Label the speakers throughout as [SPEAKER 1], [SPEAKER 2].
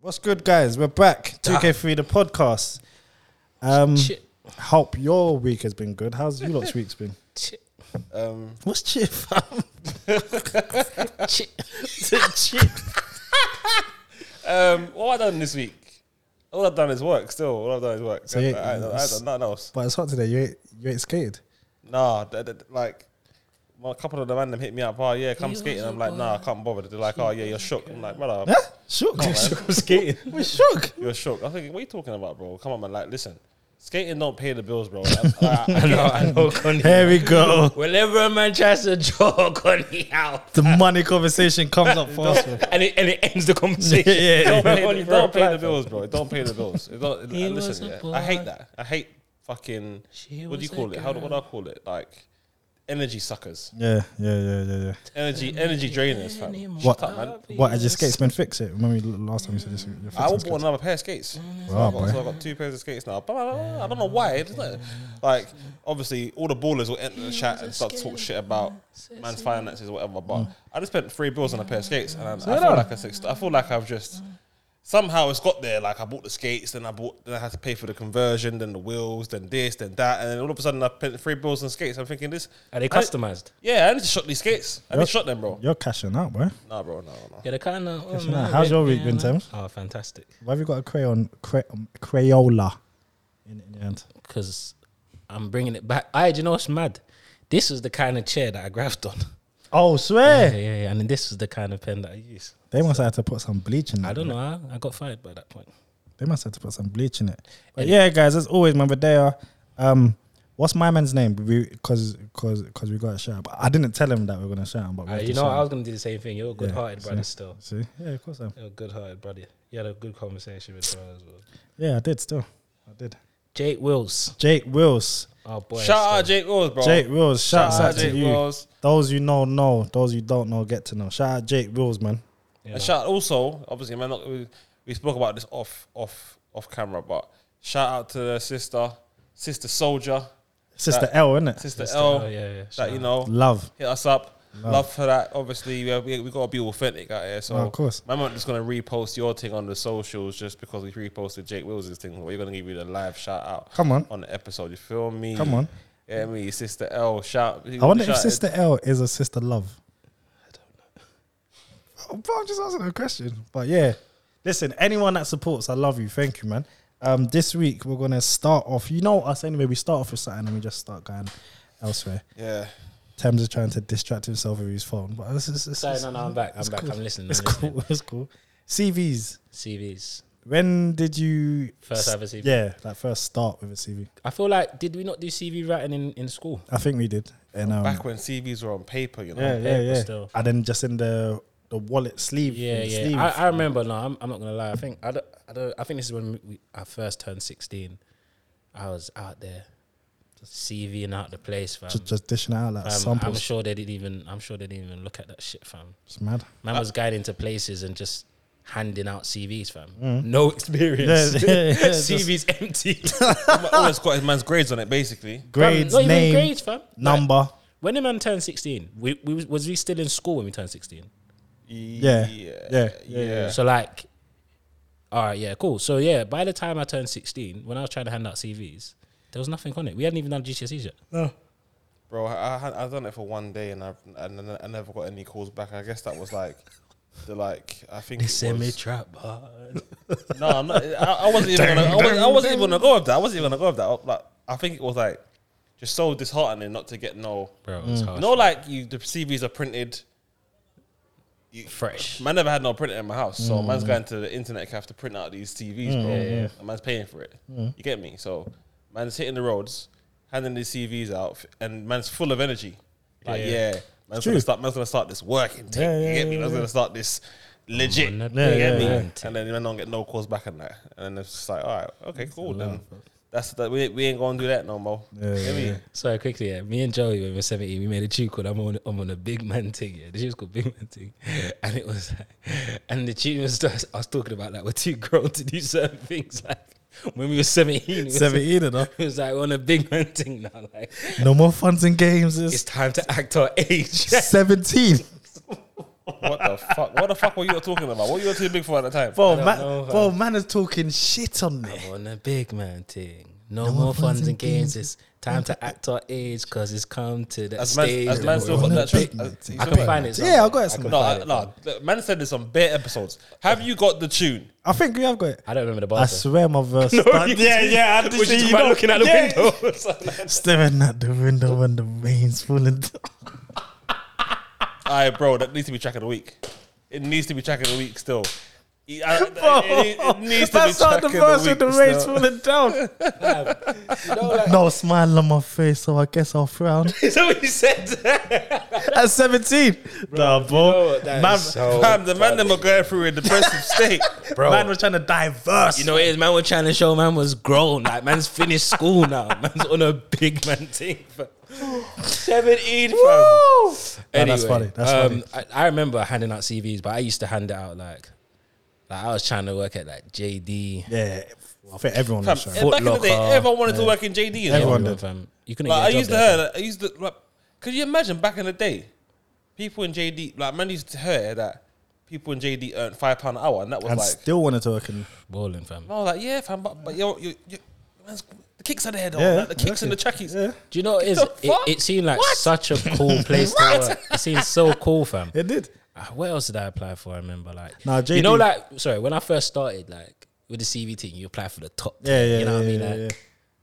[SPEAKER 1] What's good, guys? We're back. 2K3, the podcast. Um,
[SPEAKER 2] Chit.
[SPEAKER 1] hope your week has been good. How's you lot's week's been?
[SPEAKER 2] Chit.
[SPEAKER 3] Um,
[SPEAKER 1] What's cheer, fam?
[SPEAKER 2] Chit.
[SPEAKER 3] um, what have I done this week? All I've done is work. Still, all I've done is work.
[SPEAKER 1] So
[SPEAKER 3] I,
[SPEAKER 1] you-
[SPEAKER 3] I, I, I done nothing else.
[SPEAKER 1] But it's hot today. You ain't, you ain't skated.
[SPEAKER 3] Nah, th- th- like well, a couple of the random hit me up. Oh yeah, come skating. I'm like, nah, I can't bother. They're like, oh yeah, you're shook. I'm like, brother,
[SPEAKER 1] Huh? Shook.
[SPEAKER 3] come on, man. skating.
[SPEAKER 1] We're shook.
[SPEAKER 3] You're shook. I think, what are you talking about, bro? Come on, man. Like, listen, skating don't pay the bills, bro. I, I, I,
[SPEAKER 2] No, I know, Connie.
[SPEAKER 1] Oh, Here we go.
[SPEAKER 2] Whenever a man tries to draw Connie out,
[SPEAKER 1] The money conversation comes up fast. man.
[SPEAKER 2] and it, and it ends the conversation.
[SPEAKER 1] yeah,
[SPEAKER 3] don't pay,
[SPEAKER 2] Only
[SPEAKER 3] it
[SPEAKER 2] for a
[SPEAKER 3] don't pay the
[SPEAKER 2] platform.
[SPEAKER 3] bills, bro. It don't pay the bills. It don't, and
[SPEAKER 2] He was
[SPEAKER 3] listen,
[SPEAKER 2] a
[SPEAKER 3] yeah, I hate
[SPEAKER 2] boy.
[SPEAKER 3] that. I hate fucking.
[SPEAKER 2] She
[SPEAKER 3] what do you
[SPEAKER 2] was a
[SPEAKER 3] call it? How do, what do I
[SPEAKER 2] girl.
[SPEAKER 3] call it? Like energy suckers,
[SPEAKER 1] Yeah, yeah, yeah, yeah, yeah.
[SPEAKER 3] energy energy drainers, fam.
[SPEAKER 1] What?
[SPEAKER 3] Shut up, man.
[SPEAKER 1] What, as your skates been fixed? It? Remember you- last time you said this? You're fixing
[SPEAKER 3] I will
[SPEAKER 1] skates.
[SPEAKER 3] bought another pair of skates. So,
[SPEAKER 1] Wow,
[SPEAKER 3] I've got,
[SPEAKER 1] boy.
[SPEAKER 3] so I've got two pairs of skates now. But uh, I, I don't know why. It's like, like, obviously, all the ballers will enter the chat and start to talk shit about man's finances or whatever. But
[SPEAKER 1] Mm.
[SPEAKER 3] I just spent three bills on a pair of skates, and I, I feel like a six, I feel like I've just somehow it's got there. Like I bought the skates, then I bought, then I had to pay for the conversion, then the wheels, then this, then that, and then all of a sudden I spent three bills on skates. I'm thinking this.
[SPEAKER 2] Are they
[SPEAKER 3] I-
[SPEAKER 2] customized?
[SPEAKER 3] Yeah, I need to shot these skates. I need
[SPEAKER 1] Yep.
[SPEAKER 3] to shot them, bro.
[SPEAKER 1] You're cashing out, boy.
[SPEAKER 3] Nah, bro, no, no.
[SPEAKER 2] Yeah, oh, they kind of.
[SPEAKER 1] Cashing out. How's your week been, Tim?
[SPEAKER 2] Oh, fantastic.
[SPEAKER 1] Why have you got a crayon, cray, um, Crayola in, in your hand?
[SPEAKER 2] Because I'm bringing it back. I, do you know what's mad? This was the kind of chair that I grabbed on.
[SPEAKER 1] Oh, swear.
[SPEAKER 2] Yeah, yeah, yeah. And then this was the kind of pen that I used.
[SPEAKER 1] They must have had to put some bleach in it.
[SPEAKER 2] I don't know. I, I got fired by that point.
[SPEAKER 1] They must have to put some bleach in it. But yeah, guys, as always, man, Vadea, um, what's my man's name? Because cause, cause we got a shout. But I didn't tell him that we are gonna shout him. But we
[SPEAKER 2] Uh,
[SPEAKER 1] have to
[SPEAKER 2] you know,
[SPEAKER 1] shout
[SPEAKER 2] I
[SPEAKER 1] him.
[SPEAKER 2] was going to do the same thing. You're a good hearted
[SPEAKER 1] see?
[SPEAKER 2] brother still.
[SPEAKER 1] See, yeah, of course I am.
[SPEAKER 2] You're a good hearted brother. You had a good conversation with brother as well.
[SPEAKER 1] Yeah, I did. Still, I did.
[SPEAKER 2] Jake Wills.
[SPEAKER 1] Jake Wills,
[SPEAKER 2] Oh, boy.
[SPEAKER 3] Shout out
[SPEAKER 2] still.
[SPEAKER 3] Jake Wills, bro.
[SPEAKER 1] Jake Wills, shouts
[SPEAKER 3] Shout
[SPEAKER 1] out,
[SPEAKER 3] out
[SPEAKER 1] to
[SPEAKER 3] Jake
[SPEAKER 1] you.
[SPEAKER 3] Wills.
[SPEAKER 1] Those you know know. Those you don't know get to know. Shout out Jake Wills, man.
[SPEAKER 2] You know.
[SPEAKER 3] And shout also, obviously, man, look, we, we spoke about this off, off, off camera, but shout out to the sister, sister soldier,
[SPEAKER 1] It's just
[SPEAKER 3] That-
[SPEAKER 1] the L, isn't it?
[SPEAKER 3] sister
[SPEAKER 2] Sister
[SPEAKER 3] L,
[SPEAKER 2] L, yeah, yeah, shout
[SPEAKER 3] that you
[SPEAKER 2] out.
[SPEAKER 3] know
[SPEAKER 1] Love.
[SPEAKER 3] hit us up. Love for that. Obviously, we we, we gotta be authentic out here. So
[SPEAKER 1] No, of course.
[SPEAKER 3] my mum just gonna repost your thing on the socials just because we reposted Jake Wills' thing. We're gonna give you the live shout out
[SPEAKER 1] Come on.
[SPEAKER 3] on the episode. You feel me?
[SPEAKER 1] Come on.
[SPEAKER 3] Yeah, me, sister L. Shout.
[SPEAKER 1] I wonder if
[SPEAKER 3] shouted-
[SPEAKER 1] Sister L is a sister love. I don't know. I'm just asking a question. But yeah, listen, anyone that supports, I love you. Thank you, man. Um, this week we're gonna start off. You know us anyway. We start off with something and we just start going elsewhere.
[SPEAKER 3] Yeah.
[SPEAKER 1] Thames is trying to distract himself with his phone, but this is. this
[SPEAKER 2] Sorry,
[SPEAKER 1] is-
[SPEAKER 2] no, no, I'm back. I'm
[SPEAKER 1] it's
[SPEAKER 2] back.
[SPEAKER 1] cool.
[SPEAKER 2] I'm listening. I'm
[SPEAKER 1] It's
[SPEAKER 2] listening.
[SPEAKER 1] cool. It's cool. CVs.
[SPEAKER 2] CVs.
[SPEAKER 1] When did you
[SPEAKER 2] First
[SPEAKER 1] s-
[SPEAKER 2] ever CV.
[SPEAKER 1] Yeah, like first start with a CV.
[SPEAKER 2] I feel like, did we not do CV writing in, in school?
[SPEAKER 1] I think we did. And um,
[SPEAKER 3] Back when CVs were on paper, you know.
[SPEAKER 1] yeah, yeah,
[SPEAKER 2] paper
[SPEAKER 1] yeah.
[SPEAKER 2] still.
[SPEAKER 1] And then just in the the wallet sleeve.
[SPEAKER 2] Yeah, yeah.
[SPEAKER 1] sleeve.
[SPEAKER 2] I, I remember. No, I'm, I'm not gonna lie. I think I don't, I don't. I think this is when we, I first turned 16. I was out there, just CVing out the place, fam.
[SPEAKER 1] just, just dishing it out like
[SPEAKER 2] Fam, I'm
[SPEAKER 1] samples.
[SPEAKER 2] sure they didn't even. I'm sure they didn't even look at that shit, fam.
[SPEAKER 1] it's mad.
[SPEAKER 2] Man was guiding to places and just handing out CVs, fam. No experience.
[SPEAKER 1] Mm. Yeah, yeah, yeah, just-
[SPEAKER 2] CVs empty.
[SPEAKER 3] All it's got is man's grades on it, basically.
[SPEAKER 1] Grades,
[SPEAKER 2] Fam, not
[SPEAKER 1] name,
[SPEAKER 2] even grades, fam. Like,
[SPEAKER 1] number.
[SPEAKER 2] when the man turned 16, we, we was, was we still in school when we turned 16?
[SPEAKER 1] Yeah, yeah, yeah, yeah.
[SPEAKER 2] So like, all right, yeah, cool. So yeah, by the time I turned sixteen, when I was trying to hand out CVs, there was nothing on it. We hadn't even done GCSEs E yet.
[SPEAKER 3] Bro, I, I had- I done it for one day and I and I ne- I never got any calls back. I guess that was like the like I think it was,
[SPEAKER 2] trap
[SPEAKER 3] no, I'm not, I, I wasn't even gonna, I wasn't, I wasn't even gonna go with that. I wasn't even gonna go with that. Like I think it was like just so disheartening not to get no,
[SPEAKER 2] bro. It was
[SPEAKER 1] Mm.
[SPEAKER 2] harsh.
[SPEAKER 3] no like you the CVs are printed. You,
[SPEAKER 2] fresh.
[SPEAKER 3] man never had no printer in my house, so
[SPEAKER 1] Mm.
[SPEAKER 3] man's going to the internet cafe to print out these TVs, bro. And man's paying for it.
[SPEAKER 1] Mm.
[SPEAKER 3] You get me? So man's hitting the roads, handing these TVs out, f- and man's full of energy. Like
[SPEAKER 2] Yeah,
[SPEAKER 3] yeah,
[SPEAKER 2] yeah.
[SPEAKER 3] man's
[SPEAKER 1] true.
[SPEAKER 3] gonna start. Man's gonna start this working. Take,
[SPEAKER 1] Yeah, yeah,
[SPEAKER 3] you get me?
[SPEAKER 1] yeah,
[SPEAKER 3] man's
[SPEAKER 1] yeah.
[SPEAKER 3] gonna start this legit.
[SPEAKER 2] on,
[SPEAKER 3] you
[SPEAKER 2] that
[SPEAKER 1] Yeah,
[SPEAKER 3] get
[SPEAKER 1] yeah,
[SPEAKER 3] me?
[SPEAKER 1] yeah.
[SPEAKER 3] And then man don't get no calls back on that. And it's just like, all right, okay, cool. Then that's that. We, we ain't gonna do that no more.
[SPEAKER 1] Yeah,
[SPEAKER 3] You get
[SPEAKER 1] yeah,
[SPEAKER 3] me?
[SPEAKER 1] yeah.
[SPEAKER 2] So quickly, yeah. Me and Joey when we were seventeen, we made a tune called "I'm on I'm on a Big Man Thing." Yeah, the tune was called "Big Man Thing," and it was, like, and the tune was just, I was talking about like we're too grown to do certain things. Like when we were seventeen, we was-
[SPEAKER 1] 17 and
[SPEAKER 2] it was like we're on a Big Man Thing now. Like
[SPEAKER 1] No more funs and games.
[SPEAKER 2] it's
[SPEAKER 1] It's
[SPEAKER 2] time to act our age.
[SPEAKER 1] 17.
[SPEAKER 3] What the fuck? What the fuck were you lot talking about? What were you lot too big for at the time?
[SPEAKER 1] Bro,
[SPEAKER 2] don't
[SPEAKER 1] man,
[SPEAKER 2] know,
[SPEAKER 1] bro, man is talking shit on there.
[SPEAKER 2] On a big man thing. No, more funds and games. It's time to act our age because it's come to that
[SPEAKER 3] As man,
[SPEAKER 2] stage.
[SPEAKER 3] as
[SPEAKER 2] that
[SPEAKER 3] man
[SPEAKER 2] we're
[SPEAKER 3] still
[SPEAKER 2] on.
[SPEAKER 3] got that
[SPEAKER 1] big
[SPEAKER 3] shit.
[SPEAKER 1] man
[SPEAKER 3] as-
[SPEAKER 1] thing.
[SPEAKER 2] I
[SPEAKER 3] Somewhere.
[SPEAKER 2] can find it.
[SPEAKER 1] Yeah, I got it somewhere.
[SPEAKER 2] somewhere.
[SPEAKER 3] No,
[SPEAKER 2] I,
[SPEAKER 3] I,
[SPEAKER 2] can find it.
[SPEAKER 3] no. the- Man said this on bare episodes. Have you got the tune?
[SPEAKER 1] I think we have got it.
[SPEAKER 2] I don't remember the
[SPEAKER 1] I
[SPEAKER 2] bar.
[SPEAKER 1] swear my verse.
[SPEAKER 3] yeah, yeah. I
[SPEAKER 2] We're just about looking at the window.
[SPEAKER 1] Staring at the window when the rain's falling down.
[SPEAKER 3] All right, bro. That needs to be track of the week. It needs to be track of the week still. It, I- it- it needs to
[SPEAKER 1] That's
[SPEAKER 3] be
[SPEAKER 1] not
[SPEAKER 3] track
[SPEAKER 1] the
[SPEAKER 3] of the
[SPEAKER 1] verse when
[SPEAKER 3] week.
[SPEAKER 1] the rain's falling down. No smile on my face, so I guess I'll frown.
[SPEAKER 2] Is that what you said?
[SPEAKER 1] At 17. Nah, bro. Man,
[SPEAKER 3] Fam, the man them were going through a depressive state.
[SPEAKER 2] Bro.
[SPEAKER 1] man was trying to diverse.
[SPEAKER 2] You know, what it is man was trying to show man was grown. Like man's finished school now. Man's on a big man thing. fam. Seventeen. fam.
[SPEAKER 1] Woo! Nah,
[SPEAKER 2] Anyway,
[SPEAKER 1] that's funny. That's
[SPEAKER 2] um,
[SPEAKER 1] funny.
[SPEAKER 2] I, I remember handing out CVs, but I used to hand it out like, like I was trying to work at like JD.
[SPEAKER 1] Yeah, I think everyone
[SPEAKER 3] Fam,
[SPEAKER 1] was trying.
[SPEAKER 3] eh, back in the day,
[SPEAKER 2] Footlocker.
[SPEAKER 3] everyone wanted to work in JD. you know?
[SPEAKER 1] Everyone did.
[SPEAKER 2] fam. You couldn't
[SPEAKER 3] Like,
[SPEAKER 2] get a
[SPEAKER 3] I
[SPEAKER 2] job
[SPEAKER 3] used to
[SPEAKER 2] there,
[SPEAKER 3] hear, that- I used to like, could you imagine back in the day, people in JD, like man used to hear that people in JD earned five pound an hour, and that was
[SPEAKER 1] And
[SPEAKER 3] like,
[SPEAKER 1] still wanted to work in.
[SPEAKER 2] fam. Bowling, fam.
[SPEAKER 3] I was like, yeah, fam, but, but yo, you, you, man's, the kicks are there, though.
[SPEAKER 1] Yeah,
[SPEAKER 3] like, the kicks and the trackies.
[SPEAKER 1] Yeah,
[SPEAKER 2] Do you know what it is?
[SPEAKER 3] The
[SPEAKER 2] It,
[SPEAKER 3] fuck?
[SPEAKER 2] it seemed like such a cool place to work. It seemed so cool, fam.
[SPEAKER 1] it did.
[SPEAKER 2] Uh, What else did I apply for? I remember, like,
[SPEAKER 1] Nah,
[SPEAKER 2] you
[SPEAKER 1] JD.
[SPEAKER 2] know, like, sorry, when I first started, like, with the CV team, you apply for the top.
[SPEAKER 1] Yeah,
[SPEAKER 2] thing,
[SPEAKER 1] yeah,
[SPEAKER 2] You know what
[SPEAKER 1] yeah,
[SPEAKER 2] I mean?
[SPEAKER 1] yeah,
[SPEAKER 2] Like,
[SPEAKER 1] yeah.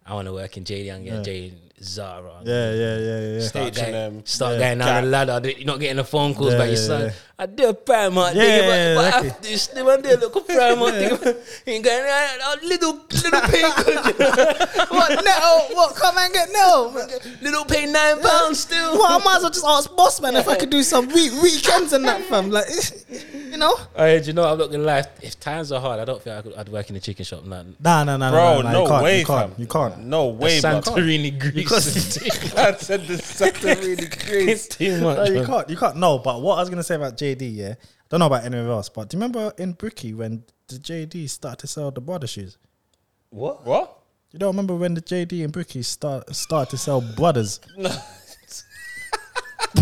[SPEAKER 2] I want to work in JD. I'm getting JD Zara.
[SPEAKER 1] Yeah, yeah, yeah, yeah.
[SPEAKER 2] Start,
[SPEAKER 3] H&M,
[SPEAKER 2] going, start
[SPEAKER 1] yeah.
[SPEAKER 2] going down the ladder. You're not getting the phone calls,
[SPEAKER 1] Yeah,
[SPEAKER 2] but you're
[SPEAKER 1] yeah,
[SPEAKER 2] like,
[SPEAKER 1] yeah.
[SPEAKER 2] I did a Primark.
[SPEAKER 1] Yeah,
[SPEAKER 2] thing,
[SPEAKER 1] yeah,
[SPEAKER 2] but, but
[SPEAKER 1] exactly.
[SPEAKER 2] after this, the one day look a Primark. thing, Ain't going "Ah, ah, little little pay.
[SPEAKER 1] what no? What come and get no?
[SPEAKER 2] little pay nine pounds still.
[SPEAKER 1] Well, I might as well just ask boss man if I could do some week, weekends and that fam. Like, you know?
[SPEAKER 2] Hey, Oh, do you know what? I'm not gonna lie. If times are hard, I don't think I could, I'd work in a chicken shop. Nah,
[SPEAKER 1] Nah, nah, nah,
[SPEAKER 3] Bro,
[SPEAKER 1] nah, nah,
[SPEAKER 3] no
[SPEAKER 1] you can't,
[SPEAKER 3] way,
[SPEAKER 1] you can't,
[SPEAKER 3] fam.
[SPEAKER 1] you can't.
[SPEAKER 3] No way, bro.
[SPEAKER 2] Santorini, Greece.
[SPEAKER 3] I said this Santorini
[SPEAKER 2] it's
[SPEAKER 3] Greece.
[SPEAKER 2] too much.
[SPEAKER 1] No, you
[SPEAKER 2] man.
[SPEAKER 1] can't. You can't. No, but what I was gonna say about JD, yeah, I don't know about anyone else, but do you remember in Brookie when the JD started to sell the brother shoes?
[SPEAKER 2] What?
[SPEAKER 3] What?
[SPEAKER 1] You don't remember when the JD and Brookie start start to sell brothers?
[SPEAKER 3] No.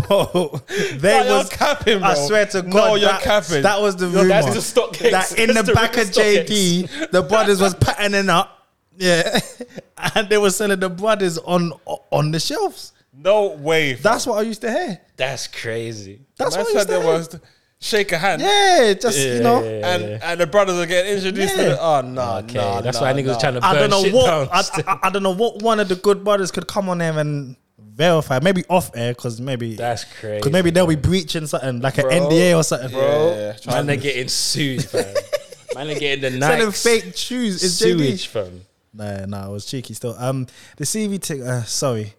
[SPEAKER 1] Bro, they
[SPEAKER 3] No, you're
[SPEAKER 1] was
[SPEAKER 3] capping, bro.
[SPEAKER 1] I swear to God,
[SPEAKER 3] No, you're
[SPEAKER 1] that,
[SPEAKER 3] capping.
[SPEAKER 1] That was the
[SPEAKER 3] Yo,
[SPEAKER 1] rumor.
[SPEAKER 3] that's the stock case.
[SPEAKER 1] That in the
[SPEAKER 3] That's the
[SPEAKER 1] back of
[SPEAKER 3] stock case.
[SPEAKER 1] JD, the brothers was patterning up, yeah, and they were selling the brothers on on the shelves.
[SPEAKER 3] No way. fam.
[SPEAKER 1] That's what I used to hear.
[SPEAKER 2] That's crazy.
[SPEAKER 1] That's
[SPEAKER 3] man
[SPEAKER 1] what I
[SPEAKER 3] said
[SPEAKER 1] used to
[SPEAKER 3] there
[SPEAKER 1] hear.
[SPEAKER 3] was shake a hand.
[SPEAKER 1] yeah, just you know.
[SPEAKER 3] And and the brothers are getting introduced to
[SPEAKER 1] Yeah.
[SPEAKER 3] the oh no
[SPEAKER 2] Okay,
[SPEAKER 3] no
[SPEAKER 2] that's
[SPEAKER 3] no,
[SPEAKER 2] why niggas
[SPEAKER 3] no.
[SPEAKER 2] was trying to burn
[SPEAKER 1] I don't know
[SPEAKER 2] shit
[SPEAKER 1] what
[SPEAKER 2] down.
[SPEAKER 1] I, I, I don't know what one of the good brothers could come on there and verify. Maybe off air because maybe
[SPEAKER 2] That's crazy.
[SPEAKER 1] because maybe they'll be breaching something like
[SPEAKER 2] Bro.
[SPEAKER 1] an NDA or something.
[SPEAKER 3] Bro,
[SPEAKER 2] Yeah,
[SPEAKER 3] trying
[SPEAKER 2] man,
[SPEAKER 3] to-
[SPEAKER 2] they're getting sued, fam. man, they're getting the
[SPEAKER 1] Selling
[SPEAKER 2] Nikes.
[SPEAKER 1] fake shoes is JD.
[SPEAKER 2] sewage, fam.
[SPEAKER 1] Nah, nah, it was cheeky still. Um, the CV tick. Uh, sorry,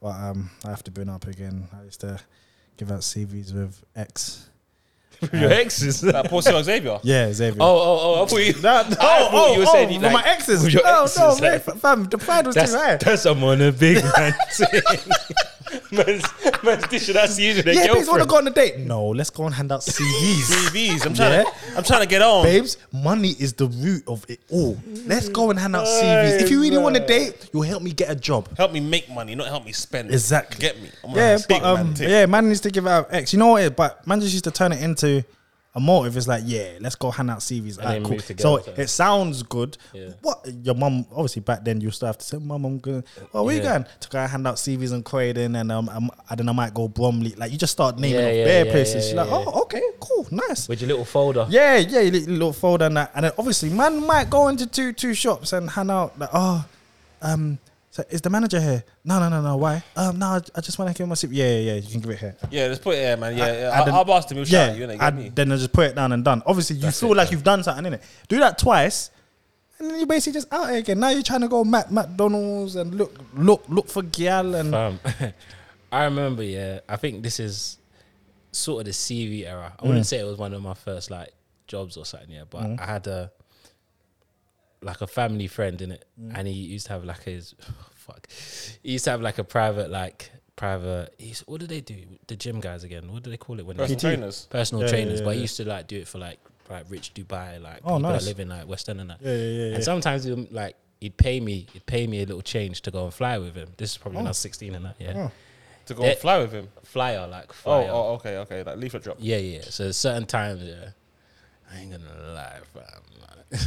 [SPEAKER 1] but um, I have to bring up again. I used to give out CVs with X.
[SPEAKER 2] Your exes. oh,
[SPEAKER 3] That Porcelain Xavier.
[SPEAKER 1] Yeah, Xavier.
[SPEAKER 2] oh, oh! I thought you. I
[SPEAKER 1] Oh,
[SPEAKER 2] thought
[SPEAKER 1] oh,
[SPEAKER 2] you were
[SPEAKER 1] oh,
[SPEAKER 2] saying you
[SPEAKER 1] for
[SPEAKER 2] like,
[SPEAKER 1] my exes.
[SPEAKER 2] with your
[SPEAKER 1] no, no,
[SPEAKER 2] exes,
[SPEAKER 1] mate,
[SPEAKER 2] like-
[SPEAKER 1] fam, the pride was
[SPEAKER 2] That's
[SPEAKER 1] too high.
[SPEAKER 2] that's I'm on a big man thing. man's, man's dishing out season their
[SPEAKER 1] Yeah, please want to
[SPEAKER 2] girlfriend.
[SPEAKER 1] go on a date. No, let's go and hand out CVs.
[SPEAKER 3] CVs. I'm trying to
[SPEAKER 1] Yeah.
[SPEAKER 3] I'm trying to get on.
[SPEAKER 1] babes, money is the root of it all. Let's go and hand out CVs. If you really want to date, you'll help me get a job.
[SPEAKER 3] Help me make money, not help me spend. it.
[SPEAKER 1] Exactly.
[SPEAKER 3] Get me. I'm
[SPEAKER 1] Yeah,
[SPEAKER 3] yeah, big
[SPEAKER 1] but
[SPEAKER 3] man
[SPEAKER 1] um,
[SPEAKER 3] tip.
[SPEAKER 1] yeah, man needs to give out X. You know what? It, but man just used to turn it into a motive. It's like, yeah, let's go hand out CVs. Alright,
[SPEAKER 2] they
[SPEAKER 1] cool.
[SPEAKER 2] move
[SPEAKER 1] So
[SPEAKER 2] together, so-
[SPEAKER 1] it sounds good.
[SPEAKER 2] Yeah.
[SPEAKER 1] What your mum? Obviously, back then you still have to say, "Mum, I'm going. Oh, where you
[SPEAKER 2] Yeah.
[SPEAKER 1] going to go and hand out CVs and Croydon, and um, I'm, I don't know, I might go Bromley. Like you just start naming
[SPEAKER 2] Yeah,
[SPEAKER 1] off
[SPEAKER 2] yeah,
[SPEAKER 1] bare
[SPEAKER 2] yeah,
[SPEAKER 1] places.
[SPEAKER 2] yeah,
[SPEAKER 1] She's like,
[SPEAKER 2] yeah.
[SPEAKER 1] oh, okay, cool, nice.
[SPEAKER 2] with your little folder.
[SPEAKER 1] Yeah, yeah, you little little fold and that, and then obviously, man might go into two two shops and hand out like, oh, um, so is the manager here? No, no, no, no. Why? Um, no, I, I just want to give him a sip. Yeah, yeah, yeah, you can give it here.
[SPEAKER 3] Yeah, let's put it here, man. Yeah, yeah.
[SPEAKER 1] And then-
[SPEAKER 3] I, I've asked him, he'll shout at you, innit? Get
[SPEAKER 1] and
[SPEAKER 3] me.
[SPEAKER 1] then I just put it down and done. Obviously, you feel like you've done something innit? Do that twice, and then you basically just out here again. Now you're trying to go Mac McDonald's and look, look, look for gal and
[SPEAKER 2] Fam. Um, I remember, yeah. I think this is sort of the CV era. I
[SPEAKER 1] Mm.
[SPEAKER 2] wouldn't say it was one of my first like jobs or something, yeah, but I had a like a family friend in it,
[SPEAKER 1] Mm.
[SPEAKER 2] and he used to have like his fuck. He used to have like a private like private. He's what do they do? The gym guys again? What do they call it when they
[SPEAKER 3] Personal trainers.
[SPEAKER 2] personal
[SPEAKER 1] Yeah,
[SPEAKER 2] trainers?
[SPEAKER 1] yeah,
[SPEAKER 2] but
[SPEAKER 1] yeah.
[SPEAKER 2] he used to like do it for like like rich Dubai like
[SPEAKER 1] Oh,
[SPEAKER 2] people
[SPEAKER 1] nice.
[SPEAKER 2] that live in like West End and that.
[SPEAKER 1] yeah, yeah, yeah.
[SPEAKER 2] And sometimes he'd like
[SPEAKER 1] Oh.
[SPEAKER 2] he'd pay me, he'd pay me a little change to go and fly with him. This is probably when I was sixteen and that, yeah.
[SPEAKER 3] to go
[SPEAKER 2] They-
[SPEAKER 3] and fly with him.
[SPEAKER 2] flyer, like
[SPEAKER 3] Oh,
[SPEAKER 2] flyer.
[SPEAKER 3] oh, okay, okay, like leaflet drop.
[SPEAKER 2] Yeah, yeah. So certain times, yeah. I ain't gonna lie, fam.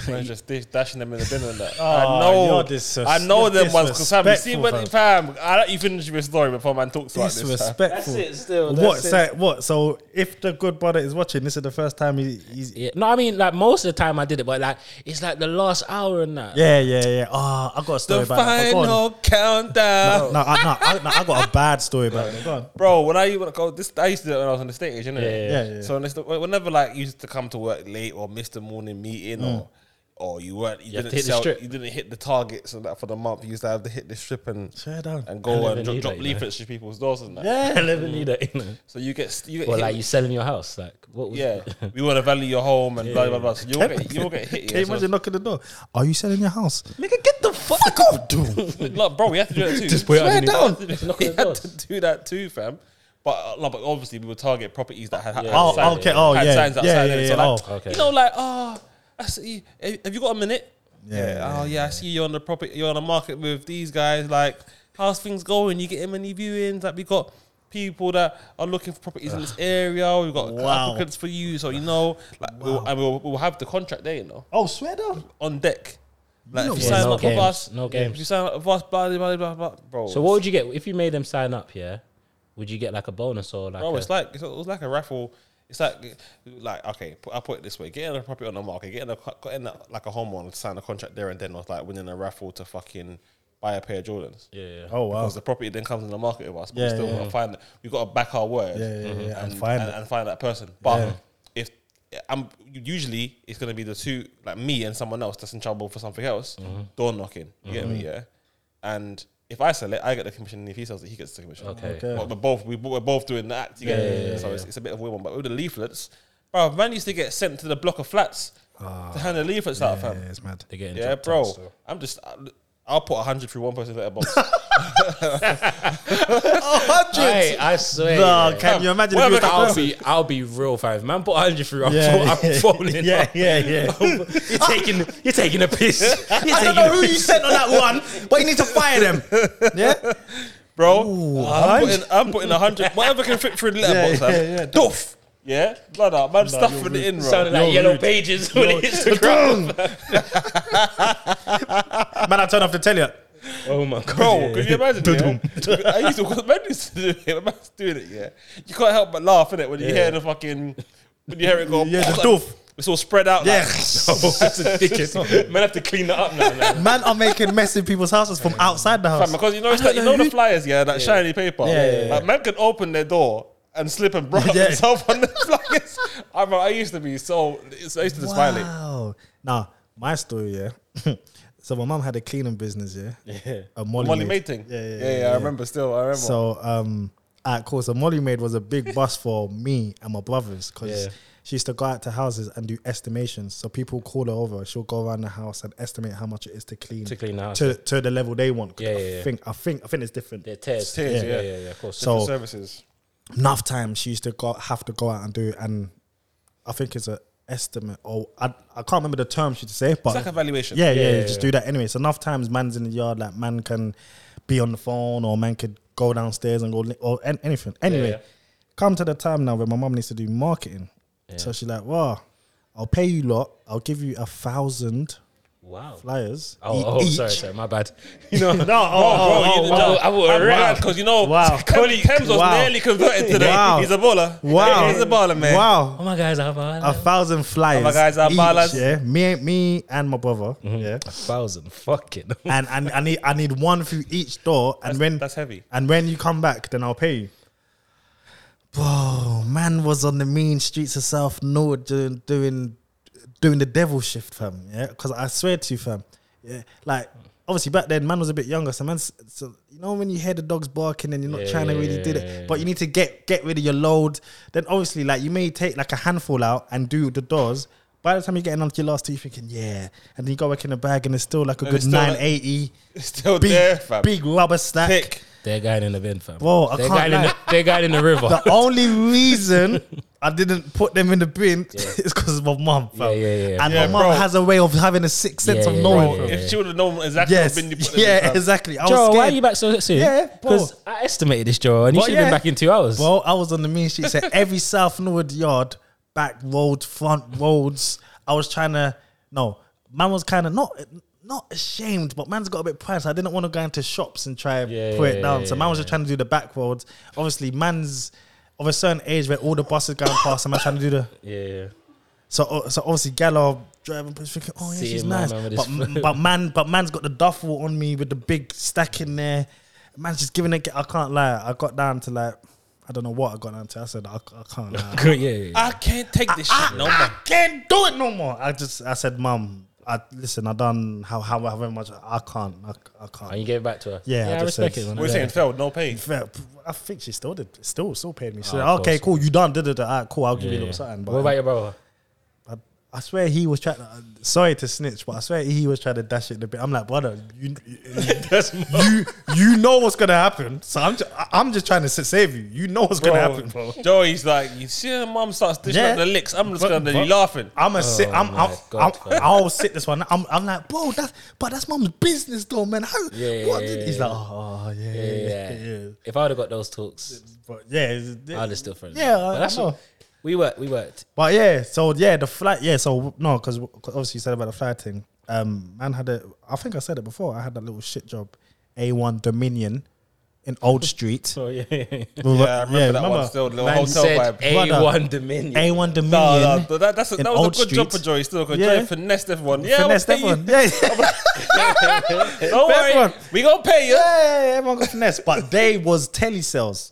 [SPEAKER 3] Man, just dish, dashing them in the bin and that.
[SPEAKER 1] Oh,
[SPEAKER 3] I
[SPEAKER 1] you're
[SPEAKER 3] know,
[SPEAKER 1] dis-
[SPEAKER 3] I know them ones. Cause fam, you see,
[SPEAKER 1] disrespectful,
[SPEAKER 3] when fam, I let you finish your story before man talks like this. fam.
[SPEAKER 1] Disrespectful.
[SPEAKER 2] Still,
[SPEAKER 1] What? So, what? So if the good brother is watching, this is the first time he, he's.
[SPEAKER 2] Yeah. No, I mean, like most of the time I did it, but like it's like the last hour and that.
[SPEAKER 1] Yeah, yeah, yeah. Ah, I got a story
[SPEAKER 3] The
[SPEAKER 1] about that. But go on.
[SPEAKER 3] final countdown.
[SPEAKER 1] No, I, no, I, no, I got a bad story about that. Go on.
[SPEAKER 3] Bro, when I used to go, this I used to do it when I was on the stage, you know.
[SPEAKER 2] Yeah,
[SPEAKER 1] yeah.
[SPEAKER 3] So when it's- whenever like you used to come to work late or miss the morning meeting
[SPEAKER 2] Mm.
[SPEAKER 3] or or you weren't you,
[SPEAKER 2] You have to
[SPEAKER 3] didn't
[SPEAKER 2] hit the
[SPEAKER 3] sell,
[SPEAKER 2] strip.
[SPEAKER 3] you didn't hit the targets and that for the month, you used to have to hit the strip and
[SPEAKER 1] Tear down.
[SPEAKER 3] and
[SPEAKER 2] I
[SPEAKER 3] go
[SPEAKER 2] never
[SPEAKER 3] and drop,
[SPEAKER 2] knew
[SPEAKER 3] drop
[SPEAKER 2] that, you know.
[SPEAKER 3] leaflets to people's doors and that.
[SPEAKER 1] Yeah.
[SPEAKER 2] I never knew that. You know?
[SPEAKER 3] So you get you get
[SPEAKER 2] Or
[SPEAKER 3] hit
[SPEAKER 2] like you
[SPEAKER 3] with-
[SPEAKER 2] selling your house, like what? Was
[SPEAKER 3] yeah, we want to value your home and blah blah blah. So you'll get you'll get hit.
[SPEAKER 1] Can
[SPEAKER 3] Yeah,
[SPEAKER 1] you
[SPEAKER 3] so
[SPEAKER 1] imagine knocking the door? Are you selling your house?
[SPEAKER 2] Nigga, get the fuck.
[SPEAKER 1] Fuck off, dude.
[SPEAKER 3] it's- look, bro, we have to do that too.
[SPEAKER 2] Just put it
[SPEAKER 3] Swear
[SPEAKER 2] underneath.
[SPEAKER 3] down.
[SPEAKER 2] Just knock on
[SPEAKER 3] we
[SPEAKER 2] the
[SPEAKER 3] had
[SPEAKER 2] doors.
[SPEAKER 3] to do that too, fam. But uh, no, but obviously we would target properties that had, had
[SPEAKER 1] Oh,
[SPEAKER 3] signs-
[SPEAKER 1] okay. Oh,
[SPEAKER 3] had
[SPEAKER 1] yeah.
[SPEAKER 3] signs
[SPEAKER 1] Yeah,
[SPEAKER 3] outside
[SPEAKER 1] yeah,
[SPEAKER 3] it.
[SPEAKER 1] yeah.
[SPEAKER 3] So like,
[SPEAKER 1] Oh,
[SPEAKER 2] okay.
[SPEAKER 3] you know, like, oh, I see. eh, Have you got a minute?
[SPEAKER 1] Yeah, yeah,
[SPEAKER 3] Oh, yeah. I see you on the property. You're on the market with these guys. Like, how's things going? You getting many viewings? Like, we got people that are looking for properties in this area. We've got
[SPEAKER 1] Wow.
[SPEAKER 3] applicants for you. So you know, like, we'll, and we'll, we'll have the contract there. You know,
[SPEAKER 1] Oh, swear down.
[SPEAKER 3] on deck. Like, if you
[SPEAKER 1] Yeah,
[SPEAKER 3] sign
[SPEAKER 2] no
[SPEAKER 3] up
[SPEAKER 2] games,
[SPEAKER 3] with us,
[SPEAKER 2] no
[SPEAKER 3] yeah, If
[SPEAKER 2] games.
[SPEAKER 3] you sign up with us, blah blah blah blah. blah bro.
[SPEAKER 2] So what would you get if you made them sign up? Yeah, would you get like a bonus or like?
[SPEAKER 3] Bro,
[SPEAKER 2] a,
[SPEAKER 3] it's like it's, it was like a raffle. It's like like okay, put, I put it this way: getting a property on the market, getting a co- getting a, like a home on, sign a contract there and then was like winning a raffle to fucking buy a pair of Jordans.
[SPEAKER 2] yeah, yeah.
[SPEAKER 1] Oh wow.
[SPEAKER 3] Because the property then comes in the market with us, but
[SPEAKER 1] Yeah,
[SPEAKER 3] we still
[SPEAKER 1] yeah,
[SPEAKER 3] gotta
[SPEAKER 1] yeah.
[SPEAKER 3] find we gotta back our word
[SPEAKER 1] Yeah, yeah, yeah, and
[SPEAKER 3] and,
[SPEAKER 1] find
[SPEAKER 3] and,
[SPEAKER 1] it.
[SPEAKER 3] and find that person. But if I'm usually it's gonna be the two like me and someone else that's in trouble for something else,
[SPEAKER 1] Mm-hmm.
[SPEAKER 3] door knocking. You get me, yeah. And if I sell it, I get the commission, and if he sells it, he gets the commission.
[SPEAKER 2] Okay.
[SPEAKER 1] Okay.
[SPEAKER 3] But we're both we, we're both doing the act. You get me? so It's, it's a bit of a weird one. But with the leaflets, bro, man used to get sent to the block of flats to hand the leaflets out, fam.
[SPEAKER 1] Ah. Yeah, it's mad.
[SPEAKER 2] They're getting
[SPEAKER 3] Yeah,
[SPEAKER 2] dropped
[SPEAKER 3] bro.
[SPEAKER 2] off, so.
[SPEAKER 3] I'm just. I'll put a hundred through one person's letterbox.
[SPEAKER 2] Hey, I swear.
[SPEAKER 1] Nah,
[SPEAKER 2] yeah.
[SPEAKER 1] can you imagine?
[SPEAKER 3] Whatever
[SPEAKER 1] If you
[SPEAKER 3] that
[SPEAKER 2] I'll be, I'll be real, fam. Man, put hundred through. I'm,
[SPEAKER 1] Yeah,
[SPEAKER 2] fo- I'm
[SPEAKER 1] yeah.
[SPEAKER 2] falling.
[SPEAKER 1] yeah,
[SPEAKER 2] off.
[SPEAKER 1] yeah, yeah.
[SPEAKER 2] You're taking, you're taking a piss. You're
[SPEAKER 1] I
[SPEAKER 2] taking
[SPEAKER 1] don't
[SPEAKER 2] a
[SPEAKER 1] know who you sent on that one, but you need to fire them. Yeah.
[SPEAKER 3] bro. I'm,
[SPEAKER 1] alright.
[SPEAKER 3] putting, I'm putting 100, whatever can fit through the letterbox.
[SPEAKER 1] Yeah,
[SPEAKER 3] Yeah,
[SPEAKER 1] yeah,
[SPEAKER 3] yeah,
[SPEAKER 1] yeah.
[SPEAKER 3] Doof. Yeah, blood up, man. stuffing it in, bro.
[SPEAKER 2] Sounded like yellow pages when it hits the ground.
[SPEAKER 1] Man, I turned off the telly.
[SPEAKER 2] Oh my god.
[SPEAKER 3] Bro, can you imagine? Yeah? I used to, when I used to do it, when I was doing it, yeah. You can't help but laugh, innit? When you hear the fucking, when you hear it go,
[SPEAKER 1] Yeah, the
[SPEAKER 3] like,
[SPEAKER 1] doof.
[SPEAKER 3] It's all spread out.
[SPEAKER 1] Yeah.
[SPEAKER 3] Like,
[SPEAKER 2] Man, have to clean that up now. man.
[SPEAKER 1] Man are making mess in people's houses from outside the
[SPEAKER 3] fam,
[SPEAKER 1] house.
[SPEAKER 3] because you know, it's like, you know the flyers, yeah, that shiny paper.
[SPEAKER 1] Yeah, yeah, yeah.
[SPEAKER 3] Like, man can open their door. And slip and brush
[SPEAKER 1] Yeah.
[SPEAKER 3] himself on the flyers. I, bro, I used to be so. I used to just violate.
[SPEAKER 1] Wow. Now, my story, yeah. so my mum had a cleaning business, yeah. Yeah. A Molly,
[SPEAKER 3] Molly
[SPEAKER 1] maid.
[SPEAKER 3] Maid thing.
[SPEAKER 1] Yeah, yeah,
[SPEAKER 3] yeah, I remember still. I remember.
[SPEAKER 1] So, um, of course, a Molly maid was a big bus for me and my brothers because
[SPEAKER 2] Yeah.
[SPEAKER 1] she used to go out to houses and do estimations. So people call her over. She'll go around the house and estimate how much it is to clean
[SPEAKER 2] To clean the house.
[SPEAKER 1] to, to the level they want. 'Cause
[SPEAKER 2] Yeah,
[SPEAKER 1] I
[SPEAKER 2] yeah, yeah.
[SPEAKER 1] think I think I think it's different.
[SPEAKER 2] They're tears.
[SPEAKER 3] Tears,
[SPEAKER 2] yeah,
[SPEAKER 3] yeah.
[SPEAKER 2] yeah, yeah, of course.
[SPEAKER 1] So
[SPEAKER 3] services.
[SPEAKER 1] enough time she used to go, have to go out and do it, and I think it's a estimate or I, I can't remember the term she used to say, but
[SPEAKER 3] It's like a valuation.
[SPEAKER 1] yeah, yeah,
[SPEAKER 2] Yeah,
[SPEAKER 1] yeah,
[SPEAKER 2] yeah,
[SPEAKER 1] just
[SPEAKER 2] yeah.
[SPEAKER 1] do that anyway. So enough times man's in the yard, like man can be on the phone or man could go downstairs and go li- or an- anything. Anyway,
[SPEAKER 2] yeah.
[SPEAKER 1] come to the time now where my mum needs to do marketing. So she's like, "Wow, I'll pay you lot. I'll give you a thousand
[SPEAKER 2] wow.
[SPEAKER 1] flyers.
[SPEAKER 2] Oh,
[SPEAKER 1] e-
[SPEAKER 2] oh
[SPEAKER 1] each."
[SPEAKER 2] sorry, sorry, my bad.
[SPEAKER 1] You know, no, oh,
[SPEAKER 3] Oh, bro,
[SPEAKER 1] oh,
[SPEAKER 3] you
[SPEAKER 1] oh, wow.
[SPEAKER 3] did
[SPEAKER 2] wow.
[SPEAKER 3] wow.
[SPEAKER 2] I would've
[SPEAKER 3] wow.
[SPEAKER 2] read.
[SPEAKER 3] Because you know,
[SPEAKER 1] Wow.
[SPEAKER 3] Cody Thames was
[SPEAKER 1] Wow.
[SPEAKER 3] nearly converted today.
[SPEAKER 1] Wow.
[SPEAKER 3] He's a baller.
[SPEAKER 1] Wow,
[SPEAKER 3] He's a baller, man.
[SPEAKER 1] Wow,
[SPEAKER 2] Oh my guys, I'm
[SPEAKER 1] a
[SPEAKER 2] a
[SPEAKER 1] thousand flyers.
[SPEAKER 3] my guys, our
[SPEAKER 1] each,
[SPEAKER 3] ballers.
[SPEAKER 1] Yeah, me, me, and my brother. Yeah,
[SPEAKER 2] thousand. Fucking.
[SPEAKER 1] and and I need I need one through each door. And when
[SPEAKER 3] That's heavy.
[SPEAKER 1] And when you come back, then I'll pay you. Bro, man was on the mean streets of South Norwood doing doing doing the devil shift, fam. Yeah, because I swear to you, fam. Yeah, like obviously back then, man was a bit younger, so man, so you know when you hear the dogs barking and you're not
[SPEAKER 2] Yeah,
[SPEAKER 1] trying to
[SPEAKER 2] yeah,
[SPEAKER 1] really
[SPEAKER 2] yeah,
[SPEAKER 1] do it,
[SPEAKER 2] yeah, yeah.
[SPEAKER 1] but you need to get get rid of your load. Then obviously, like you may take like a handful out and do the doors. By the time you're getting onto your last two, you're thinking, yeah, and then you go back in the bag and it's still like a
[SPEAKER 3] And
[SPEAKER 1] good
[SPEAKER 3] it's still like-
[SPEAKER 1] nine eighty,
[SPEAKER 3] It's still
[SPEAKER 1] big
[SPEAKER 3] there, fam.
[SPEAKER 1] big rubber stack.
[SPEAKER 3] Thick.
[SPEAKER 2] They're going in the bin, fam.
[SPEAKER 1] Bro, I
[SPEAKER 2] they're
[SPEAKER 1] can't
[SPEAKER 2] going in.
[SPEAKER 1] lie.
[SPEAKER 2] The, they're going in the river.
[SPEAKER 1] The only reason I didn't put them in the bin. it's because of my mum,
[SPEAKER 2] Yeah,
[SPEAKER 1] fam.
[SPEAKER 2] yeah, yeah.
[SPEAKER 1] And
[SPEAKER 3] Yeah,
[SPEAKER 1] my
[SPEAKER 3] bro.
[SPEAKER 1] mum has a way of having a sixth sense
[SPEAKER 2] Yeah,
[SPEAKER 1] of
[SPEAKER 2] yeah,
[SPEAKER 1] knowing.
[SPEAKER 2] yeah,
[SPEAKER 1] bro.
[SPEAKER 2] yeah.
[SPEAKER 3] If she would have known exactly what bin you
[SPEAKER 1] Yes,
[SPEAKER 3] put in,
[SPEAKER 1] yeah,
[SPEAKER 3] fam.
[SPEAKER 1] exactly. I was
[SPEAKER 2] Joe,
[SPEAKER 1] scared.
[SPEAKER 2] why are you back so soon?
[SPEAKER 1] Yeah, bro.
[SPEAKER 2] because I estimated this, Joe, and you
[SPEAKER 1] Well,
[SPEAKER 2] should have
[SPEAKER 1] yeah.
[SPEAKER 2] been back in two hours.
[SPEAKER 1] Well, I was on the mean sheet. Said every South Norwood yard, back road, front roads. I was trying to. No, man was kind of not not ashamed, but man's got a bit pride. So I didn't want to go into shops and try and
[SPEAKER 2] Yeah,
[SPEAKER 1] put
[SPEAKER 2] yeah,
[SPEAKER 1] it down.
[SPEAKER 2] yeah,
[SPEAKER 1] so man was just trying to do the back roads. Obviously, man's of a certain age where all the buses going past, and man trying to do the.
[SPEAKER 2] yeah, yeah.
[SPEAKER 1] So uh, so obviously Gallo driving, but thinking, oh yeah,
[SPEAKER 2] Seeing
[SPEAKER 1] she's
[SPEAKER 2] my
[SPEAKER 1] nice.
[SPEAKER 2] man with
[SPEAKER 1] But,
[SPEAKER 2] his
[SPEAKER 1] but man, but man's got the duffel on me with the big stack in there. Man's just giving it. I can't lie. I got down to like, I don't know what I got down to. I said I, I can't. Lie.
[SPEAKER 2] yeah, yeah, yeah.
[SPEAKER 3] I can't take this shit no
[SPEAKER 1] I
[SPEAKER 3] more.
[SPEAKER 1] can't do it no more. I just I said, mum, I listen. I done how how however much I can't. I, I
[SPEAKER 2] And
[SPEAKER 1] can't.
[SPEAKER 2] you gave it back to her.
[SPEAKER 1] Yeah, I
[SPEAKER 2] I,
[SPEAKER 1] just
[SPEAKER 2] respect
[SPEAKER 1] said-
[SPEAKER 2] it. man.
[SPEAKER 3] We're
[SPEAKER 2] Yeah.
[SPEAKER 3] saying failed, no pay.
[SPEAKER 1] Fair. I think she still did. Still still paid me. She
[SPEAKER 2] Oh,
[SPEAKER 1] said,
[SPEAKER 2] of
[SPEAKER 1] okay,
[SPEAKER 2] course.
[SPEAKER 1] cool. You done. Did it. All right, Ah, cool. I'll give you
[SPEAKER 2] Yeah,
[SPEAKER 1] a
[SPEAKER 2] yeah.
[SPEAKER 1] little something. But
[SPEAKER 2] What about your brother?
[SPEAKER 1] I, I swear he was trying. To, uh, sorry to snitch, but I swear he was trying to dash it a bit. I'm like, brother, you
[SPEAKER 3] That's
[SPEAKER 1] you, you know what's gonna happen. So I'm just, I'm just trying to sa- save you. You know what's gonna happen, bro.
[SPEAKER 3] Joey's like, you see, her mum starts dishing
[SPEAKER 1] Yeah.
[SPEAKER 3] up the licks. I'm just
[SPEAKER 1] But-
[SPEAKER 3] gonna be
[SPEAKER 1] but-
[SPEAKER 3] laughing.
[SPEAKER 1] I'm a sit. I'm.
[SPEAKER 2] Oh my
[SPEAKER 1] I'm,
[SPEAKER 2] God,
[SPEAKER 1] I'm
[SPEAKER 2] fam.
[SPEAKER 1] I'll sit this one. I'm. I'm like, bro. That's but that's mom's business, though, man. How?
[SPEAKER 2] Yeah,
[SPEAKER 1] what
[SPEAKER 2] yeah,
[SPEAKER 1] did-"
[SPEAKER 2] yeah,
[SPEAKER 1] He's
[SPEAKER 2] yeah.
[SPEAKER 1] like, oh yeah, yeah, yeah.
[SPEAKER 2] Yeah.
[SPEAKER 1] yeah.
[SPEAKER 2] If I would have got those talks,
[SPEAKER 1] But yeah, it's-
[SPEAKER 2] I'd have still friends.
[SPEAKER 1] Yeah,
[SPEAKER 2] But
[SPEAKER 1] I,
[SPEAKER 2] that's
[SPEAKER 1] I know.
[SPEAKER 2] what- we worked. We worked.
[SPEAKER 1] But yeah, so yeah, the flight. Yeah, so no, because obviously you said about the flight thing. Um, man had a. I think I said it before. I had that little shit job, A1 Dominion, in Old Street.
[SPEAKER 2] Oh yeah.
[SPEAKER 1] yeah,
[SPEAKER 3] Yeah, I remember that one still. The little
[SPEAKER 1] Man
[SPEAKER 3] hotel
[SPEAKER 2] Said
[SPEAKER 3] vibe.
[SPEAKER 2] A
[SPEAKER 1] Brother.
[SPEAKER 2] one Dominion.
[SPEAKER 1] A1 Dominion.
[SPEAKER 3] No, no, but that, that's a,
[SPEAKER 1] in
[SPEAKER 3] that was a
[SPEAKER 1] Old
[SPEAKER 3] good job for
[SPEAKER 1] Street.
[SPEAKER 3] Joey still because
[SPEAKER 1] Yeah.
[SPEAKER 3] Joey finessed everyone. Yeah,
[SPEAKER 1] finesse that
[SPEAKER 3] we'll pay you.
[SPEAKER 1] one. Yeah, yeah,
[SPEAKER 3] Don't worry,
[SPEAKER 1] Everyone.
[SPEAKER 3] we gonna pay you.
[SPEAKER 1] yeah, everyone got finesse. But they was telesales,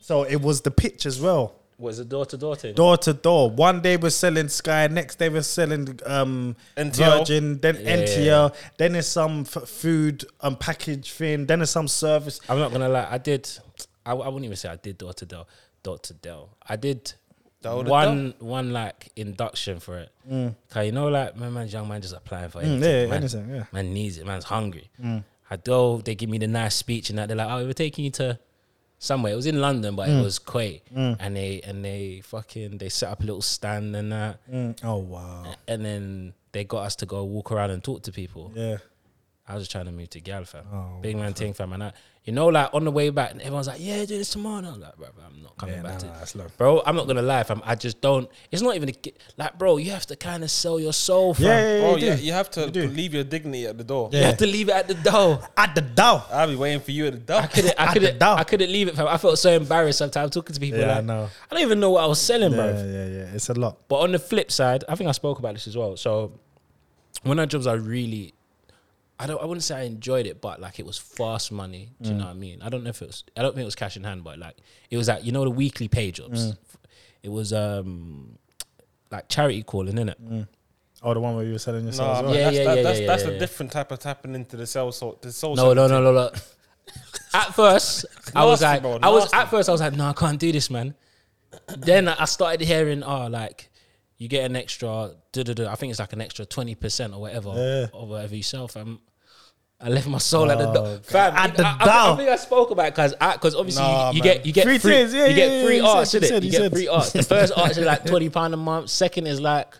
[SPEAKER 1] so it was the pitch as well.
[SPEAKER 2] Was it door to door thing?
[SPEAKER 1] door to door. One day we're selling Sky, next day we're selling um,
[SPEAKER 3] NTL.
[SPEAKER 1] Virgin, then
[SPEAKER 2] Yeah.
[SPEAKER 1] NTL, then there's some f- food um, package thing, then there's some service.
[SPEAKER 2] I'm not gonna lie. I did. I, I wouldn't even say I did door to door. Door to door. I did
[SPEAKER 3] Door to
[SPEAKER 2] one one like induction for it. Cause you know, like my man, young man, just applying for anything.
[SPEAKER 1] Mm. yeah,
[SPEAKER 2] man,
[SPEAKER 1] anything, yeah. Mm.
[SPEAKER 2] man needs it. Man's hungry. I go. They give me the nice speech and that. They're like, "Oh, we're taking you to." Somewhere it was in London, but
[SPEAKER 1] Mm.
[SPEAKER 2] it was Kuwait, and they and they fucking they set up a little stand and that,
[SPEAKER 1] Oh wow,
[SPEAKER 2] and then they got us to go walk around and talk to people.
[SPEAKER 1] yeah.
[SPEAKER 2] I was just trying to move to Gal, fam.
[SPEAKER 1] Oh,
[SPEAKER 2] Big man thing, fam. And I, you know, like on the way back, everyone's like, yeah, do this tomorrow. And I'm like, bro, bro, I'm not coming back to
[SPEAKER 1] that's long.
[SPEAKER 2] Bro, I'm not going to lie, fam. I just don't. It's not even, a, ki- like, bro, you have to kind of sell your soul, fam.
[SPEAKER 1] Yeah, yeah, yeah,
[SPEAKER 3] Bro,
[SPEAKER 1] you
[SPEAKER 3] Oh, yeah,
[SPEAKER 1] do.
[SPEAKER 3] you have to
[SPEAKER 1] do.
[SPEAKER 3] leave your dignity at the door.
[SPEAKER 1] Yeah.
[SPEAKER 2] You have to leave it at the door.
[SPEAKER 1] At the dow.
[SPEAKER 3] I'll be waiting for you at the
[SPEAKER 2] I
[SPEAKER 3] door.
[SPEAKER 2] couldn't, I
[SPEAKER 1] At the
[SPEAKER 2] couldn't,
[SPEAKER 1] door.
[SPEAKER 2] I couldn't leave it, fam. I felt so embarrassed sometimes talking to people.
[SPEAKER 1] Yeah, I
[SPEAKER 2] like,
[SPEAKER 1] know.
[SPEAKER 2] I don't even know what I was selling,
[SPEAKER 1] Yeah,
[SPEAKER 2] bro.
[SPEAKER 1] yeah, yeah. It's a lot.
[SPEAKER 2] But on the flip side, I think I spoke about this as well. So one of the jobs I really I don't I wouldn't say I enjoyed it, but like it was fast money. Do you know what I mean? I don't know if it was I don't think it was cash in hand, but like it was like you know the weekly pay jobs. It was um like charity calling, innit?
[SPEAKER 1] Oh, the one where you were selling
[SPEAKER 3] No,
[SPEAKER 1] yourself
[SPEAKER 3] I
[SPEAKER 1] as
[SPEAKER 3] mean,
[SPEAKER 1] well.
[SPEAKER 2] Yeah,
[SPEAKER 3] that's,
[SPEAKER 2] yeah,
[SPEAKER 3] that,
[SPEAKER 2] yeah,
[SPEAKER 3] that's,
[SPEAKER 2] yeah,
[SPEAKER 3] that's
[SPEAKER 2] yeah,
[SPEAKER 3] a
[SPEAKER 2] yeah.
[SPEAKER 3] different type of tapping into the cell sort. The soul
[SPEAKER 2] No, no, no, no, no. At first, I was
[SPEAKER 3] Nasty,
[SPEAKER 2] like,
[SPEAKER 3] bro,
[SPEAKER 2] I was
[SPEAKER 3] nasty.
[SPEAKER 2] at first, I was like, no, I can't do this, man. Then I started hearing, oh, like you get an extra, duh-duh-duh, I think it's like an extra twenty percent or whatever,
[SPEAKER 1] Yeah. Oh,
[SPEAKER 2] or whatever you sell, fam. I left my soul at the door.
[SPEAKER 1] God.
[SPEAKER 2] Fam,
[SPEAKER 1] At
[SPEAKER 2] I-
[SPEAKER 1] the
[SPEAKER 2] I, I- I,
[SPEAKER 1] door.
[SPEAKER 2] think I spoke about because because obviously you-
[SPEAKER 3] Nah,
[SPEAKER 2] you,
[SPEAKER 3] man.
[SPEAKER 2] get you get
[SPEAKER 1] Free
[SPEAKER 2] free,
[SPEAKER 1] tiers, yeah,
[SPEAKER 2] you
[SPEAKER 1] yeah, yeah,
[SPEAKER 2] get free
[SPEAKER 1] you
[SPEAKER 2] arts,
[SPEAKER 1] said,
[SPEAKER 2] innit?
[SPEAKER 1] you
[SPEAKER 2] You
[SPEAKER 1] said,
[SPEAKER 2] get
[SPEAKER 1] you
[SPEAKER 2] free
[SPEAKER 1] said.
[SPEAKER 2] arts. The first arts is like twenty pound a month. Second is like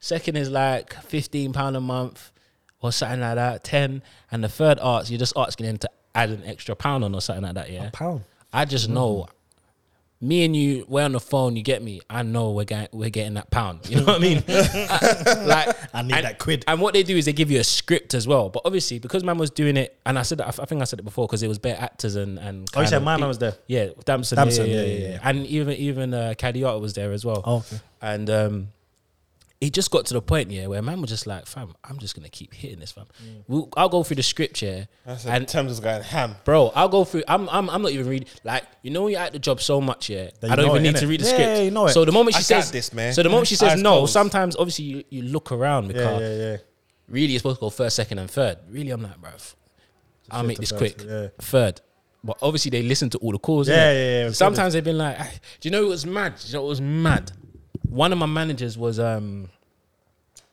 [SPEAKER 2] Second is like fifteen pound a month or something like that. Ten, and the third arts, you're just asking them to add an extra pound on or something like that. Yeah,
[SPEAKER 1] Pound.
[SPEAKER 2] I just know. Me and you, we're on the phone. You get me. I know we're getting we're getting that pound. You know what I mean? I- like
[SPEAKER 1] I need
[SPEAKER 2] and-
[SPEAKER 1] that quid.
[SPEAKER 2] And what they do is they give you a script as well. But obviously, because man was doing it, and I said that I think I said it before because it was better actors and and.
[SPEAKER 1] Oh, you
[SPEAKER 2] kind
[SPEAKER 1] said
[SPEAKER 2] of
[SPEAKER 1] my
[SPEAKER 2] peop-
[SPEAKER 1] man was there.
[SPEAKER 2] yeah, Damson.
[SPEAKER 1] Damson,
[SPEAKER 2] yeah, yeah,
[SPEAKER 1] yeah,
[SPEAKER 2] yeah,
[SPEAKER 1] yeah,
[SPEAKER 2] yeah. And even even uh, Cadiota was there as well.
[SPEAKER 1] Oh, okay.
[SPEAKER 2] And um, it just got to the point, yeah, where man was just like, fam, I'm just gonna keep hitting this, fam.
[SPEAKER 1] Mm.
[SPEAKER 2] We'll, I'll go through the script, yeah.
[SPEAKER 3] That's it.
[SPEAKER 2] And
[SPEAKER 3] Thames is going ham.
[SPEAKER 2] bro, I'll go through. I'm I'm I'm not even reading. Like you know, when you're at the job so much, yeah.
[SPEAKER 1] That you
[SPEAKER 2] I don't
[SPEAKER 1] know
[SPEAKER 2] even
[SPEAKER 1] it,
[SPEAKER 2] need to
[SPEAKER 1] innit?
[SPEAKER 2] read the
[SPEAKER 1] Yeah,
[SPEAKER 2] script.
[SPEAKER 1] yeah, you know it.
[SPEAKER 2] So the moment
[SPEAKER 3] I
[SPEAKER 2] she says
[SPEAKER 3] got this, man.
[SPEAKER 2] So the moment she
[SPEAKER 3] Eyes
[SPEAKER 2] says no,
[SPEAKER 3] closed.
[SPEAKER 2] sometimes obviously you, you look around because
[SPEAKER 1] Yeah, yeah, yeah.
[SPEAKER 2] really you're supposed to go first, second, and third. Really, I'm like, bro, I'll
[SPEAKER 1] fifth
[SPEAKER 2] make
[SPEAKER 1] to
[SPEAKER 2] this
[SPEAKER 1] first,
[SPEAKER 2] quick.
[SPEAKER 1] yeah.
[SPEAKER 2] Third. But obviously they listen to all the calls.
[SPEAKER 1] Yeah,
[SPEAKER 2] innit?
[SPEAKER 1] yeah, yeah, of
[SPEAKER 2] Sometimes they've been like, "Ah, do you know it was mad? Do you know it was mad? One of my managers was um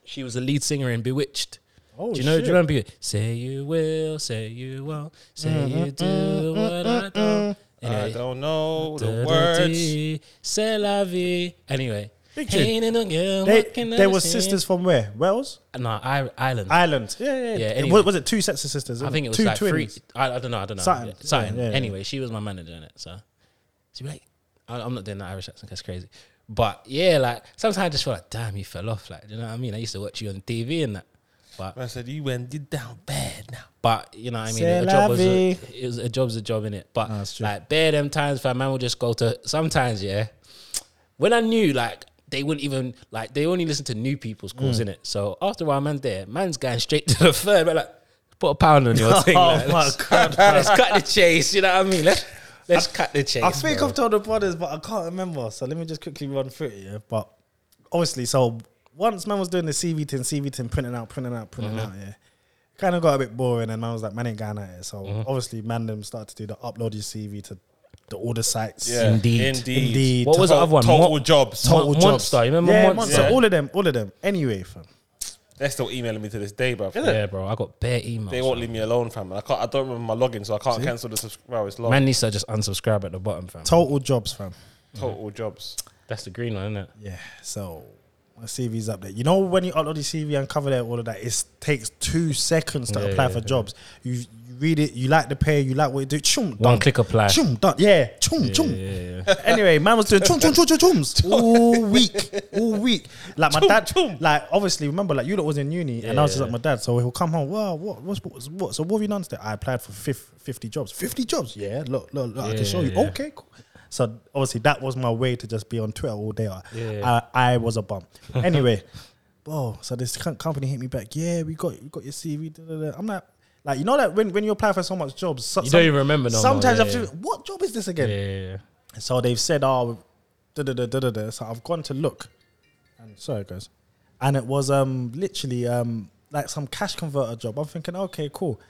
[SPEAKER 2] she was the lead singer in Bewitched.
[SPEAKER 1] Oh,
[SPEAKER 2] do you know? Do
[SPEAKER 1] shit. Mm-hmm, Uh,
[SPEAKER 2] you remember? Say you will, say you won't, say you do what I do,
[SPEAKER 3] I
[SPEAKER 2] Anyway.
[SPEAKER 3] don't know the words.
[SPEAKER 2] "Oh, C'est la vie. Anyway.
[SPEAKER 1] Big
[SPEAKER 2] Hey, no, no, yeah,
[SPEAKER 1] They,
[SPEAKER 2] what can I
[SPEAKER 1] they were
[SPEAKER 2] say?
[SPEAKER 1] sisters from where? Wales,
[SPEAKER 2] No, I- Ireland. I,
[SPEAKER 1] Ireland. Yeah, yeah.
[SPEAKER 2] Yeah,
[SPEAKER 1] It
[SPEAKER 2] anyway.
[SPEAKER 1] was, was it two sets of sisters?
[SPEAKER 2] think it was
[SPEAKER 1] two
[SPEAKER 2] like
[SPEAKER 1] twins.
[SPEAKER 2] three. I, I don't know. I don't know.
[SPEAKER 1] Something,
[SPEAKER 2] Yeah, something.
[SPEAKER 1] yeah, yeah, yeah.
[SPEAKER 2] Anyway, she was my manager in it. So she be like, I, I'm not doing that Irish accent. That's crazy. But yeah, like sometimes I just feel like, damn, you fell off. Like, do you know what I mean? I used to watch you on TV and that. But
[SPEAKER 3] I said you went you down bad now.
[SPEAKER 2] But you know, what I mean,
[SPEAKER 1] C'est
[SPEAKER 2] a
[SPEAKER 1] la
[SPEAKER 2] job was a,
[SPEAKER 1] vie.
[SPEAKER 2] it was a job's a job in it. But
[SPEAKER 1] No, that's true.
[SPEAKER 2] like, bare them times, fam, man will just go to sometimes. Yeah, when I knew, like, they wouldn't even like they only listen to new people's calls
[SPEAKER 1] Mm.
[SPEAKER 2] in it. So after a while, man's there, man's going straight to the third. But like, put a pound on your thing.
[SPEAKER 1] Oh
[SPEAKER 2] like,
[SPEAKER 1] my
[SPEAKER 2] let's,
[SPEAKER 1] God,
[SPEAKER 2] let's cut the chase. You know what I mean? Let's let's cut the chase.
[SPEAKER 1] I think
[SPEAKER 2] bro.
[SPEAKER 1] I've told the brothers, but I can't remember. So let me just quickly run through it. Yeah, but obviously, so once man was doing the CV tin, CV tin, printing out, printing out, printing
[SPEAKER 2] Mm-hmm.
[SPEAKER 1] out. Yeah, kind of got a bit boring, and man was like, man ain't going at it. So
[SPEAKER 2] Mm-hmm.
[SPEAKER 1] obviously, man them started to do the upload your CV to the all the sites.
[SPEAKER 3] Yeah.
[SPEAKER 2] Indeed.
[SPEAKER 3] Indeed.
[SPEAKER 1] Indeed.
[SPEAKER 2] What was the
[SPEAKER 3] Total,
[SPEAKER 2] other one?
[SPEAKER 3] total
[SPEAKER 2] Mo-
[SPEAKER 3] jobs.
[SPEAKER 2] Mo-
[SPEAKER 1] total jobs.
[SPEAKER 2] Monster. You remember
[SPEAKER 1] yeah,
[SPEAKER 2] Monster?
[SPEAKER 1] Monster.
[SPEAKER 3] Yeah.
[SPEAKER 1] All of them, all of them. Anyway, fam.
[SPEAKER 3] They're still emailing me to this day, bro.
[SPEAKER 2] Yeah, bro. I got bare emails.
[SPEAKER 3] They
[SPEAKER 2] fam.
[SPEAKER 3] won't leave me alone, fam. I can't. I don't remember my login, so I can't cancel the subscribe. Well, it's long.
[SPEAKER 2] Man needs to just unsubscribe at the bottom, fam.
[SPEAKER 1] Total jobs, fam.
[SPEAKER 3] Total jobs.
[SPEAKER 2] That's the green one, isn't it?
[SPEAKER 1] Yeah. So my CV's up there. You know when you upload your CV and cover letter, all of that, it takes two seconds to
[SPEAKER 2] Yeah,
[SPEAKER 1] apply
[SPEAKER 2] yeah,
[SPEAKER 1] for
[SPEAKER 2] yeah.
[SPEAKER 1] jobs. You, you read it, you like the pay, you like what you do. Chum,
[SPEAKER 2] One
[SPEAKER 1] done.
[SPEAKER 2] click apply.
[SPEAKER 1] Chum, done. Yeah, chum, chum.
[SPEAKER 2] yeah.
[SPEAKER 1] Anyway, man was doing chum, chum, chum, chum, chums all week, all week. Like my dad, like obviously remember, like you lot was in uni, and I was just
[SPEAKER 2] Yeah.
[SPEAKER 1] like my dad, so he'll come home. Wow, what, what's, what's what? So what have you done today? I applied for fif- fifty jobs. Fifty jobs? Yeah, look, look, look I
[SPEAKER 2] Yeah,
[SPEAKER 1] can show you.
[SPEAKER 2] yeah.
[SPEAKER 1] Okay, cool. So obviously that was my way to just be on Twitter all day. I,
[SPEAKER 2] Yeah.
[SPEAKER 1] I, I was a bum. Anyway, bro, so this co- company hit me back. Yeah, we got we got your CV. Da, da, da. I'm like. Like you know that when, when you apply for so much jobs, so,
[SPEAKER 2] You don't even remember no more,
[SPEAKER 1] sometimes
[SPEAKER 2] yeah,
[SPEAKER 1] you have
[SPEAKER 2] yeah.
[SPEAKER 1] to what job is this again?
[SPEAKER 2] Yeah, yeah, yeah.
[SPEAKER 1] So they've said, oh, da da da da da da. So I've gone to look, and sorry guys, and it was um literally um like some cash converter job. I'm thinking, okay, cool.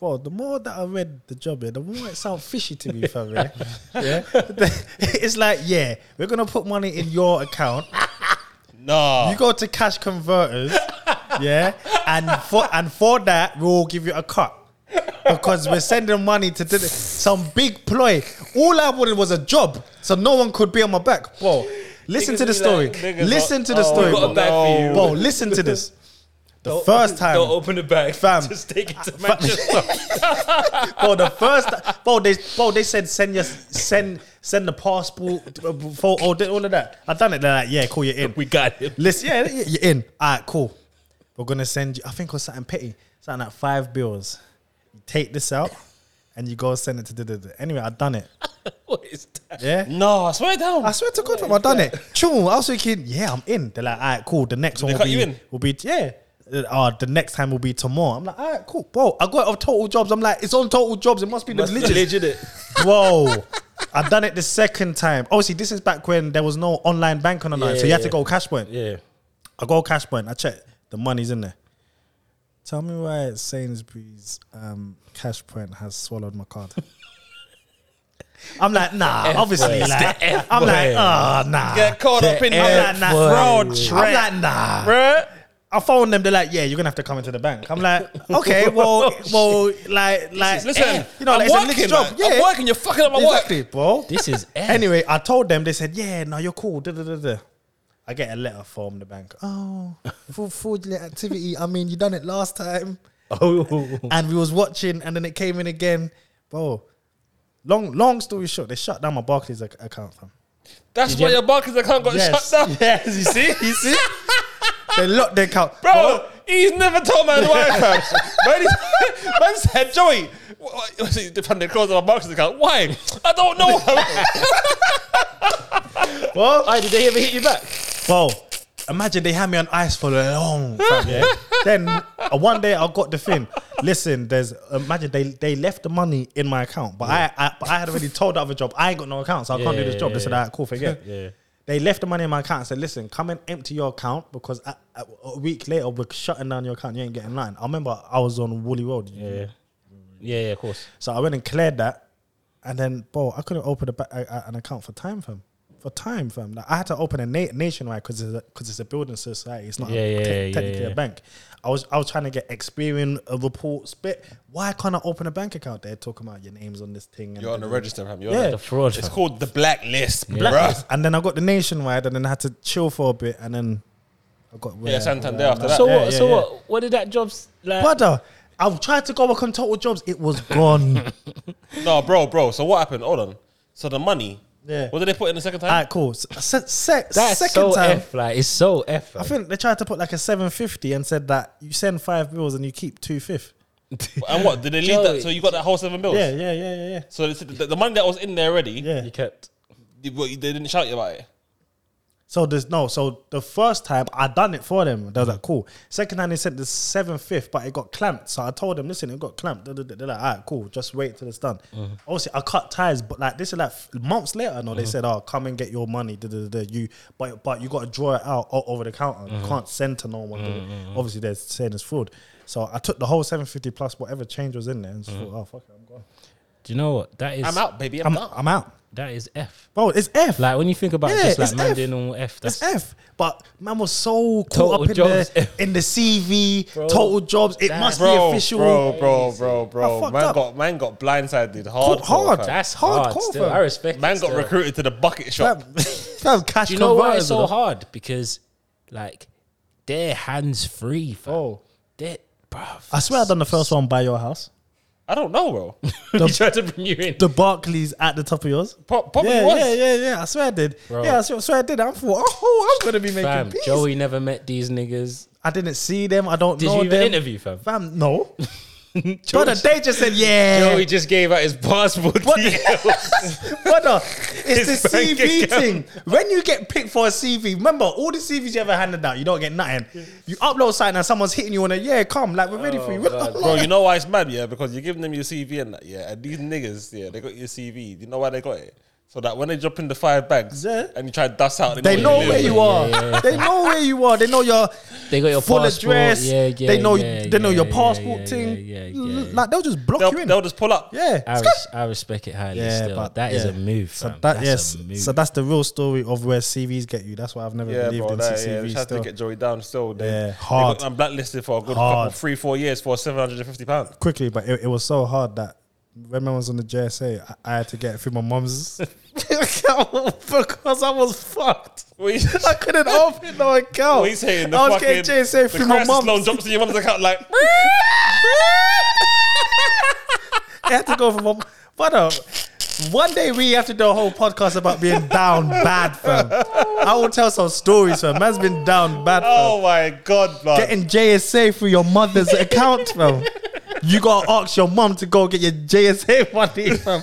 [SPEAKER 1] Well, the more that I read the job here, the more it sounds fishy to me, fam. Yeah, Yeah? it's like, yeah, we're gonna put money in your account.
[SPEAKER 3] Nah.
[SPEAKER 1] You go to cash converters, yeah, and for and for that we'll give you a cut because we're sending money to did- some big ploy. All I wanted was a job, so no one could be on my back, bro. Listen
[SPEAKER 2] Niggas
[SPEAKER 1] to the
[SPEAKER 2] be
[SPEAKER 1] story.
[SPEAKER 2] like,
[SPEAKER 3] niggas
[SPEAKER 1] listen
[SPEAKER 3] are-
[SPEAKER 1] to the
[SPEAKER 3] oh,
[SPEAKER 1] story,
[SPEAKER 2] We've got a
[SPEAKER 1] bro.
[SPEAKER 2] bag for you.
[SPEAKER 1] Bro, listen to this. The first time,
[SPEAKER 2] Don't open the bag,
[SPEAKER 1] Fam.
[SPEAKER 2] Just take it to Manchester.
[SPEAKER 1] bro. The first, bro. They, bro. They said send your send send the passport uh, photo, all of that. I done it. They're like, yeah, call you in.
[SPEAKER 2] we got him.
[SPEAKER 1] Listen, yeah, yeah, you're in. All right, cool. We're gonna send you. I think it was something petty, something like five bills. You take this out, and you go send it to. Da-da-da. Anyway, I done it.
[SPEAKER 2] What is that?
[SPEAKER 1] Yeah.
[SPEAKER 3] Nah. Swear down.
[SPEAKER 1] I swear to God, fam, I done it. Chung, I was thinking, yeah, I'm in. They're like, all right, cool. The next one will
[SPEAKER 3] cut
[SPEAKER 1] be,
[SPEAKER 3] you in?
[SPEAKER 1] will be, yeah. Uh, Oh, the next time will be tomorrow. I'm like, all right, cool, bro. I got it off Total Jobs. I'm like, it's on Total Jobs. It must be the
[SPEAKER 2] Must be
[SPEAKER 1] legit.
[SPEAKER 2] legit, it.
[SPEAKER 1] Whoa. I done it the second time. Obviously, this is back when there was no online banking online, so you
[SPEAKER 2] Yeah,
[SPEAKER 1] had to
[SPEAKER 2] yeah.
[SPEAKER 1] go cash point.
[SPEAKER 2] Yeah.
[SPEAKER 1] I go cash point. I check the money's in there. Tell me why Sainsbury's um, cash point has swallowed my card. I'm like, nah, obviously,
[SPEAKER 2] word.
[SPEAKER 1] like,
[SPEAKER 2] The F
[SPEAKER 1] I'm like,
[SPEAKER 2] word.
[SPEAKER 1] oh, nah.
[SPEAKER 3] Get caught up in
[SPEAKER 1] I'm
[SPEAKER 3] that
[SPEAKER 1] like, nah,
[SPEAKER 2] word.
[SPEAKER 1] fraud.
[SPEAKER 3] Fraud
[SPEAKER 1] I'm like, nah.
[SPEAKER 3] trap.
[SPEAKER 1] I phone them. They're like, yeah, you're gonna have to come into the bank. I'm like, okay, well, well, like, like, eh,
[SPEAKER 3] Oh, Listen,
[SPEAKER 1] you know,
[SPEAKER 3] I'm
[SPEAKER 1] like, it's
[SPEAKER 3] working,
[SPEAKER 1] a mixed job.
[SPEAKER 3] man. I'm working. You're fucking up my work.
[SPEAKER 1] exactly, bro.
[SPEAKER 2] This is F.
[SPEAKER 1] Anyway, I told them. They said, "Yeah, no, you're cool." Da, da, da, da. I get a letter from the bank. Oh, for fraudulent activity. I mean, you done it last time,
[SPEAKER 2] Oh.
[SPEAKER 1] and we was watching, and then it came in again, bro. Long, long story short, they shut down my Barclays ac- account, fam.
[SPEAKER 3] That's why your Barclays account got
[SPEAKER 1] Yes,
[SPEAKER 3] shut down,
[SPEAKER 1] yes, you see, you see. they locked their account,
[SPEAKER 3] bro. He's never told man why, fam. man, he's- man said, Joey, wh- wh- see, the fund they closed my Barclays account. Why? I don't know.
[SPEAKER 1] Bro,
[SPEAKER 2] Aye, did they ever hit you back?
[SPEAKER 1] Bro, imagine they had me on ice for long. Fam, yeah? then uh, one day I got the thing. Listen, there's imagine they they left the money in my account, but I, I but I had already told the other job I ain't got no account, so I can't do this
[SPEAKER 2] yeah,
[SPEAKER 1] job.
[SPEAKER 2] yeah,
[SPEAKER 1] they said,
[SPEAKER 2] yeah.
[SPEAKER 1] "Alright, cool, forget."
[SPEAKER 2] Yeah.
[SPEAKER 1] They left the money in my account and said, "Listen, come and empty your account because a, a, a week later we're shutting down your account. You ain't getting nine." I remember I was on Woolly Road,
[SPEAKER 2] Yeah. Yeah, yeah, of course.
[SPEAKER 1] so I went and cleared that, and then bro, I couldn't open a, ba- a, a- an account for time, fam. for time, fam. Like, I had to open a na- nationwide because because it's a building society. It's not
[SPEAKER 2] Yeah,
[SPEAKER 1] a,
[SPEAKER 2] yeah,
[SPEAKER 1] te-
[SPEAKER 2] yeah,
[SPEAKER 1] technically
[SPEAKER 2] yeah.
[SPEAKER 1] a bank. I was I was trying to get experience uh, reports, but why can't I open a bank account? They're talking about your names on this thing. And
[SPEAKER 3] You're on the register, fam. You're
[SPEAKER 1] Yeah.
[SPEAKER 3] on
[SPEAKER 2] The fraud.
[SPEAKER 3] It's
[SPEAKER 2] fam.
[SPEAKER 3] called the blacklist, bruh.
[SPEAKER 1] Blacklist. And then I got the nationwide, and then I had to chill for a bit, and then I got where-
[SPEAKER 3] Yeah, Santander
[SPEAKER 1] where I'm
[SPEAKER 3] after
[SPEAKER 1] at.
[SPEAKER 3] that.
[SPEAKER 2] So
[SPEAKER 1] Yeah,
[SPEAKER 2] what?
[SPEAKER 1] yeah,
[SPEAKER 2] so
[SPEAKER 1] yeah.
[SPEAKER 2] what? What did that job s- like?
[SPEAKER 1] brother? I've tried to go work on Total Jobs. It was gone.
[SPEAKER 3] No, bro, bro. So what happened? Hold on. So the money.
[SPEAKER 1] Yeah.
[SPEAKER 3] What did they put in the second
[SPEAKER 1] All
[SPEAKER 3] time?
[SPEAKER 1] right, cool. Se- se-
[SPEAKER 2] That's
[SPEAKER 1] second
[SPEAKER 2] so
[SPEAKER 1] time.
[SPEAKER 2] f. Like it's so f.
[SPEAKER 1] I
[SPEAKER 2] fam.
[SPEAKER 1] think they tried to put like a 750 and said that you send five bills and you keep two fifth.
[SPEAKER 3] and what did they leave?
[SPEAKER 2] Joey.
[SPEAKER 3] that? So you got that whole seven bills.
[SPEAKER 1] Yeah, yeah, yeah, yeah, yeah.
[SPEAKER 3] So they said the, the money that was in there already.
[SPEAKER 1] Yeah.
[SPEAKER 2] you kept.
[SPEAKER 3] They, well, they didn't shout you about it.
[SPEAKER 1] So there's no. So the first time I done it for them, they was like, cool. Second time they sent the seven fifth, but it got clamped. So I told them, listen, it got clamped. They're like, alright, cool. Just wait till it's done. Obviously, I cut ties, but like this is like f- months later. No, they said, oh, come and get your money. Da, da, da, da. You, but but you got to draw it out o- over the counter. You can't send to no one. da, da. Obviously, they're saying it's fraud. So I took the whole seven fifty plus whatever change was in there and just thought, oh fuck it, I'm gone.
[SPEAKER 2] Do you know what? That is
[SPEAKER 3] I'm out, baby. I'm,
[SPEAKER 1] I'm,
[SPEAKER 3] out.
[SPEAKER 1] I'm out.
[SPEAKER 2] That is f.
[SPEAKER 1] Bro, it's F.
[SPEAKER 2] Like when you think about
[SPEAKER 1] Yeah,
[SPEAKER 2] just like
[SPEAKER 1] it's
[SPEAKER 2] man
[SPEAKER 1] F.
[SPEAKER 2] doing normal f. That's
[SPEAKER 1] It's F. But man was so
[SPEAKER 2] Total
[SPEAKER 1] caught up in
[SPEAKER 2] jobs.
[SPEAKER 1] the in the CV,
[SPEAKER 2] Bro,
[SPEAKER 1] total jobs. It
[SPEAKER 2] that-
[SPEAKER 1] must
[SPEAKER 3] Bro,
[SPEAKER 1] be official.
[SPEAKER 3] bro,
[SPEAKER 1] I
[SPEAKER 3] bro, bro, bro.
[SPEAKER 1] fucked
[SPEAKER 3] Man
[SPEAKER 1] up.
[SPEAKER 3] got man got blindsided. dude. Hardcore,
[SPEAKER 1] hard.
[SPEAKER 3] fam.
[SPEAKER 2] that's
[SPEAKER 1] Hardcore,
[SPEAKER 2] hard. Still,
[SPEAKER 1] fam.
[SPEAKER 2] I respect.
[SPEAKER 3] Man
[SPEAKER 2] it
[SPEAKER 3] got
[SPEAKER 2] still.
[SPEAKER 3] recruited to the bucket shop.
[SPEAKER 1] Fam, fam, cash
[SPEAKER 2] Do you know why
[SPEAKER 1] converters,
[SPEAKER 2] it's so
[SPEAKER 1] bro.
[SPEAKER 2] hard? Because like they're hands free. Fam.
[SPEAKER 1] Oh.
[SPEAKER 2] they're bruv.
[SPEAKER 1] I swear I done the first one by your house.
[SPEAKER 3] I don't know, bro.
[SPEAKER 2] he tried to bring you in.
[SPEAKER 1] The Barclays at the top of yours.
[SPEAKER 3] Pro- Probably
[SPEAKER 1] yeah,
[SPEAKER 3] was.
[SPEAKER 1] yeah, yeah, yeah. I swear I did.
[SPEAKER 2] Bro.
[SPEAKER 1] Yeah, I swear, I swear I did. I thought, oh, I'm gonna be making
[SPEAKER 2] Fam,
[SPEAKER 1] peace.
[SPEAKER 2] Joey never met these niggas.
[SPEAKER 1] I didn't see them. I don't
[SPEAKER 2] Did
[SPEAKER 1] know
[SPEAKER 2] you even
[SPEAKER 1] them.
[SPEAKER 2] interview, fam?
[SPEAKER 1] Fam, no. Brother, they just said, yeah.
[SPEAKER 2] Joey just gave out his passport.
[SPEAKER 1] What?
[SPEAKER 2] details.
[SPEAKER 1] Brother, it's
[SPEAKER 2] His
[SPEAKER 1] the
[SPEAKER 2] bank
[SPEAKER 1] CV
[SPEAKER 2] account.
[SPEAKER 1] thing. When you get picked for a CV, remember all the CVs you ever handed out, you don't get nothing. You upload something and someone's hitting you on a yeah, come, like we're
[SPEAKER 2] Oh,
[SPEAKER 1] ready for you.
[SPEAKER 3] Bro, you know why it's mad, yeah? Because you're giving them your CV and that, yeah. And these niggas, yeah, they got your CV. You know why they got it? So that when they drop in the five bags
[SPEAKER 1] Yeah.
[SPEAKER 3] and you try to dust out,
[SPEAKER 1] they know
[SPEAKER 3] live.
[SPEAKER 1] where you are. They know where you are. They know your
[SPEAKER 2] They got your
[SPEAKER 1] full
[SPEAKER 2] passport.
[SPEAKER 1] address.
[SPEAKER 2] Yeah, yeah,
[SPEAKER 1] they know
[SPEAKER 2] yeah,
[SPEAKER 1] they know
[SPEAKER 2] yeah,
[SPEAKER 1] your
[SPEAKER 2] yeah,
[SPEAKER 1] passport
[SPEAKER 2] yeah,
[SPEAKER 1] thing.
[SPEAKER 2] yeah, yeah, yeah.
[SPEAKER 1] Like they'll just block you
[SPEAKER 3] They'll,
[SPEAKER 1] in.
[SPEAKER 3] they'll just pull up.
[SPEAKER 1] yeah.
[SPEAKER 2] I, res- I respect it highly.
[SPEAKER 1] Yeah,
[SPEAKER 2] still.
[SPEAKER 1] but-
[SPEAKER 2] that is
[SPEAKER 1] yeah.
[SPEAKER 2] a move.
[SPEAKER 1] So
[SPEAKER 2] fam.
[SPEAKER 1] that
[SPEAKER 2] that's
[SPEAKER 1] yes,
[SPEAKER 2] a move.
[SPEAKER 1] so that's the real story of where CVs get you. That's why I've never
[SPEAKER 3] Yeah,
[SPEAKER 1] believed
[SPEAKER 3] bro.
[SPEAKER 1] in
[SPEAKER 3] That, yeah,
[SPEAKER 1] CVs.
[SPEAKER 3] they tried
[SPEAKER 1] still.
[SPEAKER 3] to get Joey down still. They,
[SPEAKER 1] Yeah,
[SPEAKER 3] they
[SPEAKER 1] hard.
[SPEAKER 3] got them blacklisted for a good
[SPEAKER 1] Hard.
[SPEAKER 3] couple, three, four years for £750.
[SPEAKER 1] quickly, but it, it was so hard that when I was on the JSA, I, I had to get it through my mum's account because I was fucked.
[SPEAKER 3] What you-
[SPEAKER 1] I couldn't open no account.
[SPEAKER 3] What you saying? The
[SPEAKER 1] I was
[SPEAKER 3] fucking,
[SPEAKER 1] getting JSA
[SPEAKER 3] the
[SPEAKER 1] through my
[SPEAKER 3] crisis loan
[SPEAKER 1] mum's.
[SPEAKER 3] drops in your mum's account like,
[SPEAKER 1] I had to go from mum. But uh, one day we have to do a whole podcast about being down bad, fam. I will tell some stories, fam. Man's been down bad, fam.
[SPEAKER 3] oh my God, bro.
[SPEAKER 1] getting JSA through your mother's account, fam. You gotta ask your mum to go get your JSA money, fam.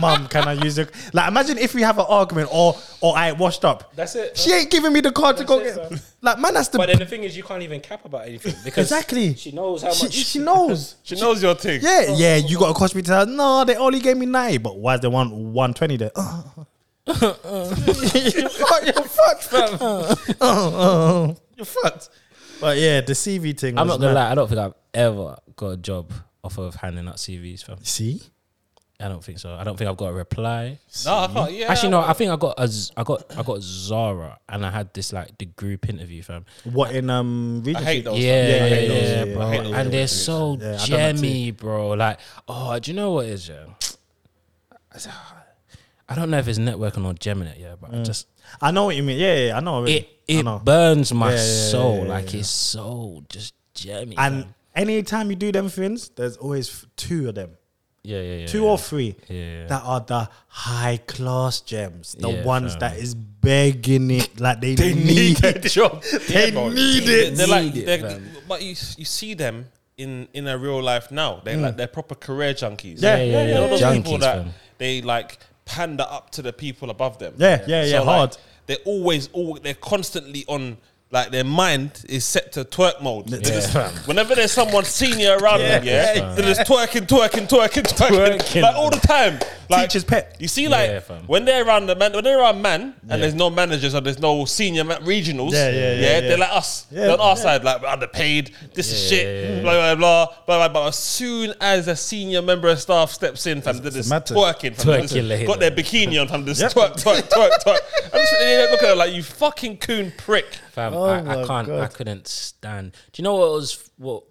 [SPEAKER 1] mum, can I use it? Like, imagine if we have an argument or or I washed up.
[SPEAKER 2] That's it.
[SPEAKER 1] She ain't giving me the card to go
[SPEAKER 2] That's it,
[SPEAKER 1] get.
[SPEAKER 2] fam.
[SPEAKER 1] Like, man, that's the
[SPEAKER 2] But then the thing is, you can't even cap about anything because
[SPEAKER 1] Exactly.
[SPEAKER 2] she knows how
[SPEAKER 1] she,
[SPEAKER 2] much.
[SPEAKER 1] she knows.
[SPEAKER 3] She knows your thing.
[SPEAKER 1] Yeah, yeah. You gotta cost me to her. No, they only gave me ninety. But why is they want one twenty there? Uh, you're fucked, you're fucked, fam. Uh, uh, you're fucked. But yeah, the CV thing.
[SPEAKER 2] I'm
[SPEAKER 1] was
[SPEAKER 2] not gonna
[SPEAKER 1] mad.
[SPEAKER 2] lie. I don't think I've ever got a job off of handing out CVs. Fam.
[SPEAKER 1] See.
[SPEAKER 2] I don't think so. I don't think I've got a reply.
[SPEAKER 3] No, I can't. Yeah.
[SPEAKER 2] Actually, no. I think I got a Z- I got I got Zara, and I had this like the group interview, fam.
[SPEAKER 1] What in um
[SPEAKER 3] I
[SPEAKER 1] region?
[SPEAKER 3] hate those.
[SPEAKER 2] yeah,
[SPEAKER 1] Yeah,
[SPEAKER 2] yeah,
[SPEAKER 1] I hate
[SPEAKER 2] yeah,
[SPEAKER 1] those, yeah,
[SPEAKER 2] bro.
[SPEAKER 1] I hate those
[SPEAKER 2] and they're so
[SPEAKER 1] Yeah, I done that
[SPEAKER 2] jammy, bro. Like, oh, do you know what it is yeah? "Ah, I don't know if it's networking or Gemini, yeah, but I just
[SPEAKER 1] I know what you mean. Yeah, yeah, yeah, I know. already.
[SPEAKER 2] it
[SPEAKER 1] Mm. I
[SPEAKER 2] it
[SPEAKER 1] know.
[SPEAKER 2] burns my
[SPEAKER 1] Yeah, yeah, yeah,
[SPEAKER 2] soul.
[SPEAKER 1] yeah, yeah,
[SPEAKER 2] like
[SPEAKER 1] yeah.
[SPEAKER 2] it's so just jammy.
[SPEAKER 1] and
[SPEAKER 2] fam.
[SPEAKER 1] anytime you do them things, there's always f- two of them,
[SPEAKER 2] yeah, yeah, yeah,
[SPEAKER 1] two
[SPEAKER 2] yeah.
[SPEAKER 1] or three
[SPEAKER 2] yeah, yeah.
[SPEAKER 1] that are the high class gems, the
[SPEAKER 2] Yeah,
[SPEAKER 1] ones
[SPEAKER 2] fam.
[SPEAKER 1] that is begging it, like they,
[SPEAKER 3] They need
[SPEAKER 1] need,
[SPEAKER 3] that job.
[SPEAKER 1] they
[SPEAKER 3] bro.
[SPEAKER 1] need
[SPEAKER 3] They-
[SPEAKER 1] it.
[SPEAKER 3] They're like,
[SPEAKER 2] Need it,
[SPEAKER 3] they're-
[SPEAKER 2] fam.
[SPEAKER 3] but you you see them in in a real life now. They are like they're proper career junkies.
[SPEAKER 1] Mm. Yeah, Yeah, yeah, yeah,
[SPEAKER 3] You know
[SPEAKER 1] yeah.
[SPEAKER 3] those people
[SPEAKER 2] Junkies,
[SPEAKER 3] that
[SPEAKER 2] fam.
[SPEAKER 3] they like pander up to the people above them.
[SPEAKER 1] Yeah, yeah, yeah,
[SPEAKER 3] like,
[SPEAKER 1] hard.
[SPEAKER 3] they're always all they're constantly on. Like their mind is set to twerk mode. They're
[SPEAKER 2] Yeah.
[SPEAKER 3] just- whenever there's someone senior around them,
[SPEAKER 1] Yeah,
[SPEAKER 3] yeah,
[SPEAKER 1] yeah,
[SPEAKER 3] they're just twerking, twerking, twerking, twerking,
[SPEAKER 2] Twerking.
[SPEAKER 3] like all the time. Like,
[SPEAKER 1] teacher's pet.
[SPEAKER 3] You see, like
[SPEAKER 2] Yeah, fam.
[SPEAKER 3] when they're around the man, when they're around man, and there's no managers or there's no senior ma- regionals.
[SPEAKER 1] Yeah, yeah, yeah, yeah.
[SPEAKER 3] They're like us.
[SPEAKER 1] Yeah,
[SPEAKER 3] they're on our
[SPEAKER 1] yeah.
[SPEAKER 3] side, like we're underpaid. This is
[SPEAKER 2] Yeah,
[SPEAKER 3] shit.
[SPEAKER 2] yeah, yeah.
[SPEAKER 3] Blah, blah blah blah blah blah. As soon as a senior member of staff steps in, fam, they're
[SPEAKER 1] a
[SPEAKER 3] just
[SPEAKER 1] matter.
[SPEAKER 3] twerking, fam.
[SPEAKER 2] Twerk your leg,
[SPEAKER 3] got their bikini on, fam. Just
[SPEAKER 1] Yep.
[SPEAKER 3] twerk, twerk, twerk, twerk. I'm just they look at her like you fucking coon prick.
[SPEAKER 2] Fam,
[SPEAKER 1] Oh
[SPEAKER 2] I,
[SPEAKER 1] my
[SPEAKER 2] I can't. I
[SPEAKER 1] God.
[SPEAKER 2] couldn't stand. Do you know what was what?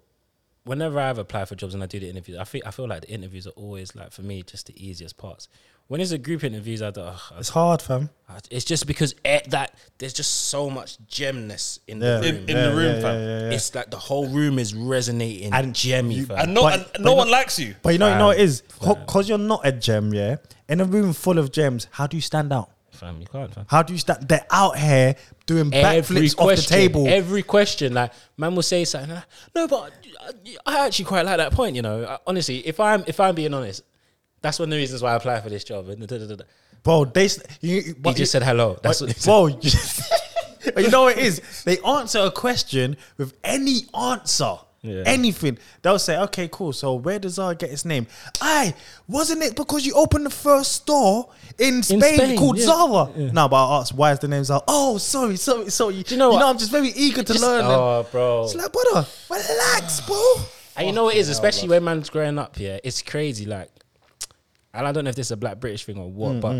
[SPEAKER 2] Whenever I have applied for jobs and I do the interviews, I feel I feel like the interviews are always like for me just the easiest parts. When it's a group interviews, I don't. ugh,
[SPEAKER 1] It's hard, fam.
[SPEAKER 2] I- Uh, It's just because eh, that there's just so much gemness in
[SPEAKER 1] Yeah.
[SPEAKER 2] the room.
[SPEAKER 3] In- in the room, fam.
[SPEAKER 2] It's like the whole room is resonating and gemmy. fam.
[SPEAKER 3] And no,
[SPEAKER 1] But-
[SPEAKER 3] and
[SPEAKER 1] but
[SPEAKER 3] no
[SPEAKER 1] you
[SPEAKER 3] one
[SPEAKER 1] know-
[SPEAKER 3] likes you.
[SPEAKER 1] But you know, you know what it is because you're not a gem, yeah. In a room full of gems, how do you stand out?
[SPEAKER 2] fam, you can't. Fam.
[SPEAKER 1] How do you stand? They're out here doing
[SPEAKER 2] Every
[SPEAKER 1] backflips
[SPEAKER 2] question,
[SPEAKER 1] off the table.
[SPEAKER 2] every question, like man will say something. like, no, but I, I actually quite like that point. You know, I, honestly, if I'm if I'm being honest, that's one of the reasons why I applied for this job. and da- da- da- da.
[SPEAKER 1] bro, they s- you,
[SPEAKER 2] He
[SPEAKER 1] what
[SPEAKER 2] just
[SPEAKER 1] you-
[SPEAKER 2] said hello. That's what he said.
[SPEAKER 1] bro. you- you know what it is? They answer a question with any answer.
[SPEAKER 2] Yeah.
[SPEAKER 1] Anything they'll say, okay, cool. So where does I get its name? I wasn't it because you opened the first store in Spain,
[SPEAKER 2] Spain,
[SPEAKER 1] called
[SPEAKER 2] yeah.
[SPEAKER 1] Zara. No, but I asked why is the name Zara? Oh, sorry, sorry, sorry.
[SPEAKER 2] you know
[SPEAKER 1] you
[SPEAKER 2] what?
[SPEAKER 1] know I'm just very eager to
[SPEAKER 2] Just-
[SPEAKER 1] learn. and-
[SPEAKER 2] oh, bro.
[SPEAKER 1] It's like, brother, relax, bro.
[SPEAKER 2] And you know what it is, especially when man's growing up, yeah, it's crazy. Like, and I don't know if this is a black British thing or what,
[SPEAKER 1] Mm,
[SPEAKER 2] but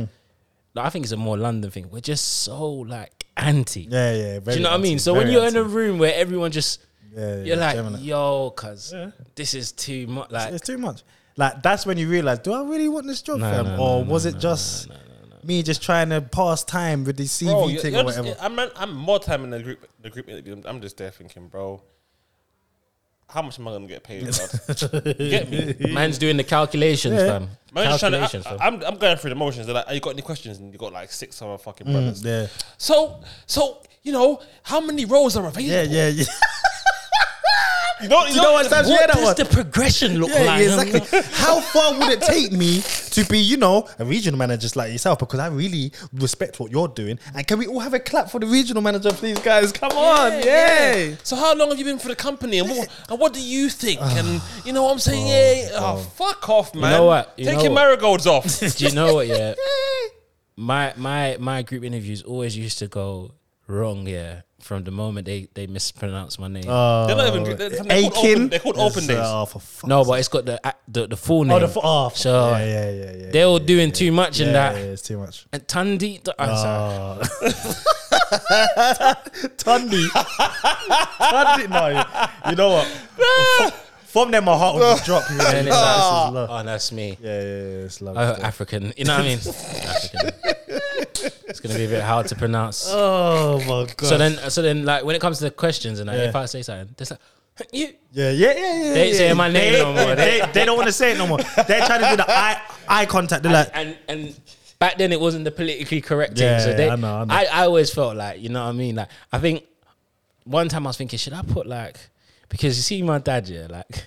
[SPEAKER 2] like, I think it's a more London thing. We're just so like anti.
[SPEAKER 1] Yeah, yeah.
[SPEAKER 2] Do you know what I mean? So when you're in a room where everyone just,
[SPEAKER 1] Yeah, yeah,
[SPEAKER 2] you're like,
[SPEAKER 1] Gemini.
[SPEAKER 2] yo, cuz this is too much. Like,
[SPEAKER 1] it's too much. Like that's when you realize, do I really want this job,
[SPEAKER 2] No,
[SPEAKER 1] fam,
[SPEAKER 2] no,
[SPEAKER 1] or
[SPEAKER 2] no,
[SPEAKER 1] was
[SPEAKER 2] no,
[SPEAKER 1] it
[SPEAKER 2] no,
[SPEAKER 1] just me just trying to pass time with the CV
[SPEAKER 3] Bro, you're-
[SPEAKER 1] thing
[SPEAKER 3] you're
[SPEAKER 1] or
[SPEAKER 3] just-
[SPEAKER 1] whatever?
[SPEAKER 3] I'm, I'm more time in the group. The group interview. I'm, I'm just there thinking, bro. How much am I gonna get paid? bro? get me.
[SPEAKER 2] man's doing the calculations,
[SPEAKER 1] Yeah.
[SPEAKER 2] fam.
[SPEAKER 3] Man, just trying to-
[SPEAKER 2] calculations, fam.
[SPEAKER 3] I, am I'm going through the motions. They're like, "Oh, you got any questions?" And you got like six other fucking brothers.
[SPEAKER 1] Mm, yeah,
[SPEAKER 3] So, so you know how many roles are available?
[SPEAKER 1] yeah, yeah, yeah.
[SPEAKER 3] You know, you
[SPEAKER 1] you know what? Sometimes you hear that
[SPEAKER 2] what does
[SPEAKER 1] one.
[SPEAKER 2] the progression look
[SPEAKER 1] Yeah, yeah,
[SPEAKER 2] like?
[SPEAKER 1] exactly. How far would it take me to be, you know, a regional manager just like yourself? Because I really respect what you're doing. And can we all have a clap for the regional manager, please, guys? Come on,
[SPEAKER 3] Yeah,
[SPEAKER 1] yay!
[SPEAKER 3] yeah. So how long have you been for the company, and what, and what do you think?
[SPEAKER 1] Ah,
[SPEAKER 3] and you know what I'm saying? yeah. yeah. Oh, fuck off, man.
[SPEAKER 2] know what? You
[SPEAKER 3] Take
[SPEAKER 2] know
[SPEAKER 3] your
[SPEAKER 2] what?
[SPEAKER 3] marigolds off.
[SPEAKER 2] Do you know what? Yeah, my my my group interviews always used to go wrong. Yeah, from the moment they they mispronounce my name.
[SPEAKER 1] Oh.
[SPEAKER 3] they're not even. They're, they're called open,
[SPEAKER 1] Aiken.
[SPEAKER 3] they're called open
[SPEAKER 1] is,
[SPEAKER 3] days.
[SPEAKER 1] uh, for fuck's
[SPEAKER 2] no, but it's got the ac- the, the full name.
[SPEAKER 1] Oh, the f- oh, f-
[SPEAKER 2] so
[SPEAKER 1] yeah, yeah, yeah, yeah.
[SPEAKER 2] they're all doing too much
[SPEAKER 1] yeah,
[SPEAKER 2] in that.
[SPEAKER 1] yeah, Oh. it's too much.
[SPEAKER 2] And Tandy, th- I'm sorry.
[SPEAKER 1] Tundi. Tundi. No, you know what? Fro- From there, my heart would just drop. You know?
[SPEAKER 2] And then
[SPEAKER 1] This is
[SPEAKER 2] it's like,
[SPEAKER 1] love.
[SPEAKER 2] oh, that's me.
[SPEAKER 1] Yeah, yeah, yeah, it's love.
[SPEAKER 2] Oh, African. You know what I mean? African. It's gonna be a bit hard to pronounce.
[SPEAKER 1] oh my god.
[SPEAKER 2] so then, so then, like when it comes to the questions and like,
[SPEAKER 1] Yeah.
[SPEAKER 2] if I say something, just like you.
[SPEAKER 1] yeah, yeah, yeah, yeah.
[SPEAKER 2] They ain't
[SPEAKER 1] yeah.
[SPEAKER 2] saying my name
[SPEAKER 1] They-
[SPEAKER 2] no more.
[SPEAKER 1] They, they don't want to say it no more. They're trying to do the eye eye contact. They're like,
[SPEAKER 2] and and back then it wasn't the politically correct thing.
[SPEAKER 1] Yeah,
[SPEAKER 2] so they,
[SPEAKER 1] I know, I know.
[SPEAKER 2] I always felt like you know what I mean. Like I think one time I was thinking, should I put like because you see my dad, yeah, like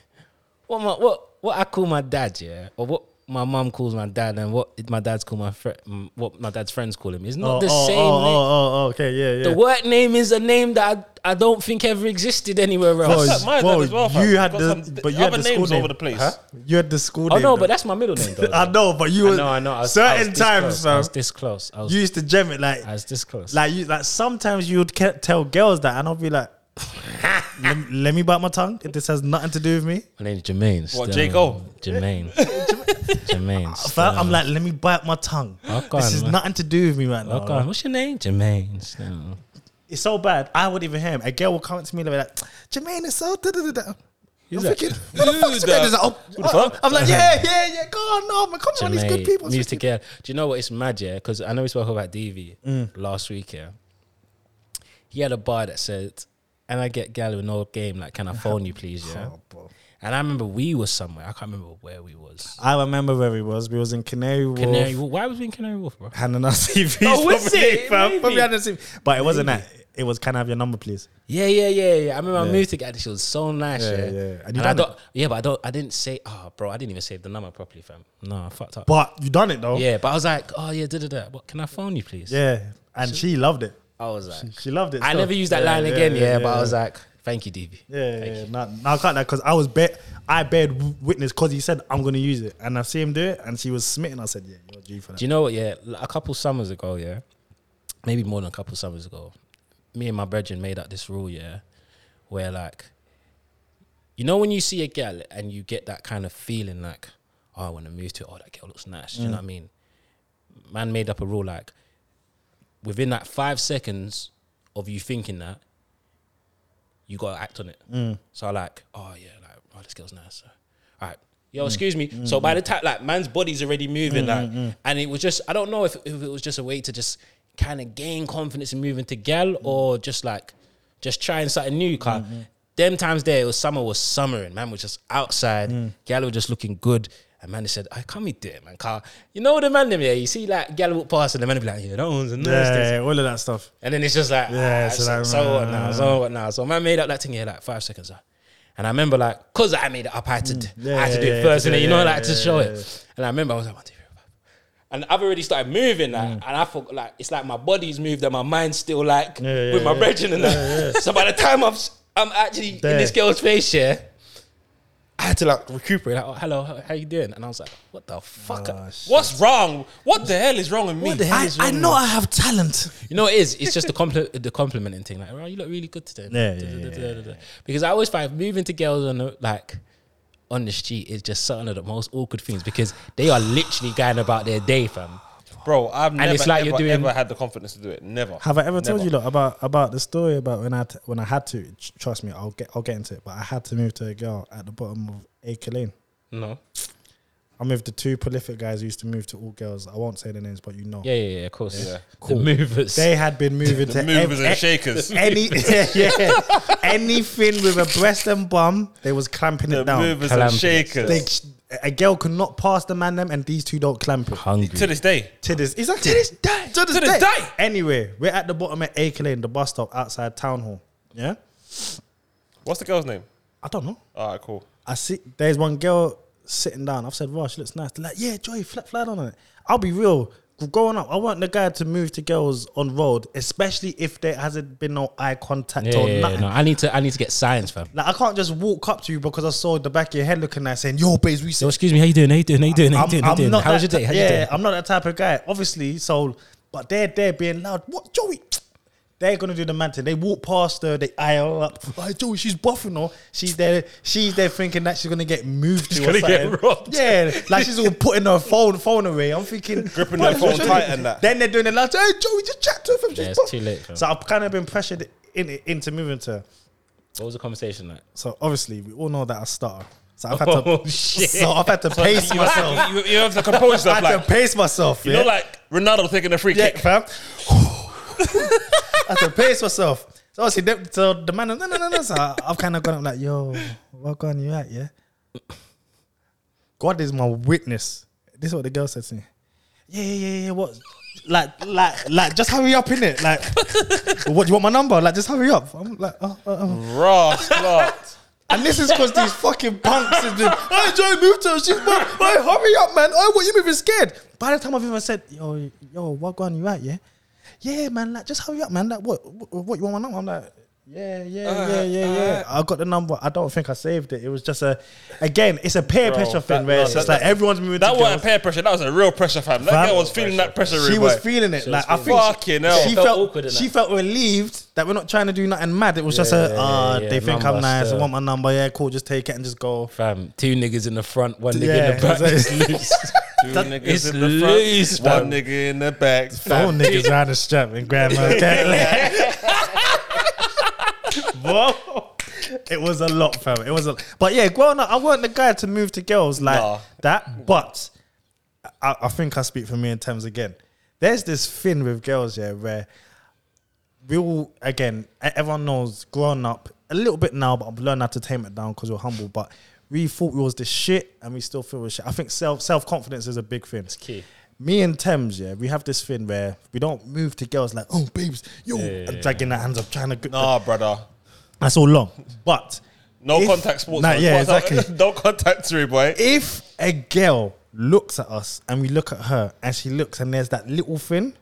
[SPEAKER 2] what my what what I call my dad, yeah, or what my mum calls my dad, and what my dad's call my friend, what my dad's friends call him is not
[SPEAKER 1] oh,
[SPEAKER 2] the
[SPEAKER 1] oh,
[SPEAKER 2] same.
[SPEAKER 1] Oh,
[SPEAKER 2] name.
[SPEAKER 1] oh, oh, oh, okay, yeah, yeah.
[SPEAKER 2] The work name is a name that I, I don't think ever existed anywhere
[SPEAKER 1] Bro,
[SPEAKER 2] else.
[SPEAKER 3] That's like my
[SPEAKER 1] bro,
[SPEAKER 3] dad as well, fam.
[SPEAKER 1] you had
[SPEAKER 3] Got
[SPEAKER 1] the-
[SPEAKER 3] some d-
[SPEAKER 1] but you had
[SPEAKER 3] other
[SPEAKER 1] the school
[SPEAKER 3] names
[SPEAKER 1] name.
[SPEAKER 3] over the place.
[SPEAKER 1] You had the school.
[SPEAKER 2] oh
[SPEAKER 1] name,
[SPEAKER 2] no,
[SPEAKER 1] though.
[SPEAKER 2] but that's my middle name. Though,
[SPEAKER 1] I know, but you were
[SPEAKER 2] I know, I know. I was, I
[SPEAKER 1] certain
[SPEAKER 2] was this
[SPEAKER 1] times,
[SPEAKER 2] close. I
[SPEAKER 1] fam.
[SPEAKER 2] was this close. I was,
[SPEAKER 1] You used to gem it like
[SPEAKER 2] I was this close.
[SPEAKER 1] Like you, like sometimes you would ke- tell girls that, and I'll be like, let, let me bite my tongue. If this has nothing to do with me,
[SPEAKER 2] My name's Jermaine.
[SPEAKER 3] What,
[SPEAKER 2] Sterling.
[SPEAKER 3] J. Cole?
[SPEAKER 2] Jermaine. Jermaine.
[SPEAKER 1] Fam,
[SPEAKER 2] Sterling.
[SPEAKER 1] I'm like, let me bite my tongue.
[SPEAKER 2] Rock
[SPEAKER 1] this
[SPEAKER 2] on,
[SPEAKER 1] is
[SPEAKER 2] man.
[SPEAKER 1] nothing to do with me right now.
[SPEAKER 2] Oh, God. What's your name? Jermaine. Sterling.
[SPEAKER 1] It's so bad. I would even hear him. A girl will come up to me and be like, Jermaine is so da da da da. I'm
[SPEAKER 2] that?
[SPEAKER 1] thinking, what the fuck's
[SPEAKER 3] that?
[SPEAKER 1] going on? Oh,
[SPEAKER 3] fuck?
[SPEAKER 1] I'm like, yeah, yeah, yeah. Go on, no, man. Come on, these good people.
[SPEAKER 2] Jermaine. Music yeah. Do you know what? It's mad, yeah? Because I know we spoke about DV
[SPEAKER 1] Mm.
[SPEAKER 2] last week, yeah? He had a bar that said, and I get gal with no game, like, can I phone you, please, yeah?
[SPEAKER 1] Oh, bro.
[SPEAKER 2] And I remember we was somewhere. I can't remember where we was.
[SPEAKER 1] I remember where we was. We was in Canary Wharf.
[SPEAKER 2] Canary Wolf. Why was we in Canary Wolf, bro?
[SPEAKER 1] Hannah TV.
[SPEAKER 2] Oh, was it? Maybe.
[SPEAKER 1] Probably Hannah TV. But it wasn't that. It was, can I have your number, please?
[SPEAKER 2] Yeah, yeah, yeah, yeah. I remember I moved to Gaddy. She was so nice.
[SPEAKER 1] Yeah,
[SPEAKER 2] Yeah,
[SPEAKER 1] yeah. And you
[SPEAKER 2] And, I
[SPEAKER 1] done
[SPEAKER 2] don't. Yeah, but I don't. I didn't say. Oh, bro, I didn't even save the number properly, fam. No, I fucked up.
[SPEAKER 1] But you done it, though.
[SPEAKER 2] yeah, but I was like, oh yeah, da da da. What can I phone you, please?
[SPEAKER 1] Yeah, and she loved it.
[SPEAKER 2] I was like,
[SPEAKER 1] She loved it.
[SPEAKER 2] I
[SPEAKER 1] still.
[SPEAKER 2] never used that line again. Yeah, but I was like, thank you, DB.
[SPEAKER 1] yeah, yeah, yeah. Nah, nah, I can't that because I was bet. I bared w- witness because he said I'm gonna use it, and I see him do it, and she was smitten. I said, yeah, you're due for that.
[SPEAKER 2] Do you know what? Yeah, like a couple summers ago, yeah, maybe more than a couple summers ago, me and my brethren made up this rule, yeah, where like, you know, when you see a girl and you get that kind of feeling, like, oh, I want to move to, it. oh, that girl looks nice. Do you know what I mean? Man made up a rule like, within that five seconds of you thinking that, you gotta act on it. So I like, oh yeah, like, oh this girl's nice. All right. Yo, excuse me. So by the time like man's body's already moving, like, and it was just I don't know if, if it was just a way to just kind of gain confidence in moving to gal or just like just trying something new. because them times there it was summer was summer and man was just outside, gal were just looking good. And man, they said, I come with there, man. Car, you know the man them yeah. You see like gal walk past and the man be like, yeah, that one's a nice.
[SPEAKER 1] Yeah,
[SPEAKER 2] this,
[SPEAKER 1] yeah, yeah, all of that stuff.
[SPEAKER 2] and then it's just like,
[SPEAKER 1] Yeah,
[SPEAKER 2] ah,
[SPEAKER 1] so
[SPEAKER 2] so,
[SPEAKER 1] that-
[SPEAKER 2] so what now? So what now? So man made up that thing here like five seconds. ah. And I remember like, cause I made it up, I had to, d-
[SPEAKER 1] Mm. yeah,
[SPEAKER 2] I had to do
[SPEAKER 1] yeah,
[SPEAKER 2] it
[SPEAKER 1] yeah,
[SPEAKER 2] first, and then you
[SPEAKER 1] yeah,
[SPEAKER 2] know,
[SPEAKER 1] yeah,
[SPEAKER 2] like to
[SPEAKER 1] yeah,
[SPEAKER 2] show
[SPEAKER 1] yeah,
[SPEAKER 2] it. And I remember I was like, one, two, three, four. And I've already started moving, like,
[SPEAKER 1] Mm.
[SPEAKER 2] and I thought, like, it's like my body's moved and my mind's still like
[SPEAKER 1] Yeah, yeah,
[SPEAKER 2] with my
[SPEAKER 1] yeah.
[SPEAKER 2] brethren and that. So by the time I'm, s- I'm actually in
[SPEAKER 1] There.
[SPEAKER 2] this girl's face, yeah, I had to like recuperate. Like, oh, hello, how, how you doing? And I was like, what the fuck?
[SPEAKER 1] Ah, shit.
[SPEAKER 3] What's wrong? What the hell is wrong with me?
[SPEAKER 2] What the hell
[SPEAKER 1] I,
[SPEAKER 2] is
[SPEAKER 1] I
[SPEAKER 2] wrong
[SPEAKER 1] know I have talent.
[SPEAKER 2] you know, what it is. It's just the compliment, the complimenting thing. Like, oh, you look really good today.
[SPEAKER 1] Yeah,
[SPEAKER 2] Da- da-
[SPEAKER 1] yeah,
[SPEAKER 2] da- da- da- da. Because I always find moving to girls on the, like on the street is just some of the most awkward things because they are literally going about their day, fam.
[SPEAKER 3] Bro, I've never,
[SPEAKER 2] it's like
[SPEAKER 3] ever,
[SPEAKER 2] you're doing-
[SPEAKER 3] ever had the confidence to do it. Never.
[SPEAKER 1] Have I ever told
[SPEAKER 3] Never.
[SPEAKER 1] you lot about about the story about when I t- when I had to? tr- Trust me, I'll get I'll get into it. But I had to move to a girl at the bottom of Acre Lane.
[SPEAKER 2] No.
[SPEAKER 1] I moved to two prolific guys who used to move to all girls. I won't say their names, but you know.
[SPEAKER 2] Yeah, yeah, yeah. Of course.
[SPEAKER 3] Yeah.
[SPEAKER 2] The movers.
[SPEAKER 1] They had been moving
[SPEAKER 3] The
[SPEAKER 1] to
[SPEAKER 3] movers
[SPEAKER 1] ev-
[SPEAKER 3] and
[SPEAKER 1] e-
[SPEAKER 3] shakers.
[SPEAKER 1] any yeah, anything with a breast and bum, they was clamping
[SPEAKER 3] The
[SPEAKER 1] it down.
[SPEAKER 3] movers and
[SPEAKER 2] Calamity.
[SPEAKER 3] shakers.
[SPEAKER 1] They, a girl could not pass the man them, and these two don't clamp it.
[SPEAKER 2] hungry.
[SPEAKER 3] to this day.
[SPEAKER 1] To this, is that to this day? To this,
[SPEAKER 3] To this
[SPEAKER 1] day.
[SPEAKER 3] day.
[SPEAKER 1] Anyway, we're at the bottom at Acre Lane, the bus stop outside town hall. Yeah,
[SPEAKER 3] What's the girl's name?
[SPEAKER 1] I don't know.
[SPEAKER 3] All right, cool.
[SPEAKER 1] I see there's one girl sitting down. I've said, "Wow, she looks nice." They're like, yeah, Joy, flat, flat on it. I'll be real. Growing up, I want the guy to move to girls on road, especially if there hasn't been no eye contact
[SPEAKER 2] yeah, yeah,
[SPEAKER 1] or
[SPEAKER 2] yeah,
[SPEAKER 1] nothing.
[SPEAKER 2] No, I need to. I need to get science, fam.
[SPEAKER 1] Like I can't just walk up to you because I saw the back of your head looking nice, saying, "Yo, babes, we."
[SPEAKER 2] So
[SPEAKER 1] sit."
[SPEAKER 2] excuse me, how you doing? How you doing? How you doing? How
[SPEAKER 1] I'm,
[SPEAKER 2] you doing? How you
[SPEAKER 1] I'm
[SPEAKER 2] doing?
[SPEAKER 1] not.
[SPEAKER 2] How was your
[SPEAKER 1] that
[SPEAKER 2] day? How
[SPEAKER 1] ty-
[SPEAKER 2] you
[SPEAKER 1] yeah,
[SPEAKER 2] doing?
[SPEAKER 1] I'm not that type of guy, obviously. So, but they're there being loud. What, Joey? They're gonna do the man thing. They walk past her, they eye her up. Like, Joey, she's buffing or she's there. She's there thinking that she's gonna get moved to. or
[SPEAKER 2] gonna get
[SPEAKER 1] something.
[SPEAKER 2] robbed.
[SPEAKER 1] Yeah, like she's all putting her phone phone away. I'm thinking
[SPEAKER 3] Gripping
[SPEAKER 1] "Bro,
[SPEAKER 3] her phone
[SPEAKER 1] Joey."
[SPEAKER 3] tight and that.
[SPEAKER 1] Then they're doing the loud. Hey, Joey, just chat to her. fam, She's
[SPEAKER 2] Yeah, it's too
[SPEAKER 1] buff."
[SPEAKER 2] late, fam.
[SPEAKER 1] So I've kind of been pressured in, into moving to her.
[SPEAKER 2] What was the conversation like?
[SPEAKER 1] So obviously, we all know that I stutter. So I've had to.
[SPEAKER 2] Oh, shit.
[SPEAKER 1] So I've had to pace myself.
[SPEAKER 3] you, you have to compose
[SPEAKER 1] I
[SPEAKER 3] yourself.
[SPEAKER 1] had to
[SPEAKER 3] Like,
[SPEAKER 1] pace myself.
[SPEAKER 3] you
[SPEAKER 1] yeah?
[SPEAKER 3] know, like Ronaldo taking a free
[SPEAKER 1] yeah,
[SPEAKER 3] kick.
[SPEAKER 1] fam. I had to pace myself. So obviously, the, so the man, no, no, no, no. So I- I've kind of gone up like, yo, what gun you at, yeah? God is my witness. This is what the girl said to me. Yeah, yeah, yeah, yeah. What? Like, like, like, just hurry up, innit? Like, what? You want my number? Like, just hurry up. I'm like, oh, oh, oh.
[SPEAKER 3] Raw slut.
[SPEAKER 1] And this is because these fucking punks is been, hey, Joe, move to her. She's like, hey, hurry up, man. Oh, what, you moving scared? By the time I've even said, yo, yo, what going you right, yeah? Yeah, man, like, just hurry up, man. Like, what, what, what you want my number? I'm like, yeah, yeah,
[SPEAKER 3] Uh,
[SPEAKER 1] yeah, yeah, yeah. I got the number. I don't think I saved it. It was just a, again, it's a peer
[SPEAKER 3] Bro,
[SPEAKER 1] pressure
[SPEAKER 3] that-
[SPEAKER 1] thing where
[SPEAKER 3] no,
[SPEAKER 1] it's
[SPEAKER 3] that-
[SPEAKER 1] just like everyone's moving
[SPEAKER 3] That
[SPEAKER 1] to
[SPEAKER 3] wasn't
[SPEAKER 1] girls.
[SPEAKER 3] peer pressure. That was a real pressure, fam. That
[SPEAKER 1] Fam.
[SPEAKER 3] girl was feeling that pressure.
[SPEAKER 1] She
[SPEAKER 3] rude
[SPEAKER 1] was
[SPEAKER 3] boy.
[SPEAKER 1] feeling it. like, I
[SPEAKER 2] feeling
[SPEAKER 1] think
[SPEAKER 2] it.
[SPEAKER 3] Fucking hell.
[SPEAKER 1] she
[SPEAKER 2] Felt
[SPEAKER 1] felt
[SPEAKER 2] awkward in
[SPEAKER 1] she
[SPEAKER 2] that.
[SPEAKER 1] felt relieved that we're not trying to do nothing mad. It was just
[SPEAKER 2] Yeah,
[SPEAKER 1] a,
[SPEAKER 2] yeah,
[SPEAKER 1] ah,
[SPEAKER 2] yeah,
[SPEAKER 1] they think
[SPEAKER 2] number
[SPEAKER 1] I'm nice. I
[SPEAKER 2] still.
[SPEAKER 1] want my number. Yeah, cool. Just take it and just go.
[SPEAKER 2] Fam, two niggas in the front, one nigga
[SPEAKER 1] Yeah,
[SPEAKER 2] in the back.
[SPEAKER 1] that's
[SPEAKER 2] It's loose.
[SPEAKER 3] Two
[SPEAKER 1] That-
[SPEAKER 3] niggas
[SPEAKER 2] it's
[SPEAKER 3] in the front,
[SPEAKER 2] loose,
[SPEAKER 3] one
[SPEAKER 2] fam.
[SPEAKER 3] nigga in the back.
[SPEAKER 1] Throw niggas around the strap and grab my cat. Whoa. It was a lot, fam. It was a But yeah, growing up, I wasn't the guy to move to girls like
[SPEAKER 3] Nah.
[SPEAKER 1] that. But I, I think I speak for me in terms again. There's this thing with girls, yeah, where we all, again, e- everyone knows growing up, a little bit now, but I've learned how to tame it down because we're humble. But we thought we was the shit and we still feel the shit. I think self self confidence is a big thing
[SPEAKER 2] Key.
[SPEAKER 1] me and Thames, yeah, we have this thing where we don't move to girls like, oh, babes, yo, and dragging their hands up, trying to. Get
[SPEAKER 3] Nah, brother.
[SPEAKER 1] That's all long. But
[SPEAKER 3] No
[SPEAKER 1] If-
[SPEAKER 3] contact sports.
[SPEAKER 1] Nah,
[SPEAKER 3] man.
[SPEAKER 1] yeah,
[SPEAKER 3] Contact-
[SPEAKER 1] exactly.
[SPEAKER 3] no contact three, boy.
[SPEAKER 1] if a girl looks at us and we look at her and she looks and there's that little thing,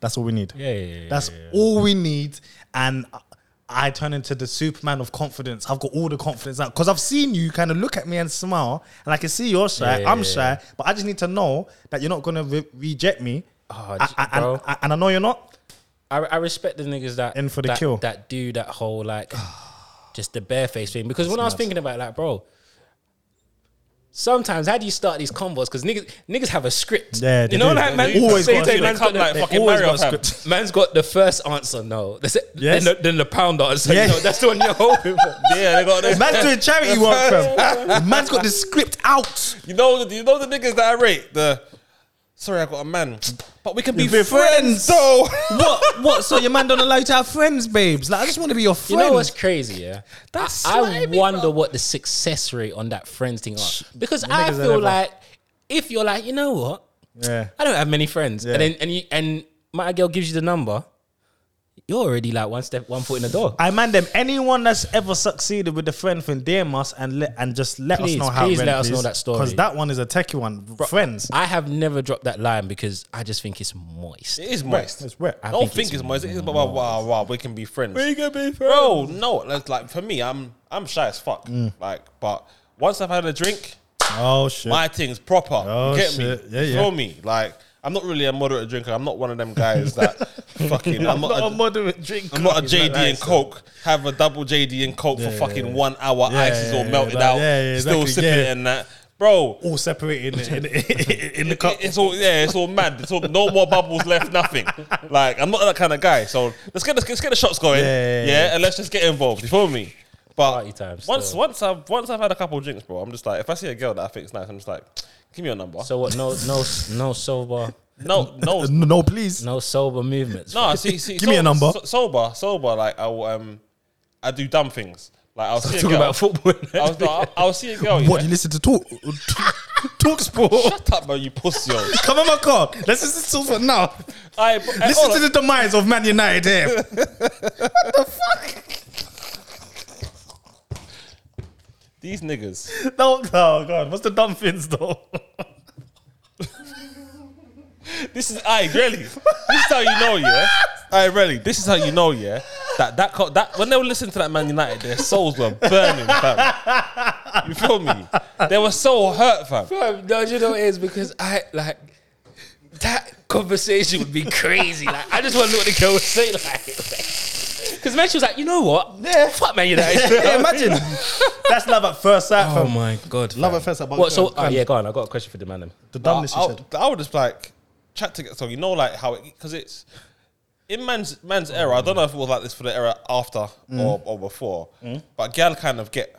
[SPEAKER 1] that's all we need.
[SPEAKER 2] Mm-hmm. Yeah, yeah, yeah.
[SPEAKER 1] That's all we need. And I, I turn into the Superman of confidence. I've got all the confidence now because I've seen you kind of look at me and smile, and I can see you're shy.
[SPEAKER 2] Yeah, yeah,
[SPEAKER 1] I'm
[SPEAKER 2] yeah,
[SPEAKER 1] shy, but I just need to know that you're not gonna re- reject me.
[SPEAKER 2] Oh,
[SPEAKER 1] I- I-
[SPEAKER 2] bro.
[SPEAKER 1] and, I- and I know you're not.
[SPEAKER 2] I, I respect the niggas that
[SPEAKER 1] In for the
[SPEAKER 2] that,
[SPEAKER 1] kill.
[SPEAKER 2] that do that whole like just the bareface thing. Because when I was thinking about it, like, bro, sometimes how do you start these combos? Because niggas niggas have a script.
[SPEAKER 1] Yeah, they
[SPEAKER 2] you know,
[SPEAKER 1] do.
[SPEAKER 2] like man,
[SPEAKER 1] They always
[SPEAKER 2] say
[SPEAKER 1] got a
[SPEAKER 2] thing,
[SPEAKER 1] script.
[SPEAKER 2] man's got the-
[SPEAKER 3] Like
[SPEAKER 2] they
[SPEAKER 3] fucking
[SPEAKER 2] always
[SPEAKER 3] Mario
[SPEAKER 2] got a
[SPEAKER 3] fam.
[SPEAKER 2] script. Man's got the first answer. No, that's it.
[SPEAKER 1] Yes.
[SPEAKER 2] Then, the, then the pound answer.
[SPEAKER 1] Yeah.
[SPEAKER 2] You know, that's the one you're hoping for.
[SPEAKER 3] Yeah, they got this.
[SPEAKER 1] Man's doing charity work, fam. Man's got the script out.
[SPEAKER 3] You know, you know the niggas that I rate. The sorry, I got a man, but we can be
[SPEAKER 1] Be friends.
[SPEAKER 3] friends. though.
[SPEAKER 1] what? What? So your man don't allow you to have friends, babes? Like I just want to be your
[SPEAKER 2] You
[SPEAKER 1] friend.
[SPEAKER 2] know what's crazy? Yeah,
[SPEAKER 1] That's
[SPEAKER 2] I, I
[SPEAKER 1] slimy,
[SPEAKER 2] wonder
[SPEAKER 1] bro.
[SPEAKER 2] what the success rate on that friends thing are because
[SPEAKER 1] niggas
[SPEAKER 2] I
[SPEAKER 1] are
[SPEAKER 2] feel
[SPEAKER 1] never-
[SPEAKER 2] like if you're like, you know what,
[SPEAKER 1] yeah.
[SPEAKER 2] I don't have many friends,
[SPEAKER 1] Yeah.
[SPEAKER 2] and then and you and my girl gives you the number, you're already like one step, one foot in the door.
[SPEAKER 1] I man them. Anyone that's ever succeeded with the friend thing, DM us and let and just let
[SPEAKER 2] Please,
[SPEAKER 1] us know how.
[SPEAKER 2] please let us know that story.
[SPEAKER 1] because that one is a techie one. Friends,
[SPEAKER 2] I have never dropped that line because I just think it's moist.
[SPEAKER 3] It is moist.
[SPEAKER 1] it's wet.
[SPEAKER 3] I
[SPEAKER 2] I
[SPEAKER 3] don't
[SPEAKER 2] think
[SPEAKER 3] think,
[SPEAKER 2] it's
[SPEAKER 3] it's moist. It is, but wow, wow, wow, we can be friends.
[SPEAKER 2] can be friends.
[SPEAKER 3] Bro, no, that's like for me, I'm I'm shy as fuck.
[SPEAKER 1] Mm.
[SPEAKER 3] Like, but once I've had a drink,
[SPEAKER 1] Oh shit!
[SPEAKER 3] my thing's proper.
[SPEAKER 1] Oh,
[SPEAKER 3] you get
[SPEAKER 1] shit.
[SPEAKER 3] me?
[SPEAKER 1] Yeah, yeah.
[SPEAKER 3] Feel me? Like, I'm not really a moderate drinker. I'm not one of them guys that fucking. I'm not. a,
[SPEAKER 1] moderate drink.
[SPEAKER 3] I'm not a JD and Coke. Have a double JD and Coke for fucking one hour.
[SPEAKER 1] Yeah,
[SPEAKER 3] ice is
[SPEAKER 1] yeah,
[SPEAKER 3] all
[SPEAKER 1] yeah,
[SPEAKER 3] melted
[SPEAKER 1] like,
[SPEAKER 3] out.
[SPEAKER 1] yeah, yeah,
[SPEAKER 3] still
[SPEAKER 1] exactly,
[SPEAKER 3] sipping
[SPEAKER 1] yeah.
[SPEAKER 3] it and that, bro.
[SPEAKER 1] All separated in, in, in, in the cup.
[SPEAKER 3] It- It's all yeah, it's all mad. It's all no more bubbles left, nothing. Like I'm not that kind of guy. So let's get let's get, let's get the shots going.
[SPEAKER 1] Yeah, yeah, yeah.
[SPEAKER 3] and let's just get involved. You feel me? But
[SPEAKER 2] Party time
[SPEAKER 3] once
[SPEAKER 2] still.
[SPEAKER 3] once I've once I've had a couple of drinks, bro, I'm just like if I see a girl that I think is nice, I'm just like, give me your number.
[SPEAKER 2] So what? No, no, no sober,
[SPEAKER 3] no, no,
[SPEAKER 1] No, no, please.
[SPEAKER 2] no sober movements.
[SPEAKER 3] no. See, see,
[SPEAKER 1] Give me a number.
[SPEAKER 3] so- sober, sober. Like I will, um, I do dumb things. Like I'll see a
[SPEAKER 2] talking
[SPEAKER 3] girl.
[SPEAKER 2] about football.
[SPEAKER 3] I was like, I'll see a girl.
[SPEAKER 1] What
[SPEAKER 3] What?
[SPEAKER 1] do you listen to? Talk, talk sport.
[SPEAKER 3] Shut up, bro. You pussy. yo.
[SPEAKER 1] Come on, my car. Let's listen to sport now.
[SPEAKER 3] Aye, but- aye,
[SPEAKER 1] Listen
[SPEAKER 3] hold
[SPEAKER 1] to
[SPEAKER 3] on.
[SPEAKER 1] the demise of Man United. Here.
[SPEAKER 3] these niggas.
[SPEAKER 1] no, no, Oh, God. What's the dumb fins though?
[SPEAKER 3] This is I really. This is how you know, yeah. I really. This is how you know, yeah. That that co- that when they were listening to that Man United, their souls were burning, fam. You feel me? They were so hurt, fam.
[SPEAKER 2] Fam, no, do you know what it is because I like that conversation would be crazy. like, I just want to know what the girl would say. Like, because man, she was like, you know what?
[SPEAKER 1] Yeah.
[SPEAKER 2] fuck man, you know.
[SPEAKER 1] yeah, imagine. That's love at first sight.
[SPEAKER 2] Oh
[SPEAKER 1] fam.
[SPEAKER 2] my god,
[SPEAKER 1] Love
[SPEAKER 2] fam.
[SPEAKER 1] at first sight. but
[SPEAKER 2] What? So
[SPEAKER 1] go
[SPEAKER 2] oh,
[SPEAKER 1] on,
[SPEAKER 2] yeah, go on. I got a question for the man. then.
[SPEAKER 1] The
[SPEAKER 3] But
[SPEAKER 1] dumbness you
[SPEAKER 3] I,
[SPEAKER 1] said.
[SPEAKER 3] I, I would just like chat together. So you know, like how it because it's in man's man's era. I don't know if it was like this for the era after or, or before, but gal kind of get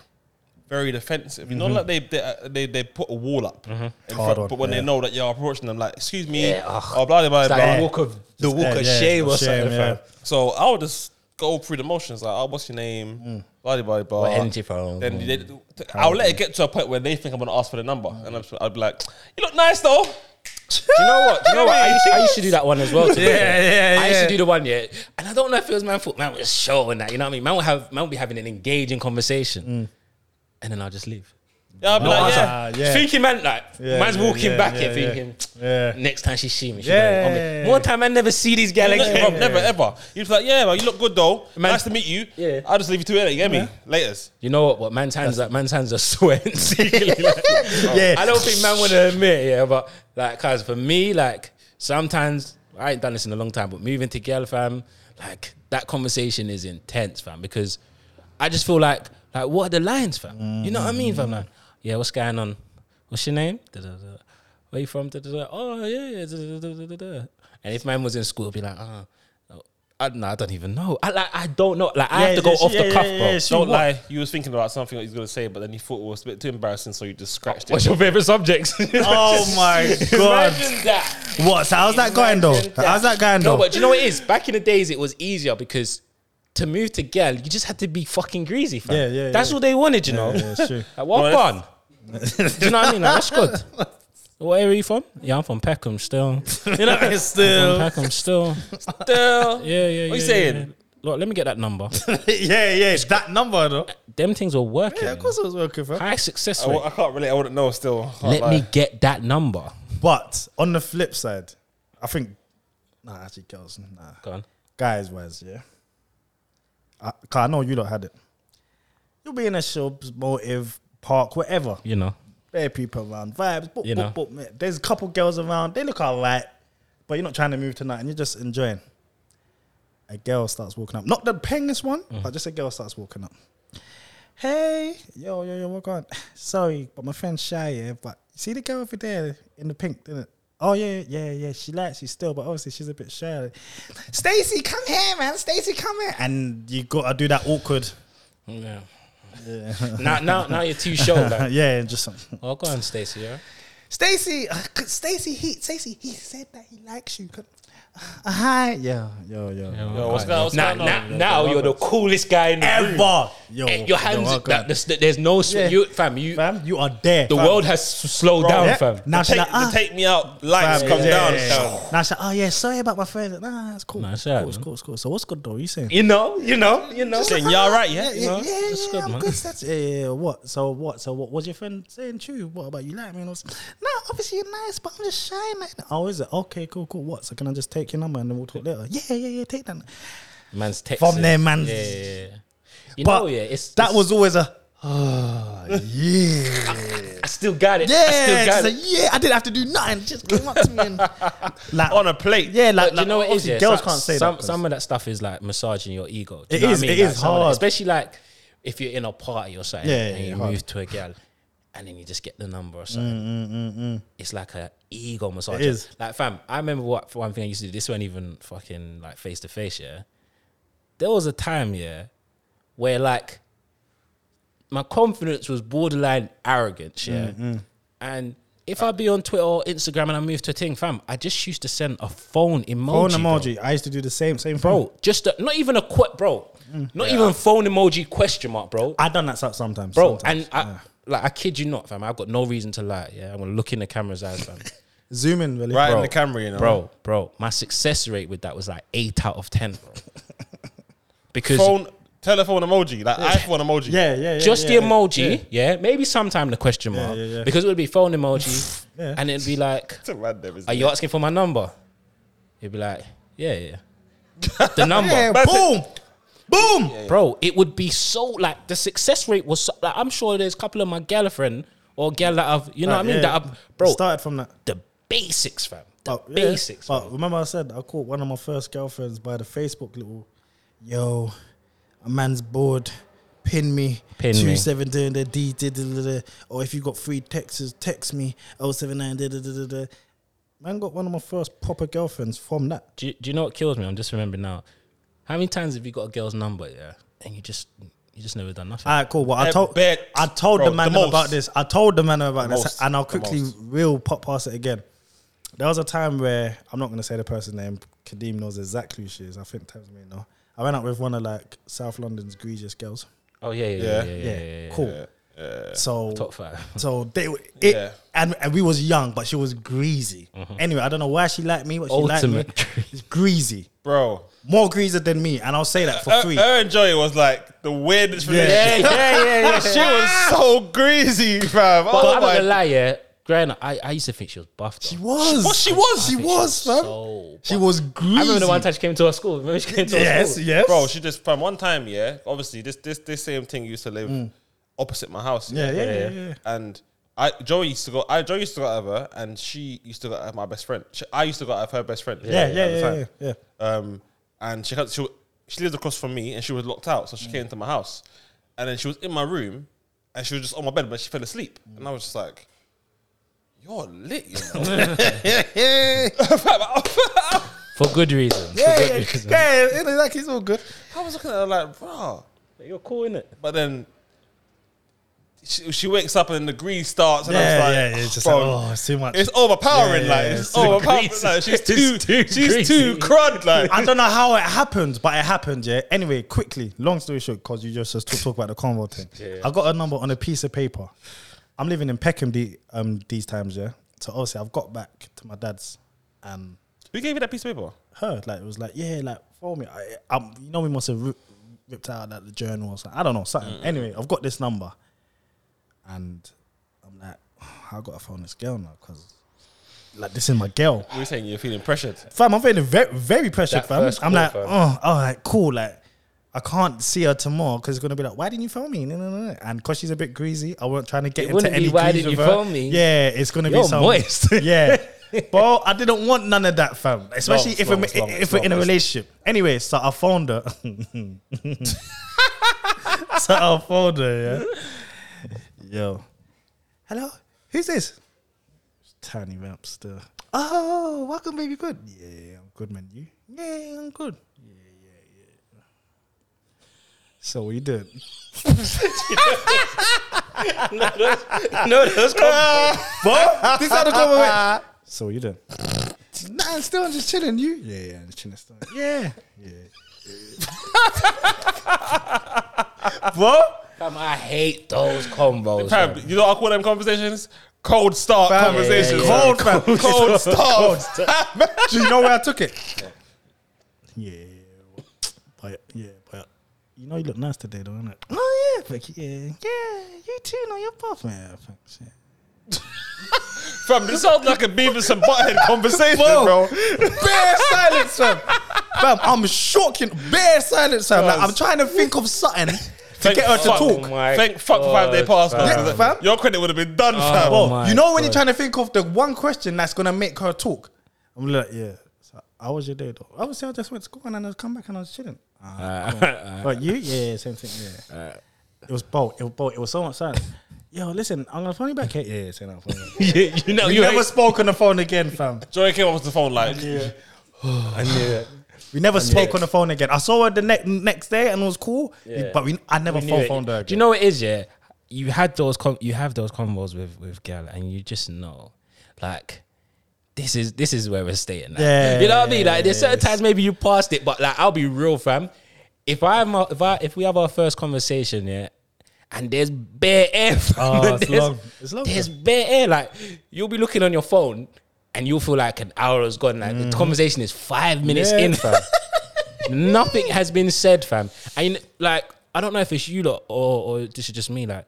[SPEAKER 3] very defensive. You know, like they they, uh, they they put a wall up, in
[SPEAKER 1] Hard
[SPEAKER 3] front,
[SPEAKER 1] one,
[SPEAKER 3] but when
[SPEAKER 1] yeah.
[SPEAKER 3] they know that you're approaching them, like excuse me,
[SPEAKER 2] Yeah, ugh.
[SPEAKER 3] or blah blah blah.
[SPEAKER 2] It's like
[SPEAKER 3] blah.
[SPEAKER 2] the walk of the walk
[SPEAKER 1] Yeah,
[SPEAKER 2] of
[SPEAKER 1] yeah,
[SPEAKER 2] shame or
[SPEAKER 1] shame,
[SPEAKER 2] something.
[SPEAKER 1] yeah.
[SPEAKER 2] fam.
[SPEAKER 3] So I would just go through the motions, like, oh, what's your name? Blah, blah, blah, blah.
[SPEAKER 2] What energy phone?
[SPEAKER 3] Then they, I'll let it get to a point where they think I'm going to ask for the number. And I'm just, I'd be like, you look nice, though.
[SPEAKER 2] Do you know what? Do you know what? I used, I used to do that one as well. to be
[SPEAKER 1] Yeah,
[SPEAKER 2] fair.
[SPEAKER 1] yeah,
[SPEAKER 2] I used
[SPEAKER 1] yeah.
[SPEAKER 2] to do the one, yeah. And I don't know if it was man foot. Man was showing that. You know what I mean? Man would have man would be having an engaging conversation, and then I'll just leave.
[SPEAKER 3] Yeah, I'll be like,
[SPEAKER 1] answer.
[SPEAKER 3] yeah.
[SPEAKER 1] Mm. Ah, yeah.
[SPEAKER 2] Thinking man, like
[SPEAKER 1] Yeah,
[SPEAKER 2] man's
[SPEAKER 1] yeah,
[SPEAKER 2] walking
[SPEAKER 1] yeah,
[SPEAKER 2] back
[SPEAKER 1] yeah,
[SPEAKER 2] here,
[SPEAKER 1] yeah.
[SPEAKER 2] thinking
[SPEAKER 1] Yeah.
[SPEAKER 2] next time she see me, she
[SPEAKER 1] Yeah,
[SPEAKER 2] gonna- I'll be-
[SPEAKER 1] yeah, yeah.
[SPEAKER 2] more time I never see these gal
[SPEAKER 3] Never,
[SPEAKER 2] again.
[SPEAKER 3] ever, never, ever. He was like, yeah, man, you look good, though.
[SPEAKER 2] Man-
[SPEAKER 3] nice to meet you.
[SPEAKER 2] Yeah.
[SPEAKER 3] I'll just leave you to it, you get me? Laters.
[SPEAKER 2] You know what? What man's hands like man's hands are sweating. secretly, like-
[SPEAKER 1] Yeah.
[SPEAKER 2] I don't think man would admit, yeah, but like, cause for me, like sometimes I ain't done this in a long time, but moving to girl fam, like that conversation is intense, fam, because I just feel like, like what are the lines, fam? You know what I mean, fam? Like, yeah, what's going on? What's your name? Da-da-da. Where you from? Da-da-da. Oh yeah, yeah. da-da-da-da-da-da." And if man was in school, it'd be like, ah. oh, I, no, I don't even know. I like, I don't know. Like, I
[SPEAKER 1] Yeah,
[SPEAKER 2] have to go
[SPEAKER 1] yeah,
[SPEAKER 2] off
[SPEAKER 1] yeah,
[SPEAKER 2] the cuff,
[SPEAKER 1] yeah,
[SPEAKER 2] bro.
[SPEAKER 1] yeah,
[SPEAKER 3] Don't
[SPEAKER 1] what?
[SPEAKER 3] lie. You was thinking about something that he's going to say, but then you thought it was a bit too embarrassing, so you just scratched
[SPEAKER 2] What's
[SPEAKER 3] it.
[SPEAKER 2] your favorite subject?
[SPEAKER 1] Oh my god.
[SPEAKER 2] Imagine that.
[SPEAKER 1] What? So how's that going though?
[SPEAKER 2] Imagine
[SPEAKER 1] How's that going
[SPEAKER 2] No,
[SPEAKER 1] though?
[SPEAKER 2] but do you know what it is? Back in the days, it was easier because to move to girl, you just had to be fucking greasy, fam.
[SPEAKER 1] Yeah, yeah,
[SPEAKER 2] That's
[SPEAKER 1] yeah.
[SPEAKER 2] all they wanted, you know.
[SPEAKER 1] Yeah, it's true.
[SPEAKER 2] Like, what
[SPEAKER 3] Well,
[SPEAKER 2] on? do you know what I mean? Like, that's good. What area are you from? Yeah, I'm from Peckham still. You know, what I mean?
[SPEAKER 1] It's still-
[SPEAKER 2] I'm from Peckham still.
[SPEAKER 3] Still.
[SPEAKER 2] Yeah, yeah, yeah.
[SPEAKER 3] What you
[SPEAKER 2] yeah,
[SPEAKER 3] saying?
[SPEAKER 2] yeah. Look, let me get that number.
[SPEAKER 1] yeah, yeah. It's that number though.
[SPEAKER 2] Them things were working.
[SPEAKER 1] Yeah, of course it was working for.
[SPEAKER 2] High success
[SPEAKER 3] I,
[SPEAKER 2] rate.
[SPEAKER 3] I can't relate. I wouldn't know still. I can't
[SPEAKER 2] Let
[SPEAKER 3] lie.
[SPEAKER 2] me get that number.
[SPEAKER 1] But on the flip side, I think nah, actually girls, nah.
[SPEAKER 2] Go on.
[SPEAKER 1] Guys wise, yeah. I, 'cause I know you lot had it. You'll be in a shop, motive, park, whatever.
[SPEAKER 2] You know,
[SPEAKER 1] Bare people around, vibes. Boop,
[SPEAKER 2] You
[SPEAKER 1] boop,
[SPEAKER 2] know.
[SPEAKER 1] boop, mate. There's a couple girls around. They look alright, but you're not trying to move tonight, and you're just enjoying. A girl starts walking up, not the penguins one,
[SPEAKER 2] Mm.
[SPEAKER 1] but just a girl starts walking up. Hey, yo, yo, yo, walk on. Sorry, but my friend's shy, yeah. But you see the girl over there in the pink, didn't it? Oh yeah, yeah, yeah. She likes you still, but obviously she's a bit shy. Stacy, come here, man. Stacy, come here. And you gotta do that awkward.
[SPEAKER 2] yeah.
[SPEAKER 1] Yeah,
[SPEAKER 2] now, now, now you're too show. Like,
[SPEAKER 1] uh, yeah, just some.
[SPEAKER 2] oh, go on, Stacey. Yeah.
[SPEAKER 1] Stacy, uh, Stacy, he, Stacy, he said that he likes you. Uh, hi, yeah, yo, yo, yo.
[SPEAKER 3] Yo, uh, what's going- what's
[SPEAKER 2] now,
[SPEAKER 3] going
[SPEAKER 2] now,
[SPEAKER 3] on?
[SPEAKER 2] now you're the coolest guy in the room.
[SPEAKER 1] ever, yo,
[SPEAKER 2] Eh, Your hands,
[SPEAKER 1] yo,
[SPEAKER 2] like, there's, there's no, sw-
[SPEAKER 1] Yeah.
[SPEAKER 2] you, fam. You,
[SPEAKER 1] fam, you are there.
[SPEAKER 2] the
[SPEAKER 1] fam.
[SPEAKER 2] world has s- slowed down,
[SPEAKER 1] Yeah.
[SPEAKER 2] fam.
[SPEAKER 1] Now she's
[SPEAKER 3] Take,
[SPEAKER 1] like, ah,
[SPEAKER 3] the take me out. Lights
[SPEAKER 1] fam,
[SPEAKER 3] come
[SPEAKER 1] yeah,
[SPEAKER 3] down.
[SPEAKER 1] yeah,
[SPEAKER 3] down.
[SPEAKER 1] yeah. Now she's like, oh yeah, sorry about my friend. Nah, that's cool.
[SPEAKER 2] Nah, it's
[SPEAKER 1] cool,
[SPEAKER 2] alright,
[SPEAKER 1] it's
[SPEAKER 2] man.
[SPEAKER 1] cool, it's cool. So what's good though? You saying?
[SPEAKER 2] You know, you know, you know.
[SPEAKER 3] Saying, "Yeah, all right, yeah, you
[SPEAKER 1] yeah,
[SPEAKER 3] know."
[SPEAKER 1] yeah, yeah,
[SPEAKER 2] That's good,
[SPEAKER 1] I'm
[SPEAKER 2] man.
[SPEAKER 1] good. That's, yeah, yeah, yeah. What? So what? So what was your friend saying? True. What about you? Like me? And I was, no, obviously you're nice, but I'm just shy. Man. Oh, is it? Okay, cool, cool. What? So can I just take your number and then we'll talk later? Yeah, yeah, yeah. Take that.
[SPEAKER 2] Man's texting.
[SPEAKER 1] From there, man.
[SPEAKER 2] Yeah, yeah, yeah. You
[SPEAKER 1] But
[SPEAKER 2] know, yeah. It's
[SPEAKER 1] That
[SPEAKER 2] it's-
[SPEAKER 1] was always a. ah yeah,
[SPEAKER 2] I still got it.
[SPEAKER 1] yeah,
[SPEAKER 2] I still got
[SPEAKER 1] just a,
[SPEAKER 2] it.
[SPEAKER 1] yeah. I didn't have to do nothing; it just came up to me and like
[SPEAKER 3] On a plate.
[SPEAKER 1] yeah, like,
[SPEAKER 2] But do
[SPEAKER 1] like
[SPEAKER 2] you know what it is?
[SPEAKER 1] obviously
[SPEAKER 2] Yeah?
[SPEAKER 1] Girls
[SPEAKER 2] So-
[SPEAKER 1] can't say
[SPEAKER 2] some,
[SPEAKER 1] that. 'cause-
[SPEAKER 2] Some of that stuff is like massaging your ego. Do
[SPEAKER 1] It
[SPEAKER 2] you know
[SPEAKER 1] is-
[SPEAKER 2] What I
[SPEAKER 1] it
[SPEAKER 2] mean? Like,
[SPEAKER 1] is
[SPEAKER 2] some of that-
[SPEAKER 1] hard.
[SPEAKER 2] especially like if you're in a party or something
[SPEAKER 1] Yeah, yeah,
[SPEAKER 2] and
[SPEAKER 1] yeah,
[SPEAKER 2] you
[SPEAKER 1] hard. Mm,
[SPEAKER 2] move to a gal, and then you just get the number or something. It's like a ego massage.
[SPEAKER 1] It is.
[SPEAKER 2] Like fam, I remember what for one thing I used to do. This wasn't even fucking like face to face. Yeah, there was a time yeah where like my confidence was borderline arrogance, yeah.
[SPEAKER 1] Mm,
[SPEAKER 2] And if I be on Twitter or Instagram and I move to a thing, fam, I just used to send a phone emoji.
[SPEAKER 1] phone emoji. Oh, I used to do the same, same
[SPEAKER 2] Bro,
[SPEAKER 1] bro.
[SPEAKER 2] Bro, just a, not even a quote, bro. Not even phone emoji question mark, bro.
[SPEAKER 1] Mm. I done that stuff sometimes,
[SPEAKER 2] bro,
[SPEAKER 1] sometimes.
[SPEAKER 2] and I, like I kid you not, fam. I've got no reason to lie. Yeah, I'm gonna look in the camera's eyes, fam.
[SPEAKER 1] zoom in, really.
[SPEAKER 3] Right
[SPEAKER 2] Bro.
[SPEAKER 3] in the camera, you know.
[SPEAKER 2] bro, bro, my success rate with that was like eight out of ten, bro. Because
[SPEAKER 3] Phone, telephone emoji, like iPhone emoji.
[SPEAKER 1] Yeah, yeah, yeah.
[SPEAKER 2] just
[SPEAKER 1] yeah,
[SPEAKER 2] the
[SPEAKER 1] yeah.
[SPEAKER 2] emoji, yeah. Maybe sometime the question mark,
[SPEAKER 1] yeah, yeah.
[SPEAKER 2] because it would be phone emoji,
[SPEAKER 1] Yeah.
[SPEAKER 2] and it'd be like,
[SPEAKER 3] It's a random, isn't
[SPEAKER 2] "Are
[SPEAKER 3] it?
[SPEAKER 2] you asking for my number?" It'd be like, "Yeah, yeah." The number,
[SPEAKER 1] Yeah, boom, boom.
[SPEAKER 2] bro. It would be so like the success rate was. So, like, I'm sure there's a couple of my girlfriend or gal that I've, you know what I mean,
[SPEAKER 1] Yeah.
[SPEAKER 2] that I've, bro.
[SPEAKER 1] Started from that.
[SPEAKER 2] the basics, fam. The
[SPEAKER 1] But, yeah, Oh.
[SPEAKER 2] basics.
[SPEAKER 1] But remember, I said I caught one of my first girlfriends by the Facebook little, yo, a man's bored, pin me,
[SPEAKER 2] Pin me.
[SPEAKER 1] two seven da da d da da da da, or if you got free texts, text me, oh seven nine da da da da da. Man got one of my first proper girlfriends from that.
[SPEAKER 2] do, you, do you know what kills me? I'm just remembering now. How many times have you got a girl's number, yeah, and you just you just never done nothing?
[SPEAKER 1] All right, cool. Well, I
[SPEAKER 3] I
[SPEAKER 1] told
[SPEAKER 3] bet,
[SPEAKER 1] I told
[SPEAKER 3] bro,
[SPEAKER 1] the man
[SPEAKER 3] the most.
[SPEAKER 1] about this. I told the man about
[SPEAKER 3] The
[SPEAKER 1] this,
[SPEAKER 3] most,
[SPEAKER 1] and I'll
[SPEAKER 3] the
[SPEAKER 1] quickly
[SPEAKER 3] most.
[SPEAKER 1] real pop past it again. There was a time where I'm not going to say the person's name. Kadeem knows exactly who she is. I think Tabs may know. I went out with one of like South London's egregious girls.
[SPEAKER 2] oh yeah, yeah, yeah, yeah,
[SPEAKER 3] Yeah.
[SPEAKER 2] yeah,
[SPEAKER 1] Yeah,
[SPEAKER 2] yeah, yeah.
[SPEAKER 1] cool. So
[SPEAKER 2] Top five.
[SPEAKER 1] so they were it,
[SPEAKER 3] Yeah. Uh-huh.
[SPEAKER 1] and, and we was young, but she was greasy. Anyway, I don't know why she liked me, but she
[SPEAKER 2] Ultimate
[SPEAKER 1] liked me. It's greasy,
[SPEAKER 3] Bro.
[SPEAKER 1] more greasy than me, and I'll say that for
[SPEAKER 3] Her,
[SPEAKER 1] free.
[SPEAKER 3] her and Joey was like the weirdest
[SPEAKER 2] Yeah,
[SPEAKER 3] relationship.
[SPEAKER 2] yeah, yeah, yeah.
[SPEAKER 3] she was so greasy, fam.
[SPEAKER 2] But
[SPEAKER 3] oh
[SPEAKER 2] I'm not
[SPEAKER 3] my
[SPEAKER 2] gonna lie, yeah. Growing up, I, I used to think she was buffed.
[SPEAKER 1] she was,
[SPEAKER 3] Well, she was.
[SPEAKER 1] she
[SPEAKER 2] I
[SPEAKER 1] was,
[SPEAKER 2] think she was
[SPEAKER 1] fam.
[SPEAKER 2] so
[SPEAKER 1] she was greasy.
[SPEAKER 2] I remember the one time she came to our school. Remember she came to our
[SPEAKER 1] Yes,
[SPEAKER 2] school?
[SPEAKER 1] yes,
[SPEAKER 3] Bro, she just from one time, yeah. Obviously, this this this same thing used to live opposite my house.
[SPEAKER 1] Yeah, yeah, yeah, yeah.
[SPEAKER 3] And I Joey used to go. I Joey used to go out of her, and she used to go out of my best friend. She, I used to go out of her best friend.
[SPEAKER 1] Yeah, yeah,
[SPEAKER 3] at the
[SPEAKER 1] yeah,
[SPEAKER 3] time.
[SPEAKER 1] yeah, yeah.
[SPEAKER 3] Um, and she had- she she lived across from me, and she was locked out, so
[SPEAKER 1] Mm.
[SPEAKER 3] she came to my house, and then she was in my room, and she was just on my bed, but she fell asleep, and I was just like. You're lit, you know.
[SPEAKER 2] For good reason.
[SPEAKER 1] Yeah,
[SPEAKER 2] For
[SPEAKER 1] yeah,
[SPEAKER 2] good reason.
[SPEAKER 1] yeah, yeah, like it's all good.
[SPEAKER 3] I was looking at her like, bro.
[SPEAKER 2] You're cool, innit?
[SPEAKER 3] But then she, she wakes up and then the grease starts, and
[SPEAKER 1] Yeah,
[SPEAKER 3] I was like,
[SPEAKER 1] yeah, it's just
[SPEAKER 3] bro,
[SPEAKER 1] like, oh, it's too much.
[SPEAKER 3] it's overpowering,
[SPEAKER 1] Yeah,
[SPEAKER 3] like
[SPEAKER 1] yeah,
[SPEAKER 3] it's,
[SPEAKER 1] it's too
[SPEAKER 3] overpowering.
[SPEAKER 2] greasy.
[SPEAKER 3] Like, she's
[SPEAKER 2] It's
[SPEAKER 3] too,
[SPEAKER 2] too
[SPEAKER 3] she's too
[SPEAKER 2] greasy.
[SPEAKER 3] crud, like.
[SPEAKER 1] I don't know how it happened, but it happened, yeah. Anyway, quickly, long story short, because you just just talk about the convo thing. I got a number on a piece of paper. I'm living in Peckham the, um, these times, yeah. So obviously, I've got back to my dad's um, and
[SPEAKER 3] Who gave you that piece of paper?
[SPEAKER 1] her. Like it was like, yeah, like for me, I, um, you know, we must have rip, ripped out like the journal or something. I don't know something. Anyway, I've got this number, and I'm like, I got to phone this girl now because like this is my girl.
[SPEAKER 3] We were saying you're feeling pressured.
[SPEAKER 1] Fam, I'm feeling very, very pressured,
[SPEAKER 2] That
[SPEAKER 1] fam.
[SPEAKER 2] first
[SPEAKER 1] I'm
[SPEAKER 2] call,
[SPEAKER 1] like,
[SPEAKER 2] fam.
[SPEAKER 1] oh, all right, cool. Like, I can't see her tomorrow because it's gonna be like, why didn't you film me? No, no, no. And because she's a bit greasy, I weren't trying to get
[SPEAKER 2] It
[SPEAKER 1] into
[SPEAKER 2] wouldn't be,
[SPEAKER 1] any.
[SPEAKER 2] "Why
[SPEAKER 1] grease
[SPEAKER 2] didn't
[SPEAKER 1] with
[SPEAKER 2] you
[SPEAKER 1] her."
[SPEAKER 2] film me?
[SPEAKER 1] Yeah, it's gonna be
[SPEAKER 2] You're
[SPEAKER 1] some
[SPEAKER 2] moist.
[SPEAKER 1] yeah, bro, I didn't want none of that, fam. Especially
[SPEAKER 3] it's
[SPEAKER 1] if
[SPEAKER 3] long,
[SPEAKER 1] we're
[SPEAKER 3] it's long,
[SPEAKER 1] if
[SPEAKER 3] it's
[SPEAKER 1] we're
[SPEAKER 3] long,
[SPEAKER 1] in a
[SPEAKER 3] it's-
[SPEAKER 1] relationship. Anyway, so I phoned her. so I phoned her. Yeah. Yo, hello, who's this? Tiny vamp still. Oh, welcome, baby. Good. Yeah, I'm good, man. You? Yeah, I'm good. Yeah, yeah, yeah. So what you doing?
[SPEAKER 2] no, that's
[SPEAKER 1] What? this other comment. went, So what you doing? nah, I'm still I'm just chilling. You? Yeah, yeah, I'm just chilling. Still. Yeah, yeah. what?
[SPEAKER 2] Fam, I hate those combos.
[SPEAKER 3] Fam, you know what I call them conversations? Cold start
[SPEAKER 1] Fam,
[SPEAKER 3] conversations.
[SPEAKER 2] yeah, yeah.
[SPEAKER 1] Cold, fam.
[SPEAKER 3] Cold, cold start.
[SPEAKER 1] Do you know where I took it? Yeah, but yeah, but you know you look nice today, though, innit? Oh yeah, but yeah, yeah. You too, no, you're buff, man. Thanks, yeah.
[SPEAKER 3] Fam, this sounds like a Beavis and Butthead conversation, bro.
[SPEAKER 1] Bare silence, fam. fam, I'm shocking. Bare silence, fam. Like, I'm trying to think of something to
[SPEAKER 3] Thank
[SPEAKER 1] get her to
[SPEAKER 3] fuck.
[SPEAKER 1] talk.
[SPEAKER 2] my
[SPEAKER 3] Thank fuck for
[SPEAKER 2] God,
[SPEAKER 3] five day pass.
[SPEAKER 2] fam.
[SPEAKER 1] Yeah, fam.
[SPEAKER 3] Your credit would have been done, fam.
[SPEAKER 2] Oh,
[SPEAKER 1] Bro,
[SPEAKER 2] my
[SPEAKER 1] you know when
[SPEAKER 2] God.
[SPEAKER 1] you're trying to think of the one question that's gonna make her talk. I'm like, yeah. So how was your day though? I was I just went to school and then I come back and I was chilling. Ah,
[SPEAKER 2] Uh,
[SPEAKER 1] cool. But you, yeah, same thing. Yeah. It was bold. It was bold. It was so much silence. Yo, listen, I'm gonna phone you back here. Yeah, yeah, say that. phone you back.
[SPEAKER 2] you, you know,
[SPEAKER 1] We
[SPEAKER 2] you
[SPEAKER 1] never
[SPEAKER 2] hate,
[SPEAKER 1] spoke on the phone again, fam.
[SPEAKER 3] Joey came off the phone like,
[SPEAKER 2] I knew it.
[SPEAKER 1] We never spoke on the phone again. I saw her the ne- next day and it was cool,
[SPEAKER 2] Yeah.
[SPEAKER 1] but we, I never
[SPEAKER 2] We knew
[SPEAKER 1] phone
[SPEAKER 2] it.
[SPEAKER 1] phoned her again.
[SPEAKER 2] Do you know what it is? Yeah, you had those com- you have those combos with with gal, and you just know, like. This is this is where we're staying. Like.
[SPEAKER 1] Yeah.
[SPEAKER 2] you know what I mean. Like there's certain times maybe you passed it, but like I'll be real, fam. If I'm a- if I if we have our first conversation, yeah, and there's bare air, fam,
[SPEAKER 1] Oh,
[SPEAKER 2] and
[SPEAKER 1] it's
[SPEAKER 2] there's,
[SPEAKER 1] long. It's long,
[SPEAKER 2] There's bare air. Like you'll be looking on your phone, and you'll feel like an hour has gone. Like the conversation is five minutes
[SPEAKER 1] Mm-hmm. Yeah,
[SPEAKER 2] in, fam. Nothing has been said, fam. And like, I don't know if it's you lot or, or this is just me. Like,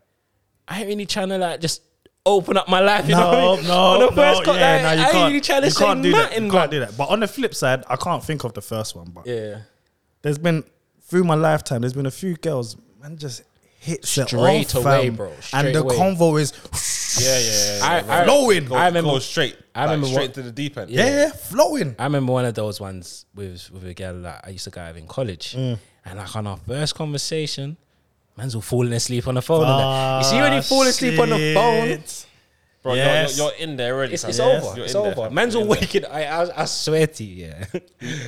[SPEAKER 2] I ain't really trying to like just open up my life. You know what I mean? On the first call, like, I ain't really trying to
[SPEAKER 1] you
[SPEAKER 2] say
[SPEAKER 1] can't do that.
[SPEAKER 2] nothing.
[SPEAKER 1] You
[SPEAKER 2] man.
[SPEAKER 1] can't do that. But on the flip side, I can't think of the first one. But
[SPEAKER 2] Yeah.
[SPEAKER 1] there's been through my lifetime, there's been a few girls, man, just hits it
[SPEAKER 2] Straight
[SPEAKER 1] off,
[SPEAKER 2] away,
[SPEAKER 1] fam.
[SPEAKER 2] bro.
[SPEAKER 1] and
[SPEAKER 2] Straight
[SPEAKER 1] the
[SPEAKER 2] away.
[SPEAKER 1] convo is
[SPEAKER 3] yeah, yeah, yeah.
[SPEAKER 2] I, I,
[SPEAKER 1] Flowing.
[SPEAKER 2] I remember.
[SPEAKER 3] Go straight.
[SPEAKER 2] I remember
[SPEAKER 3] like, straight
[SPEAKER 2] what-
[SPEAKER 3] to the deep end.
[SPEAKER 1] yeah, flowing.
[SPEAKER 2] I remember one of those ones with with a girl that I used to go out with in college,
[SPEAKER 3] Mm.
[SPEAKER 2] and like on our first conversation, man's all falling asleep on the phone. and that. You see
[SPEAKER 3] Ah,
[SPEAKER 1] Ah,
[SPEAKER 2] when you fall asleep on the phone,
[SPEAKER 3] Bro,
[SPEAKER 1] Yes.
[SPEAKER 3] you're, you're in there already.
[SPEAKER 2] it's,
[SPEAKER 3] fam.
[SPEAKER 2] it's
[SPEAKER 1] Yes.
[SPEAKER 2] over.
[SPEAKER 3] You're
[SPEAKER 2] It's
[SPEAKER 3] in there,
[SPEAKER 2] over.
[SPEAKER 3] fam.
[SPEAKER 2] Man's
[SPEAKER 3] You're
[SPEAKER 2] all
[SPEAKER 3] in there.
[SPEAKER 2] waking. I, I I swear to you, yeah.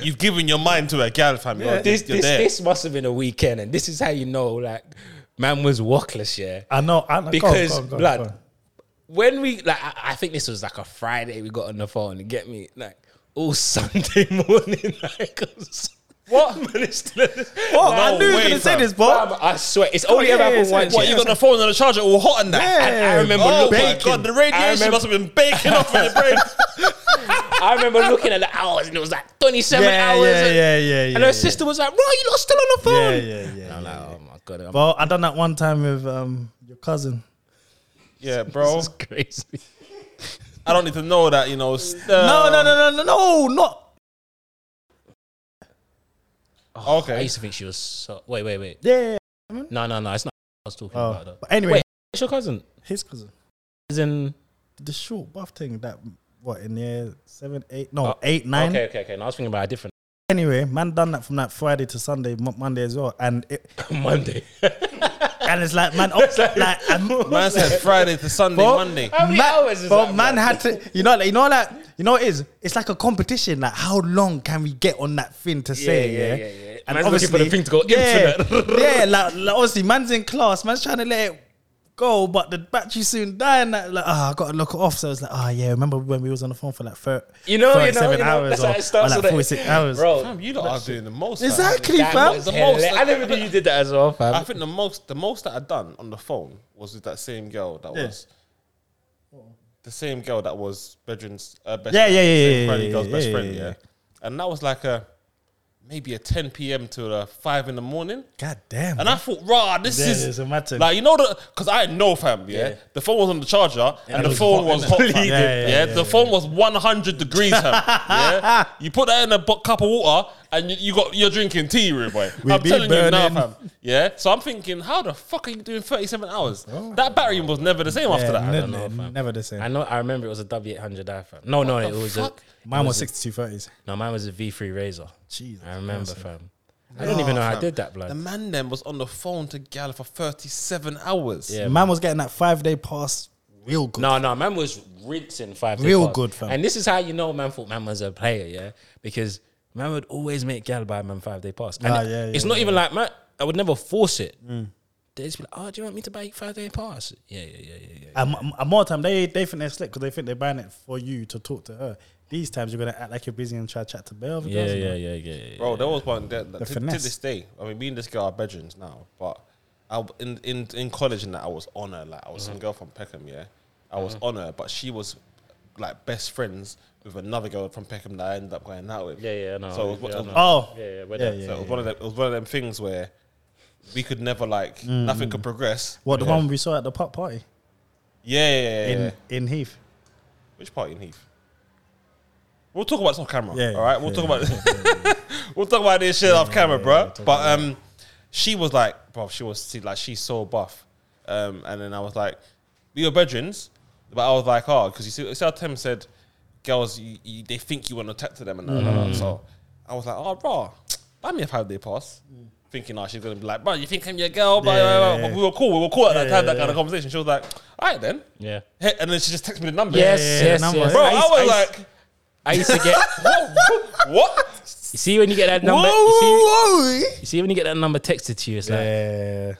[SPEAKER 3] You've given your mind to a gal, fam.
[SPEAKER 1] Uh,
[SPEAKER 3] You're,
[SPEAKER 2] Oh, this
[SPEAKER 3] you're
[SPEAKER 2] this,
[SPEAKER 3] there.
[SPEAKER 2] this must have been a weekend, and this is how you know, like, man was walkless, yeah.
[SPEAKER 1] I know. I know.
[SPEAKER 2] Because
[SPEAKER 1] go on, go on, go on,
[SPEAKER 2] blood.
[SPEAKER 1] go on.
[SPEAKER 2] When we like, I, I think this was like a Friday. We got on the phone. and Get me like all Sunday morning. Like, what? Man, it's still,
[SPEAKER 1] Oh,
[SPEAKER 2] Like,
[SPEAKER 1] I knew you were
[SPEAKER 3] way,
[SPEAKER 1] gonna say
[SPEAKER 3] fam.
[SPEAKER 1] this, bro.
[SPEAKER 2] fam, I swear, it's only
[SPEAKER 1] yeah,
[SPEAKER 2] ever
[SPEAKER 1] yeah,
[SPEAKER 2] happened
[SPEAKER 1] yeah,
[SPEAKER 2] once.
[SPEAKER 1] yeah.
[SPEAKER 3] What, you got the phone on the charger all hot and that?
[SPEAKER 1] Yeah.
[SPEAKER 2] And I remember
[SPEAKER 3] Oh
[SPEAKER 2] looking.
[SPEAKER 3] my god, the radiation
[SPEAKER 2] I remember-
[SPEAKER 3] must have been baking off in the brain.
[SPEAKER 2] I remember looking at the hours, and it was like twenty-seven
[SPEAKER 1] Yeah,
[SPEAKER 2] hours.
[SPEAKER 1] yeah,
[SPEAKER 2] and,
[SPEAKER 1] yeah, yeah, yeah.
[SPEAKER 2] and her sister was like, "Bro, you lot still on the
[SPEAKER 1] yeah,
[SPEAKER 2] phone?"
[SPEAKER 1] yeah, yeah,
[SPEAKER 2] And I'm
[SPEAKER 1] yeah.
[SPEAKER 2] like, "Oh my god, I'm
[SPEAKER 1] Bro, I done that one time with um your cousin.
[SPEAKER 3] Yeah, bro.
[SPEAKER 2] this is crazy."
[SPEAKER 3] I don't need to know that, you know. st-
[SPEAKER 1] No, no, no, no, no, no, not
[SPEAKER 3] Okay.
[SPEAKER 2] I used to think she was so. Wait, wait, wait.
[SPEAKER 1] yeah.
[SPEAKER 2] No, no, no. It's not. I was talking
[SPEAKER 1] Oh,
[SPEAKER 2] about though.
[SPEAKER 1] but anyway,
[SPEAKER 2] Wait. It's your cousin.
[SPEAKER 1] his cousin,
[SPEAKER 2] As in.
[SPEAKER 1] the short buff thing that what in the year seven, eight, no,
[SPEAKER 2] Oh,
[SPEAKER 1] eight, nine.
[SPEAKER 2] Okay, okay, okay. Now I was thinking about a different
[SPEAKER 1] Anyway, man, done that from that Friday to Sunday, Mo- Monday as well, and it,
[SPEAKER 2] Monday.
[SPEAKER 1] and it's like man, oh, like, and-
[SPEAKER 3] Man said Friday to Sunday,
[SPEAKER 1] Bro,
[SPEAKER 3] Monday.
[SPEAKER 2] How many
[SPEAKER 1] man,
[SPEAKER 2] hours is
[SPEAKER 1] bro,
[SPEAKER 2] that,
[SPEAKER 1] man
[SPEAKER 2] bro?
[SPEAKER 1] had to, you know, like, you know, like, you know, what it is. It's like a competition. Like, how long can we get on that thing to say?
[SPEAKER 2] yeah,
[SPEAKER 1] Yeah,
[SPEAKER 2] yeah, yeah. Man's looking for the thing to go
[SPEAKER 1] yeah,
[SPEAKER 2] infinite.
[SPEAKER 1] yeah, like, like, obviously, man's in class. Man's trying to let it go, but the battery soon dying. Like, like oh, I got to lock it off. So it's like, oh yeah, remember when we was on the phone for like thir-
[SPEAKER 2] You know, you know,
[SPEAKER 1] 37
[SPEAKER 2] you know.
[SPEAKER 1] hours
[SPEAKER 2] that's
[SPEAKER 1] or,
[SPEAKER 2] how it starts.
[SPEAKER 1] or
[SPEAKER 2] so
[SPEAKER 1] like
[SPEAKER 2] that-
[SPEAKER 1] forty six hours,
[SPEAKER 2] bro.
[SPEAKER 3] Fam, you lot are doing the most. fam.
[SPEAKER 1] Exactly,
[SPEAKER 2] that
[SPEAKER 1] fam.
[SPEAKER 2] was the
[SPEAKER 3] most-
[SPEAKER 2] most. I never knew you did that as well,
[SPEAKER 3] I
[SPEAKER 2] fam.
[SPEAKER 3] think the most the most that I done on the phone was with that same girl that
[SPEAKER 1] Yeah.
[SPEAKER 3] was the same girl that was bedroom's uh, best
[SPEAKER 1] Yeah,
[SPEAKER 3] friend,
[SPEAKER 1] yeah, yeah,
[SPEAKER 3] same
[SPEAKER 1] yeah,
[SPEAKER 3] Friday
[SPEAKER 1] yeah,
[SPEAKER 3] girl's
[SPEAKER 1] yeah,
[SPEAKER 3] best
[SPEAKER 1] yeah,
[SPEAKER 3] friend,
[SPEAKER 1] yeah.
[SPEAKER 3] yeah. And that was like a maybe a 10 p.m. to uh, five in the morning.
[SPEAKER 1] God damn.
[SPEAKER 3] And I thought, rah, this
[SPEAKER 1] Yeah,
[SPEAKER 3] is
[SPEAKER 1] it's a matter.
[SPEAKER 3] Like you know the because I know fam, yeah?
[SPEAKER 2] Yeah.
[SPEAKER 3] The phone was on the charger and,
[SPEAKER 1] it
[SPEAKER 3] the
[SPEAKER 1] was
[SPEAKER 3] phone
[SPEAKER 1] hot,
[SPEAKER 3] was
[SPEAKER 1] innit?
[SPEAKER 3] hot. fam.
[SPEAKER 1] Yeah, yeah, yeah,
[SPEAKER 3] the phone was 100 degrees. Fam, yeah, you put that in a bo- cup of water, and you, you got you're drinking tea, rude boy.
[SPEAKER 1] We
[SPEAKER 3] I'm
[SPEAKER 1] be
[SPEAKER 3] telling you now,
[SPEAKER 1] burning.
[SPEAKER 3] fam. Yeah. So I'm thinking, how the fuck are you doing 37 hours? that battery was never the same after that.
[SPEAKER 1] ne-
[SPEAKER 2] don't know,
[SPEAKER 1] ne-
[SPEAKER 2] fam.
[SPEAKER 1] Oh. never the same.
[SPEAKER 2] I know. I remember it was a W eight hundred iPhone. No, no, it was
[SPEAKER 3] fuck?
[SPEAKER 2] a
[SPEAKER 1] Mine was sixty two thirties.
[SPEAKER 2] no. Mine was a V three Razor.
[SPEAKER 1] Jesus
[SPEAKER 2] I remember, fam. I don't even know how I did that, blood.
[SPEAKER 3] The man then was on the phone to Gal for 37 hours.
[SPEAKER 2] Yeah.
[SPEAKER 1] Man was getting that five day pass real good.
[SPEAKER 2] No, no, man was rinsing five.
[SPEAKER 1] Real
[SPEAKER 2] pass.
[SPEAKER 1] good, fam.
[SPEAKER 2] And this is how you know man thought man was a player, yeah, because man would always make gal buy man five day pass. And
[SPEAKER 1] Ah, yeah,
[SPEAKER 2] it's
[SPEAKER 1] yeah, Mm.
[SPEAKER 2] not even like man. I would never force it. They just be like, oh, do you want me to buy you five day pass? Yeah, yeah, yeah, yeah, yeah.
[SPEAKER 1] And, m- and more time they they think they're slick because they think they're buying it for you to talk to her. These times you're gonna act like you're busy and try to chat to Bell.
[SPEAKER 2] Yeah, yeah, yeah, yeah, yeah.
[SPEAKER 3] Bro, there was one that, that
[SPEAKER 1] The
[SPEAKER 3] to, to
[SPEAKER 1] finesse.
[SPEAKER 3] this day. I mean, me and this girl are bedrooms now, but I, in, in in college and that I was on her. Like I was some
[SPEAKER 2] Mm-hmm.
[SPEAKER 3] girl from Peckham, yeah. I was on her, but she was like best friends with another girl from Peckham that I ended up going out with.
[SPEAKER 2] Yeah, yeah, I know.
[SPEAKER 3] So it was,
[SPEAKER 2] Yeah, I
[SPEAKER 3] it was-
[SPEAKER 2] know.
[SPEAKER 1] Oh,
[SPEAKER 2] Yeah, yeah, we're
[SPEAKER 1] yeah,
[SPEAKER 2] there.
[SPEAKER 1] yeah,
[SPEAKER 3] so it was
[SPEAKER 1] yeah.
[SPEAKER 3] one of them. It was one of them things where we could never like nothing could progress.
[SPEAKER 1] Mm. What the one we saw at the pop party
[SPEAKER 3] Yeah, yeah, yeah,
[SPEAKER 1] in
[SPEAKER 3] yeah.
[SPEAKER 1] in Heath?
[SPEAKER 3] Which party in Heath? We'll talk about this off camera.
[SPEAKER 1] Yeah,
[SPEAKER 3] all right, we'll
[SPEAKER 1] yeah,
[SPEAKER 3] talk about we'll talk about this shit off camera, bro. but um, she was like, bro, she was see, like she's so buff, um, and then I was like, we were bedrooms, but I was like, oh, because you see, you see how Tim said, girls, you, you, they think you want to talk to them, and that,
[SPEAKER 1] Mm.
[SPEAKER 3] and that. so I was like, oh, bro, buy me a five day pass. Thinking, oh, she's gonna be like, bro, you think I'm your girl? But,
[SPEAKER 1] Mm. Yeah, yeah, yeah.
[SPEAKER 3] but we were cool. We were cool at that
[SPEAKER 1] Yeah,
[SPEAKER 3] time.
[SPEAKER 1] yeah,
[SPEAKER 3] that kind of
[SPEAKER 1] yeah.
[SPEAKER 3] conversation. She was like, all right then.
[SPEAKER 2] yeah.
[SPEAKER 3] Hey, and then she just texted me the number.
[SPEAKER 2] Yes,
[SPEAKER 1] yeah, yeah,
[SPEAKER 2] yes,
[SPEAKER 1] number.
[SPEAKER 2] yes.
[SPEAKER 3] Bro, I,
[SPEAKER 2] I, used,
[SPEAKER 3] was
[SPEAKER 2] I used-
[SPEAKER 3] like,
[SPEAKER 2] I used to get.
[SPEAKER 3] what? what?
[SPEAKER 2] You see when you get that number. You see,
[SPEAKER 1] Whoa,
[SPEAKER 2] you see when you get that number texted to you, it's like
[SPEAKER 1] yeah.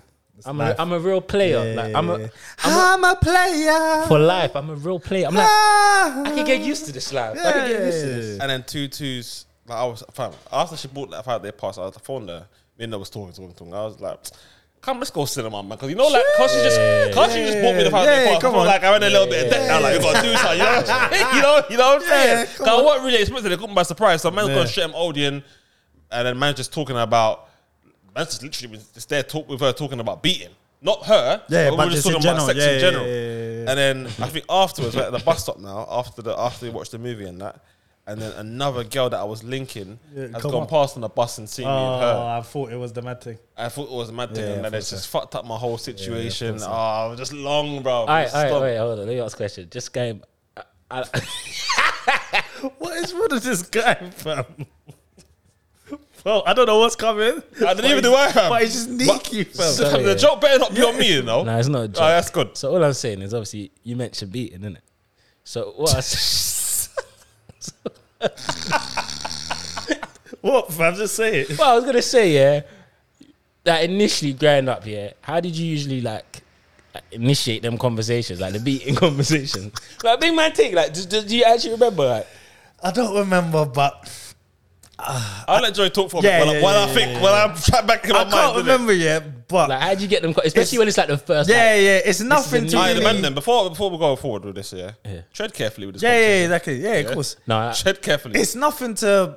[SPEAKER 2] I'm a, I'm a real player. Like I'm a
[SPEAKER 1] I'm a player.
[SPEAKER 2] for life. I'm a real player. I'm like I can get used to this life. I can get used to this.
[SPEAKER 3] And then two twos. Like I was, fam, after she bought that five day pass, I was the phone there. Me and I was talking, talking, talking. I was like, come, let's go cinema, man. Because you know, like, cause she just, cause she just bought me the five
[SPEAKER 1] Yeah,
[SPEAKER 3] day pass. I
[SPEAKER 1] come
[SPEAKER 3] feel
[SPEAKER 1] on.
[SPEAKER 3] like I ran a little bit of debt now. Like, you gotta do something. You know, what I'm saying? you know, you know what I'm saying?
[SPEAKER 1] come
[SPEAKER 3] Cause I wasn't really expecting it. Caught me by surprise. So man's
[SPEAKER 1] Yeah.
[SPEAKER 3] gonna shit him Odeon, and then man's just talking about, man's just literally was just there talk with her talking about beating, not her.
[SPEAKER 1] Yeah, but
[SPEAKER 3] we were just
[SPEAKER 1] just in
[SPEAKER 3] talking
[SPEAKER 1] general.
[SPEAKER 3] about sex
[SPEAKER 1] Yeah,
[SPEAKER 3] in
[SPEAKER 1] yeah,
[SPEAKER 3] general.
[SPEAKER 1] yeah, yeah, yeah.
[SPEAKER 3] And then I think afterwards, we're at the bus stop now, after the after we watched the movie and that, and then another girl that I was linking
[SPEAKER 1] Yeah,
[SPEAKER 3] has
[SPEAKER 1] come
[SPEAKER 3] gone
[SPEAKER 1] on.
[SPEAKER 3] past on the bus and seen
[SPEAKER 1] Oh,
[SPEAKER 3] me and
[SPEAKER 2] Ah.
[SPEAKER 3] her.
[SPEAKER 1] I thought it was the mad thing.
[SPEAKER 3] I thought it was a mad
[SPEAKER 1] Yeah,
[SPEAKER 3] thing,
[SPEAKER 1] yeah,
[SPEAKER 3] and then
[SPEAKER 1] I
[SPEAKER 3] it's
[SPEAKER 1] thought
[SPEAKER 3] just fucked up my whole situation. Oh, it was just long, bro.
[SPEAKER 2] All right,
[SPEAKER 3] Just
[SPEAKER 2] all right,
[SPEAKER 3] stop.
[SPEAKER 2] wait, hold on. Let me ask a question. Just game. I, I,
[SPEAKER 1] What is wrong with this guy, fam? Well, I don't know what's coming.
[SPEAKER 3] I didn't even do I have.
[SPEAKER 1] But it's just sneaky, fam.
[SPEAKER 2] So-
[SPEAKER 3] the
[SPEAKER 2] yeah.
[SPEAKER 3] joke better not be on me, you know.
[SPEAKER 2] nah, it's not a joke.
[SPEAKER 3] Oh, that's good.
[SPEAKER 2] so all I'm saying is obviously you mentioned beating, innit? So what? I s-
[SPEAKER 1] What, fam? Just say it.
[SPEAKER 2] what I was gonna say, yeah, that initially growing up, yeah, how did you usually like? Initiate them conversations, like the beating conversations. Like big man, take like. Do, do, do you actually remember? Like,
[SPEAKER 1] I don't remember, but
[SPEAKER 3] I'll let Joy talk for a
[SPEAKER 1] Yeah,
[SPEAKER 3] bit while,
[SPEAKER 1] yeah,
[SPEAKER 3] while I
[SPEAKER 1] yeah,
[SPEAKER 3] think,
[SPEAKER 1] yeah,
[SPEAKER 3] while I'm trapped back in my
[SPEAKER 1] I
[SPEAKER 3] mind.
[SPEAKER 1] can't
[SPEAKER 3] innit?
[SPEAKER 1] remember yet. But
[SPEAKER 2] like how do you get them? co- Especially when it's like the first.
[SPEAKER 1] yeah,
[SPEAKER 2] like-
[SPEAKER 1] yeah, it's nothing
[SPEAKER 2] new-
[SPEAKER 1] to
[SPEAKER 3] All right,
[SPEAKER 1] really.
[SPEAKER 3] the man then, before before we go forward with this, yeah,
[SPEAKER 2] Yeah.
[SPEAKER 3] tread carefully with this.
[SPEAKER 1] Yeah, yeah,
[SPEAKER 3] conversation.
[SPEAKER 1] yeah, exactly. Yeah, of course.
[SPEAKER 2] No, I-
[SPEAKER 3] tread carefully.
[SPEAKER 1] It's nothing to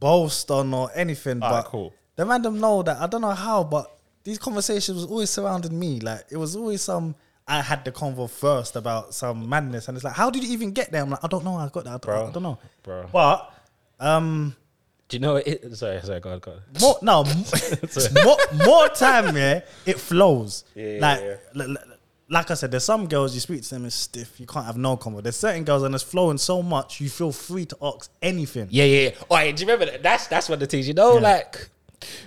[SPEAKER 1] boast on or anything.
[SPEAKER 3] Alright,
[SPEAKER 1] but
[SPEAKER 3] cool.
[SPEAKER 1] the random know that I don't know how, but these conversations was always surrounding me. Like it was always some. I had the convo first about some madness, and it's like, how did you even get there? I'm like, I don't know. I got that. I don't, I don't know.
[SPEAKER 2] Bro.
[SPEAKER 1] But um,
[SPEAKER 2] Do you know? What it, sorry, sorry, God, God.
[SPEAKER 1] more no more, more time yeah it flows
[SPEAKER 3] Yeah,
[SPEAKER 1] like
[SPEAKER 3] yeah,
[SPEAKER 1] li- li- like i said there's some girls you speak to them it's stiff you can't have no convo there's certain girls and it's flowing so much you feel free to ask anything
[SPEAKER 2] Yeah, yeah. yeah. Oh, yeah, do you remember that? That's that's one of the things. You know, like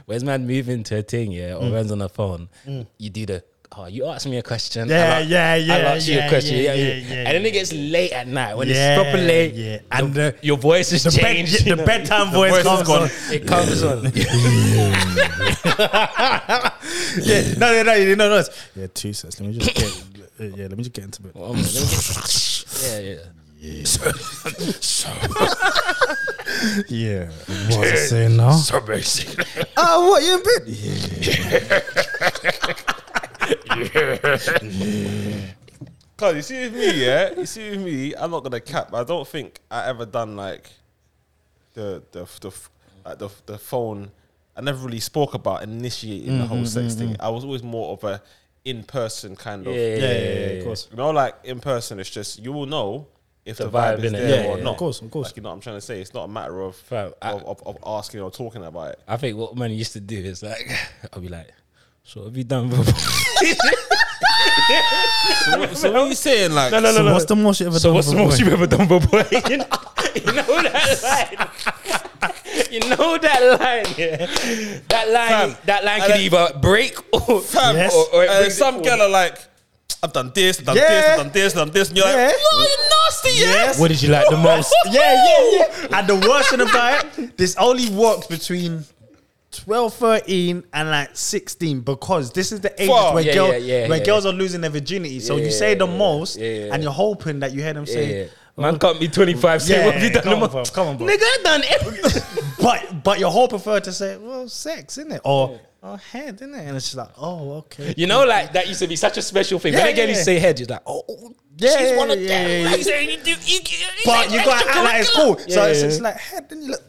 [SPEAKER 2] where's man moving to a thing, yeah,
[SPEAKER 1] Mm.
[SPEAKER 2] or runs on a phone. You do the oh, you ask me a question.
[SPEAKER 1] Yeah,
[SPEAKER 2] I'll a-
[SPEAKER 1] yeah,
[SPEAKER 2] I'll
[SPEAKER 1] yeah,
[SPEAKER 2] ask you a
[SPEAKER 1] yeah,
[SPEAKER 2] question.
[SPEAKER 1] yeah,
[SPEAKER 2] Yeah, yeah,
[SPEAKER 1] yeah, yeah,
[SPEAKER 2] and then it gets late at night when
[SPEAKER 1] Yeah,
[SPEAKER 2] it's proper late.
[SPEAKER 1] yeah.
[SPEAKER 2] and
[SPEAKER 1] And
[SPEAKER 2] the, your voice is
[SPEAKER 1] the, bed-
[SPEAKER 2] changed.
[SPEAKER 1] the
[SPEAKER 2] you know.
[SPEAKER 1] bedtime voice,
[SPEAKER 3] voice is
[SPEAKER 1] comes
[SPEAKER 3] gone.
[SPEAKER 1] on
[SPEAKER 2] It comes on.
[SPEAKER 1] yeah no no no you didn't know this. yeah two sets let me just get uh, yeah let me just get into it
[SPEAKER 2] Oh, man, let me get- yeah, yeah.
[SPEAKER 1] yeah what was i saying now
[SPEAKER 2] So basic.
[SPEAKER 1] oh what you in bed yeah
[SPEAKER 3] Cause you see with me, yeah, you see with me, I'm not gonna cap. I don't think I ever done like the the the f- like the the phone. I never really spoke about initiating the whole
[SPEAKER 2] Mm-hmm,
[SPEAKER 3] sex thing. I was always more of a in person kind of.
[SPEAKER 2] Yeah, yeah,
[SPEAKER 1] yeah, yeah, of course
[SPEAKER 3] You know, like in person, it's just you will know if
[SPEAKER 2] The
[SPEAKER 3] the, vibe,
[SPEAKER 2] vibe,
[SPEAKER 3] is
[SPEAKER 2] innit?
[SPEAKER 3] there
[SPEAKER 1] Yeah,
[SPEAKER 3] or
[SPEAKER 1] yeah,
[SPEAKER 3] not.
[SPEAKER 1] of course, of course.
[SPEAKER 3] Like, you know what I'm trying to say? It's not a matter of
[SPEAKER 2] Fam, I-
[SPEAKER 3] of, of, of asking or talking about it.
[SPEAKER 2] I think what man used to do is like, I'll be like, so have you done before?
[SPEAKER 3] So what are you saying? Like,
[SPEAKER 2] no,
[SPEAKER 1] So what's the most you ever
[SPEAKER 2] So
[SPEAKER 1] done?
[SPEAKER 2] what's the
[SPEAKER 1] before?
[SPEAKER 2] most you've ever done before? you know you know that line. you know that line. Yeah. That line.
[SPEAKER 3] Fam,
[SPEAKER 2] that line
[SPEAKER 3] I
[SPEAKER 2] can
[SPEAKER 3] like-
[SPEAKER 2] either break or
[SPEAKER 3] fam,
[SPEAKER 1] Yes.
[SPEAKER 3] or, or it
[SPEAKER 2] Uh,
[SPEAKER 3] brings
[SPEAKER 2] some
[SPEAKER 3] some
[SPEAKER 2] girl
[SPEAKER 3] girl are like, I've done this, I've done
[SPEAKER 1] Yeah.
[SPEAKER 3] this, I've done this, I've done this, and you're
[SPEAKER 1] Yeah.
[SPEAKER 3] like, no, you're nasty, yes.
[SPEAKER 2] What did you like the most?
[SPEAKER 1] Yeah, yeah, yeah. And the worst thing about it, this only works between 12, 13 and like 16 because this is the age
[SPEAKER 3] Fuck.
[SPEAKER 1] where,
[SPEAKER 2] Yeah,
[SPEAKER 1] girl,
[SPEAKER 2] yeah, yeah,
[SPEAKER 1] where
[SPEAKER 2] yeah.
[SPEAKER 1] girls are losing their virginity. So
[SPEAKER 2] Yeah,
[SPEAKER 1] you say the
[SPEAKER 2] yeah,
[SPEAKER 1] most
[SPEAKER 2] yeah, yeah.
[SPEAKER 1] and you're hoping that you hear them
[SPEAKER 2] Yeah,
[SPEAKER 1] say,
[SPEAKER 2] yeah. Man can't be 25 saying what have you done the
[SPEAKER 1] come, on,
[SPEAKER 2] most?
[SPEAKER 1] bro, come on, bro.
[SPEAKER 2] Nigga, I done everything.
[SPEAKER 1] But, but your whole prefer to say, well, sex, isn't it? Or, oh, head, isn't it? And it's just like, oh, okay.
[SPEAKER 2] You know, like that used to be such a special thing.
[SPEAKER 1] Yeah,
[SPEAKER 2] when a girl
[SPEAKER 1] yeah.
[SPEAKER 2] used to say head, you're like, oh,
[SPEAKER 1] Yeah,
[SPEAKER 2] she's one of
[SPEAKER 1] yeah,
[SPEAKER 2] them.
[SPEAKER 1] yeah, yeah.
[SPEAKER 2] Like, saying you do, you, you,
[SPEAKER 1] But you gotta act like it's cool. so
[SPEAKER 2] Yeah,
[SPEAKER 1] it's,
[SPEAKER 2] yeah.
[SPEAKER 1] it's like, head, then you look.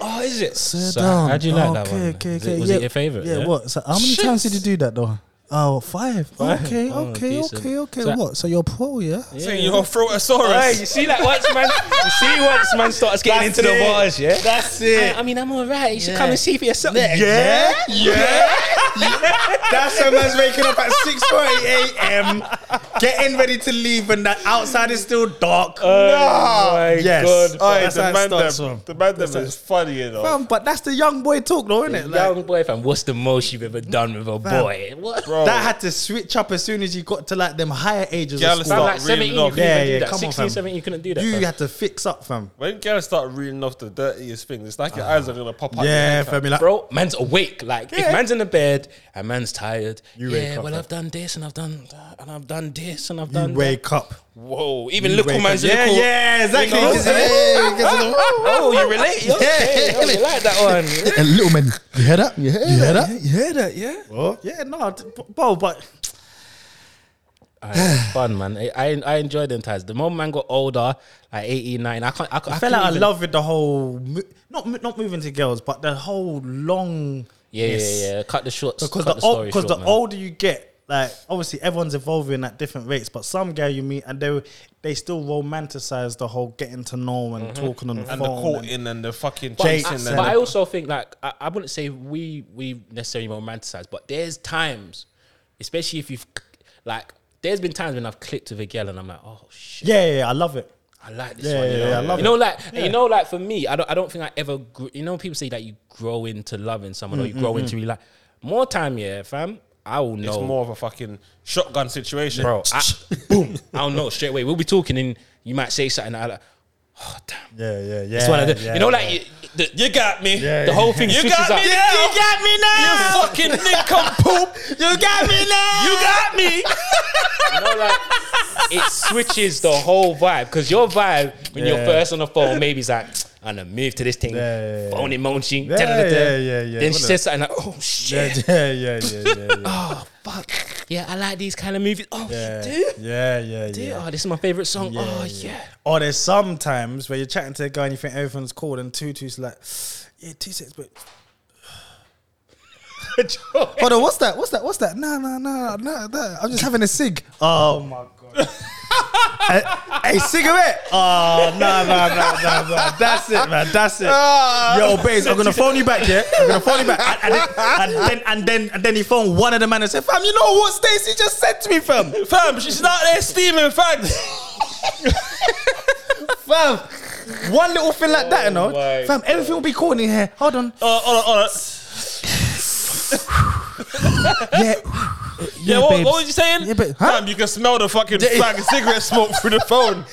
[SPEAKER 2] Oh, is it?
[SPEAKER 1] Sit
[SPEAKER 2] So,
[SPEAKER 1] down.
[SPEAKER 2] How'd you like that
[SPEAKER 1] um, Okay,
[SPEAKER 2] one?
[SPEAKER 1] Okay,
[SPEAKER 2] Is
[SPEAKER 1] okay.
[SPEAKER 2] it, was
[SPEAKER 1] yeah.
[SPEAKER 2] it your favorite?
[SPEAKER 1] Yeah, What? So how many times did you do that though? Oh, five.
[SPEAKER 2] Five.
[SPEAKER 1] Okay,
[SPEAKER 2] Oh,
[SPEAKER 1] okay,
[SPEAKER 2] decent.
[SPEAKER 1] okay, okay.
[SPEAKER 2] So-
[SPEAKER 1] what? So you're pro, yeah?
[SPEAKER 3] Saying you're a
[SPEAKER 2] Hey, you
[SPEAKER 3] Throatosaurus.
[SPEAKER 2] see that once man, you see once man starts getting into the bars, yeah.
[SPEAKER 1] That's it.
[SPEAKER 2] I mean, I'm alright. You should
[SPEAKER 1] Yeah.
[SPEAKER 2] come and see for yourself.
[SPEAKER 1] Yeah, yeah. That's when man's waking up at six forty a.m., getting ready to leave, and the outside is still dark.
[SPEAKER 2] my
[SPEAKER 1] yes.
[SPEAKER 2] God.
[SPEAKER 1] Oh,
[SPEAKER 3] Aye,
[SPEAKER 1] that's how
[SPEAKER 3] the
[SPEAKER 1] it
[SPEAKER 3] man
[SPEAKER 1] starts
[SPEAKER 3] them,
[SPEAKER 1] from.
[SPEAKER 3] the man them is funny, you know.
[SPEAKER 1] Fam, but that's the young boy talk, though, isn't it? Like,
[SPEAKER 2] Young boy, fam, what's the most you've ever done with a boy? What?
[SPEAKER 3] Bro,
[SPEAKER 1] that had to switch up as soon as you got to like them higher ages.
[SPEAKER 3] Girl,
[SPEAKER 1] of
[SPEAKER 3] it's
[SPEAKER 1] school.
[SPEAKER 2] Fam,
[SPEAKER 3] Stop
[SPEAKER 2] like 17,
[SPEAKER 3] reeling
[SPEAKER 2] you
[SPEAKER 3] off.
[SPEAKER 2] couldn't
[SPEAKER 1] Yeah,
[SPEAKER 2] do
[SPEAKER 1] yeah,
[SPEAKER 2] that.
[SPEAKER 1] come on,
[SPEAKER 2] 16,
[SPEAKER 1] fam.
[SPEAKER 2] 17, you couldn't do that.
[SPEAKER 1] you
[SPEAKER 2] fam.
[SPEAKER 1] had to fix up, fam.
[SPEAKER 3] when girls start reading off the dirtiest things, it's like your eyes are gonna pop out.
[SPEAKER 1] Ah. Yeah, fam. You're like,
[SPEAKER 2] Bro, man's awake. Like
[SPEAKER 1] Yeah.
[SPEAKER 2] if man's in the bed and man's tired,
[SPEAKER 1] You wake
[SPEAKER 2] yeah.
[SPEAKER 1] up,
[SPEAKER 2] Well,
[SPEAKER 1] fam.
[SPEAKER 2] I've done this and I've done that and I've done this and I've
[SPEAKER 1] you
[SPEAKER 2] done. that.
[SPEAKER 1] wake up.
[SPEAKER 2] Whoa, even little
[SPEAKER 1] wake
[SPEAKER 2] man's
[SPEAKER 1] up.
[SPEAKER 2] in
[SPEAKER 1] yeah,
[SPEAKER 2] the court.
[SPEAKER 1] yeah, exactly.
[SPEAKER 2] You know?
[SPEAKER 1] Because- yeah, because of
[SPEAKER 2] Oh, you relate? Okay. Oh, you like that one? You
[SPEAKER 1] the- little man, you hear that? You hear, that? You hear that? Yeah. Yeah, no, t- b- bro, but
[SPEAKER 2] Alright, fun man. I, I I enjoyed them times. The moment man got older, like 18, 19, I can't. I, can't-
[SPEAKER 1] I
[SPEAKER 2] I
[SPEAKER 1] fell
[SPEAKER 2] couldn't
[SPEAKER 1] out of
[SPEAKER 2] even-
[SPEAKER 1] love with the whole mo- not mo- not moving to girls, but the whole long.
[SPEAKER 2] Yeah, yeah, yeah. Cut the shorts.
[SPEAKER 1] Because
[SPEAKER 2] cut
[SPEAKER 1] the
[SPEAKER 2] the,
[SPEAKER 1] ol-
[SPEAKER 2] story
[SPEAKER 1] because the
[SPEAKER 2] short, man.
[SPEAKER 1] older you get. Like obviously everyone's evolving at different rates, but some girl you meet and they they still romanticize the whole getting to know and talking on the
[SPEAKER 3] And the
[SPEAKER 1] phone. and-
[SPEAKER 3] courting and the fucking
[SPEAKER 1] But-
[SPEAKER 3] chasing
[SPEAKER 2] I-
[SPEAKER 3] and
[SPEAKER 1] Jason
[SPEAKER 2] but I
[SPEAKER 3] the
[SPEAKER 2] also think like I, I wouldn't say we we necessarily romanticize, but there's times, especially if you've like, there's been times when I've clicked with a girl and I'm like, oh shit,
[SPEAKER 1] yeah, yeah, yeah, I love it.
[SPEAKER 2] I like this
[SPEAKER 1] Yeah,
[SPEAKER 2] one. you
[SPEAKER 1] yeah,
[SPEAKER 2] know?
[SPEAKER 1] yeah, I love
[SPEAKER 2] you know, like and you know, like for me, I don't I don't think I ever. Grew, you know, people say that you grow into loving someone
[SPEAKER 1] Mm,
[SPEAKER 2] or you grow into really like more time. Yeah, fam. I will know.
[SPEAKER 3] it's more of a fucking shotgun situation.
[SPEAKER 2] bro. I, boom. I don't know straight away. We'll be talking, and you might say something. and I like, oh damn.
[SPEAKER 1] Yeah, yeah, yeah.
[SPEAKER 2] That's what I do.
[SPEAKER 1] yeah,
[SPEAKER 2] you know,
[SPEAKER 1] yeah.
[SPEAKER 2] like you, the,
[SPEAKER 3] You got me.
[SPEAKER 1] Yeah,
[SPEAKER 2] the whole thing.
[SPEAKER 3] You
[SPEAKER 2] switches
[SPEAKER 3] got me.
[SPEAKER 2] up.
[SPEAKER 3] now.
[SPEAKER 1] You got me now.
[SPEAKER 3] You fucking nincompoop.
[SPEAKER 1] You got me now.
[SPEAKER 3] You got me.
[SPEAKER 2] You know, like it switches the whole vibe because your vibe when you're
[SPEAKER 1] Yeah.
[SPEAKER 2] first on the phone, maybe it's like. I'm gonna move to this thing.
[SPEAKER 1] Yeah, yeah, yeah.
[SPEAKER 2] Phone emoji.
[SPEAKER 1] Yeah,
[SPEAKER 2] da-da-da-da.
[SPEAKER 1] yeah, yeah, yeah.
[SPEAKER 2] Then she
[SPEAKER 1] What
[SPEAKER 2] says something like, "Oh shit,
[SPEAKER 1] Yeah, yeah, yeah, yeah, yeah. yeah.
[SPEAKER 2] oh fuck, yeah, I like these kind of movies. Oh,
[SPEAKER 1] Yeah,
[SPEAKER 2] you do?
[SPEAKER 1] yeah, yeah,
[SPEAKER 2] Do?
[SPEAKER 1] yeah.
[SPEAKER 2] Oh, this is my favorite song.
[SPEAKER 1] Yeah,
[SPEAKER 2] oh
[SPEAKER 1] yeah.
[SPEAKER 2] yeah.
[SPEAKER 1] Or there's sometimes where you're chatting to a guy and you think everything's cool, and Tutu's like, "Yeah, two sets, but hold on, what's that? What's that? What's that? No, no, no, no, no. I'm just having a cig. Oh my god, a, a cigarette. Oh no, no, no, no, no. That's it, man. That's it.
[SPEAKER 2] Ah.
[SPEAKER 1] Yo, babes, I'm gonna phone you back. Yeah, I'm gonna phone you back. And, and, then, and then and then and then he phoned one of the man and said, "Fam, you know what Stacey just said to me, fam."
[SPEAKER 3] Fam, she's out there steaming fags.
[SPEAKER 1] Fam, one little thing like that, you know.
[SPEAKER 2] my
[SPEAKER 1] Fam, everything will be cool in here. Hold on.
[SPEAKER 3] Uh, hold on, hold on.
[SPEAKER 1] Yeah.
[SPEAKER 3] Yeah, what, what was you saying?
[SPEAKER 1] Yeah, but- huh?
[SPEAKER 3] Fam, you can smell the fucking fag and cigarette smoke through the phone.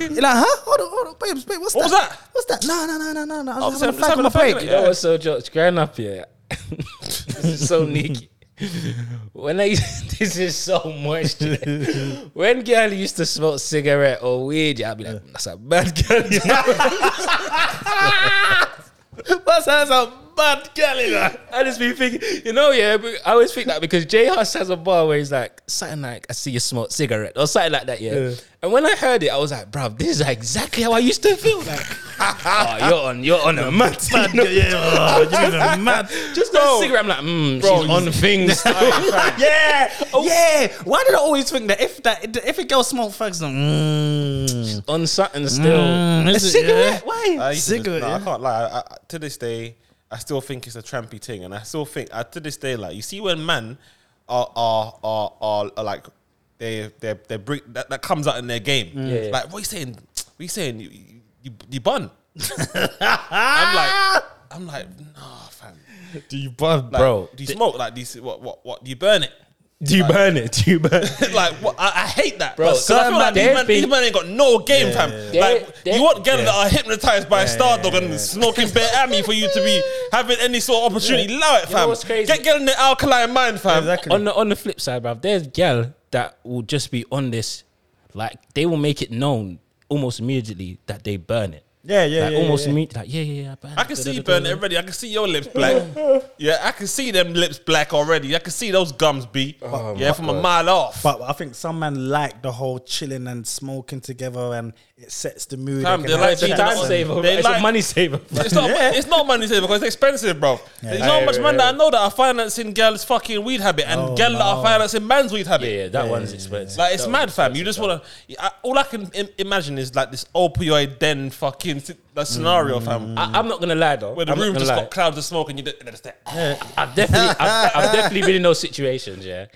[SPEAKER 1] You're like, huh? Hold on, hold on, babes, babe, what's
[SPEAKER 3] What
[SPEAKER 1] that?
[SPEAKER 3] was that?
[SPEAKER 1] What's that? No, no, no, no, no, no. I was
[SPEAKER 3] Oh,
[SPEAKER 1] having a
[SPEAKER 3] so-
[SPEAKER 1] fag on
[SPEAKER 3] so-
[SPEAKER 1] the break.
[SPEAKER 3] so-
[SPEAKER 2] You know what's so jokes? Growing up, yeah. this is so neaky. When I this is so much. when girl used to smoke cigarette or weed, yeah, I'd be like, that's a bad girl. you know?
[SPEAKER 1] What's that? That's a
[SPEAKER 2] bad Gallagher. I just be thinking, you know, yeah, but I always think that because Jay Huss has a bar where he's like, something like, I see you smoke cigarette or something like that, yeah. And when I heard it, I was like, bruv, this is exactly how I used to feel. Like, oh, you're on, you're on a mad
[SPEAKER 1] Bad guy, yeah, oh, you even mad.
[SPEAKER 2] Just no cigarette, I'm like, mm, she's on things.
[SPEAKER 1] Yeah, yeah. Why did I always think that if that if a girl smoked fags, then mm,
[SPEAKER 2] on something still.
[SPEAKER 1] mm,
[SPEAKER 2] a
[SPEAKER 1] is it, yeah?
[SPEAKER 2] cigarette? Why?
[SPEAKER 3] I used to just-
[SPEAKER 1] cigarette.
[SPEAKER 3] nah,
[SPEAKER 1] yeah.
[SPEAKER 3] I can't lie. I, I, to this day, I still think it's a trampy thing, and I still think I, to this day, like you see when men are are are, are, are like they they they bring that, that comes out in their game.
[SPEAKER 1] Mm.
[SPEAKER 2] Yeah, yeah.
[SPEAKER 3] Like what are you saying? What are you saying? You you, you, you bun. I'm
[SPEAKER 1] Ah.
[SPEAKER 3] like I'm like nah, fam.
[SPEAKER 1] Do you bud,
[SPEAKER 3] Like,
[SPEAKER 2] Bro,
[SPEAKER 3] do you smoke? Like, do you, s- what what what? Do you burn it?
[SPEAKER 2] Do you burn it? Do you burn it?
[SPEAKER 3] like what, I, I hate that,
[SPEAKER 2] Bro,
[SPEAKER 3] bro. Because I
[SPEAKER 2] some
[SPEAKER 3] feel
[SPEAKER 2] man-
[SPEAKER 3] like these men,
[SPEAKER 2] they
[SPEAKER 3] these
[SPEAKER 2] think-
[SPEAKER 3] men ain't got no game, fam.
[SPEAKER 2] yeah.
[SPEAKER 3] Like
[SPEAKER 2] They- they-
[SPEAKER 3] you want girls
[SPEAKER 2] yeah.
[SPEAKER 3] that are hypnotized by Stardog and smoking bare ammy for you to be having any sort of opportunity. Allow it,
[SPEAKER 2] You know
[SPEAKER 3] fam.
[SPEAKER 2] what's crazy?
[SPEAKER 3] Get girl in the alkaline mind, fam.
[SPEAKER 1] Exactly.
[SPEAKER 2] on the on the flip side, bruv, there's gal that will just be on this, like they will make it known almost immediately that they burn it.
[SPEAKER 1] Yeah, yeah,
[SPEAKER 2] like
[SPEAKER 1] yeah,
[SPEAKER 2] almost
[SPEAKER 1] yeah.
[SPEAKER 2] immediately, like yeah, yeah, yeah. I, burn
[SPEAKER 3] I
[SPEAKER 2] it.
[SPEAKER 3] can see you burning already. I can see your lips black. yeah, I can see them lips black already. I can see those gums be.
[SPEAKER 2] Oh
[SPEAKER 3] yeah, from a mile off.
[SPEAKER 1] But I think some men like the whole chilling and smoking together, and it sets the mood.
[SPEAKER 3] Fam,
[SPEAKER 1] can
[SPEAKER 3] they
[SPEAKER 1] have
[SPEAKER 3] like
[SPEAKER 2] It's a
[SPEAKER 1] sex.
[SPEAKER 3] cheating
[SPEAKER 2] time
[SPEAKER 3] on-
[SPEAKER 2] saver.
[SPEAKER 3] they
[SPEAKER 2] It's a
[SPEAKER 3] like-
[SPEAKER 2] money saver.
[SPEAKER 3] It's not,
[SPEAKER 1] Yeah.
[SPEAKER 3] it's not money saver because it's expensive, bro. There's not
[SPEAKER 2] Yeah,
[SPEAKER 3] much
[SPEAKER 2] yeah,
[SPEAKER 3] man that I know that are financing girls' fucking weed habit and
[SPEAKER 1] Oh,
[SPEAKER 3] girl that
[SPEAKER 1] no.
[SPEAKER 3] are financing man's weed habit.
[SPEAKER 2] Yeah, yeah, that one's expensive.
[SPEAKER 3] Like it's mad, fam. You just want to. All I can Im- imagine is like this opioid den fucking si- that scenario, fam.
[SPEAKER 2] I, I'm not gonna lie though.
[SPEAKER 3] where the
[SPEAKER 2] Mm. I'm not
[SPEAKER 3] room
[SPEAKER 2] gonna
[SPEAKER 3] just
[SPEAKER 2] lie.
[SPEAKER 3] got clouds of smoke and you just there.
[SPEAKER 2] I've definitely, I've, I've definitely been in those situations, yeah.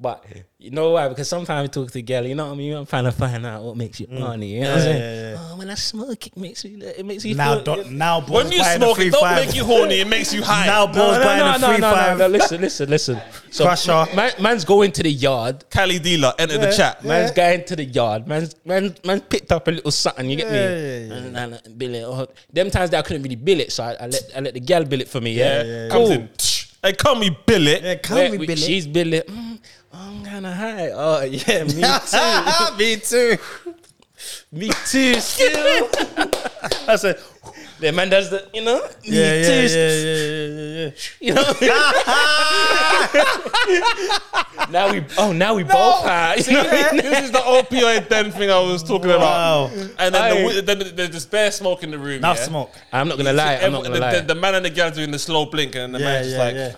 [SPEAKER 2] But you know why? Because sometimes I talk to girl, you know what I mean. I'm trying to find out what makes you horny. You know what I'm saying? Oh, when I smoke, it makes me. It makes you.
[SPEAKER 1] now,
[SPEAKER 2] feel,
[SPEAKER 1] don't, now, boys
[SPEAKER 3] When you
[SPEAKER 1] buying
[SPEAKER 3] smoke,
[SPEAKER 1] a free
[SPEAKER 3] it don't
[SPEAKER 1] five.
[SPEAKER 3] make you horny. It makes you high.
[SPEAKER 1] now, boys buying a free five.
[SPEAKER 2] Listen, listen, listen. So
[SPEAKER 1] Crusher.
[SPEAKER 2] man, man's going to the yard.
[SPEAKER 3] Cali dealer, enter the chat.
[SPEAKER 2] Man's going to the yard. Man's man man picked up a little something. You get me?
[SPEAKER 1] Yeah, yeah, yeah.
[SPEAKER 2] And, and, and bill it. Oh, them times that I couldn't really bill it, so I, I let I let the gal bill it for me. Yeah,
[SPEAKER 3] Yeah, comes in. Hey, call me Billet.
[SPEAKER 1] Yeah, can
[SPEAKER 2] Wait,
[SPEAKER 1] we,
[SPEAKER 2] wait,
[SPEAKER 1] Billy?
[SPEAKER 2] She's bill it. Mm, I'm kind of high. Oh yeah, me too.
[SPEAKER 1] me too.
[SPEAKER 2] Me too, still. I said, the man does the, you know, me
[SPEAKER 1] Yeah, yeah,
[SPEAKER 2] too.
[SPEAKER 1] yeah, yeah, yeah, yeah.
[SPEAKER 2] You know what I mean? now we, oh, now we both high. You know what I mean?
[SPEAKER 3] this is the opioid den thing I was talking
[SPEAKER 1] Wow.
[SPEAKER 3] about. And then,
[SPEAKER 2] Aye.
[SPEAKER 3] the, wi- then there's just bare smoke in the room.
[SPEAKER 1] Enough
[SPEAKER 3] yeah?
[SPEAKER 1] smoke.
[SPEAKER 2] I'm not gonna lie. I'm not
[SPEAKER 3] Every-
[SPEAKER 2] gonna
[SPEAKER 3] the,
[SPEAKER 2] lie.
[SPEAKER 3] The, the man and the girl doing the slow blink, and the
[SPEAKER 1] Yeah,
[SPEAKER 3] man's just
[SPEAKER 1] yeah,
[SPEAKER 3] like,
[SPEAKER 1] yeah.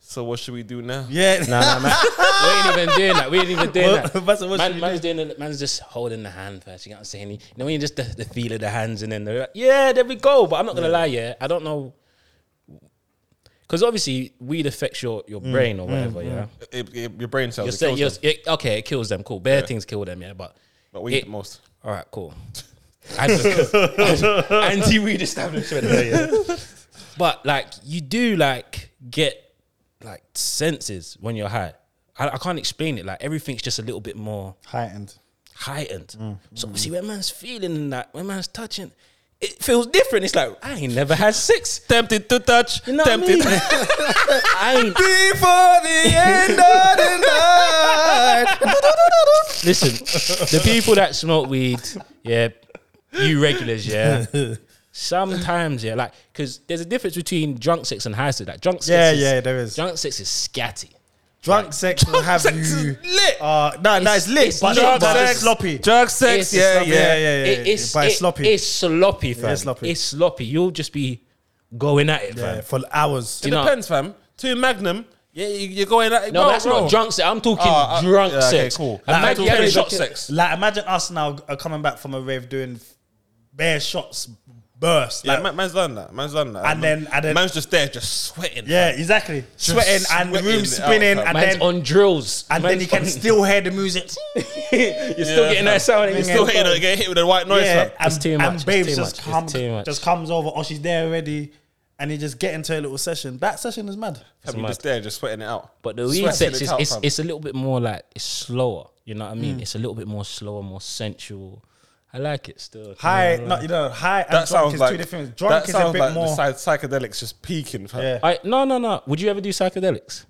[SPEAKER 3] "So what should we do now?"
[SPEAKER 1] Yeah.
[SPEAKER 2] Nah, nah, man. we ain't even doing that. We ain't even doing
[SPEAKER 1] What-
[SPEAKER 2] that.
[SPEAKER 1] what's- what should
[SPEAKER 2] man,
[SPEAKER 1] we
[SPEAKER 2] man's doing the, man's just holding the hand first. You know what I'm saying? You know, when you just the, the feel of the hands and then they're like, yeah, there we go. But I'm not gonna lie, yeah, I don't know, because obviously weed affects your your brain or whatever. yeah,
[SPEAKER 3] It- it- your brain cells.
[SPEAKER 2] you're
[SPEAKER 3] it
[SPEAKER 2] saying
[SPEAKER 3] kills
[SPEAKER 2] you're,
[SPEAKER 3] them.
[SPEAKER 2] yeah, okay, it kills them. Cool, bare things kill them. Yeah, but
[SPEAKER 3] but we eat
[SPEAKER 2] it-
[SPEAKER 3] the most.
[SPEAKER 2] all right, cool. Anti weed establishment. But like you do like get like senses when you're high. I, I can't explain it. Like everything's just a little bit more
[SPEAKER 1] Heightened.
[SPEAKER 2] heightened. So obviously when man's feeling that, when man's touching, it feels different. It's like I ain't never had sex.
[SPEAKER 3] Tempted to touch.
[SPEAKER 2] You know
[SPEAKER 3] tempted.
[SPEAKER 2] what I mean? I ain't
[SPEAKER 1] Before the end of the night.
[SPEAKER 2] listen, the people that smoke weed, yeah, you regulars, yeah. Sometimes, yeah, like because there's a difference between drunk sex and high sex. Like drunk sex,
[SPEAKER 1] Yeah,
[SPEAKER 2] is,
[SPEAKER 1] yeah, there is.
[SPEAKER 2] Drunk sex is scatty.
[SPEAKER 1] Drunk sex will have
[SPEAKER 3] sex is
[SPEAKER 1] you.
[SPEAKER 3] lit.
[SPEAKER 1] Uh, no, no, it's lit.
[SPEAKER 2] It's
[SPEAKER 1] but
[SPEAKER 2] drunk
[SPEAKER 1] but
[SPEAKER 2] sex.
[SPEAKER 1] it's sloppy.
[SPEAKER 3] Drug sex.
[SPEAKER 2] It's
[SPEAKER 3] Yeah,
[SPEAKER 1] sloppy. Yeah,
[SPEAKER 3] yeah,
[SPEAKER 1] yeah.
[SPEAKER 2] It- it's,
[SPEAKER 1] but it's
[SPEAKER 2] it-
[SPEAKER 1] sloppy.
[SPEAKER 2] It's sloppy, fam.
[SPEAKER 1] it's sloppy.
[SPEAKER 2] It's sloppy. You'll just be going at it,
[SPEAKER 1] Yeah,
[SPEAKER 2] fam.
[SPEAKER 1] for hours.
[SPEAKER 3] It
[SPEAKER 2] You know-
[SPEAKER 3] depends, fam. Two Magnum. Yeah, you, you're going like
[SPEAKER 2] No,
[SPEAKER 3] bro,
[SPEAKER 2] that's
[SPEAKER 3] bro.
[SPEAKER 2] not drunk sex. I'm talking
[SPEAKER 1] Ah,
[SPEAKER 3] Oh, uh,
[SPEAKER 2] drunk
[SPEAKER 3] yeah, okay,
[SPEAKER 2] sex.
[SPEAKER 3] cool.
[SPEAKER 2] I'm
[SPEAKER 1] Like,
[SPEAKER 2] talking
[SPEAKER 1] yeah,
[SPEAKER 2] drunk
[SPEAKER 3] drunk
[SPEAKER 2] sex.
[SPEAKER 3] sex.
[SPEAKER 1] Like, imagine us now uh, coming back from a rave doing bare shots, burst.
[SPEAKER 3] Like,
[SPEAKER 1] Like,
[SPEAKER 3] man, man's done that. Man's done that.
[SPEAKER 1] And then- and then-
[SPEAKER 3] man's just there, just sweating.
[SPEAKER 1] yeah, exactly. Sweating and the
[SPEAKER 3] sweating
[SPEAKER 1] room
[SPEAKER 3] it out,
[SPEAKER 1] spinning,
[SPEAKER 3] fam.
[SPEAKER 1] and
[SPEAKER 2] Man's
[SPEAKER 1] then
[SPEAKER 2] on drills.
[SPEAKER 1] and then
[SPEAKER 2] Man's
[SPEAKER 1] you can
[SPEAKER 2] on-
[SPEAKER 1] still hear the music.
[SPEAKER 2] You're still
[SPEAKER 3] Yeah,
[SPEAKER 2] getting that
[SPEAKER 3] fam.
[SPEAKER 2] sound. and
[SPEAKER 3] You
[SPEAKER 2] You're still
[SPEAKER 3] still hitting it, get hit with the white noise.
[SPEAKER 1] Yeah,
[SPEAKER 3] fam.
[SPEAKER 1] and,
[SPEAKER 2] It's too
[SPEAKER 1] and
[SPEAKER 2] much, it's
[SPEAKER 1] babes
[SPEAKER 2] too
[SPEAKER 1] just
[SPEAKER 2] much, it's
[SPEAKER 1] comes
[SPEAKER 2] too much.
[SPEAKER 1] just comes over, or she's there already, and you just get into a little session. That session is mad.
[SPEAKER 3] Fam, you're just there, just sweating it out.
[SPEAKER 2] But the Mm. weed
[SPEAKER 3] Sweating
[SPEAKER 2] sex
[SPEAKER 3] it
[SPEAKER 2] is
[SPEAKER 3] out,
[SPEAKER 2] it's,
[SPEAKER 3] fam.
[SPEAKER 2] it's a little bit more like it's slower. You know what I mean? It's a little bit more slower, more sensual. I like it still.
[SPEAKER 1] High, not you know, high and drunk
[SPEAKER 3] that sounds
[SPEAKER 1] is
[SPEAKER 3] like
[SPEAKER 1] two different. things. Drunk
[SPEAKER 3] that
[SPEAKER 1] is a
[SPEAKER 3] sounds
[SPEAKER 1] bit
[SPEAKER 3] like
[SPEAKER 1] more.
[SPEAKER 3] The psy- psychedelics just peaking. Fam.
[SPEAKER 1] yeah,
[SPEAKER 2] I no no no. Would you ever do psychedelics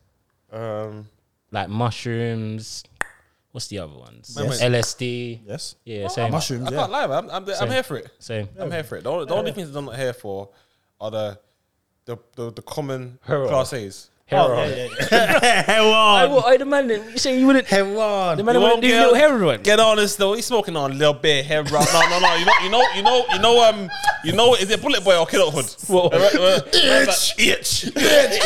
[SPEAKER 3] Um,
[SPEAKER 2] like mushrooms? What's the other ones?
[SPEAKER 3] Yes.
[SPEAKER 2] LSD.
[SPEAKER 1] yes,
[SPEAKER 2] Yeah, same.
[SPEAKER 1] mushrooms.
[SPEAKER 3] I
[SPEAKER 1] Yeah,
[SPEAKER 3] can't lie, man. I'm, I'm, I'm here for it.
[SPEAKER 2] Same.
[SPEAKER 3] I'm here for it. The, only- the only things I'm not here for are the the the, the common
[SPEAKER 2] Hero.
[SPEAKER 3] class A's.
[SPEAKER 2] Hero. I,
[SPEAKER 1] Hello.
[SPEAKER 2] well, I, the man, that- you say you wouldn't.
[SPEAKER 1] Hello.
[SPEAKER 2] The man
[SPEAKER 3] You
[SPEAKER 2] wouldn't
[SPEAKER 3] won't
[SPEAKER 2] do
[SPEAKER 3] get-
[SPEAKER 2] little heroin.
[SPEAKER 3] Get on this though. He's smoking on a little bit hair bro. No, no, no. You know, you know, you know, you know. Um, you know, is it Bullet Boy or Kid Up Hood?
[SPEAKER 2] Whoa.
[SPEAKER 3] Right, right.
[SPEAKER 1] Itch, itch, itch.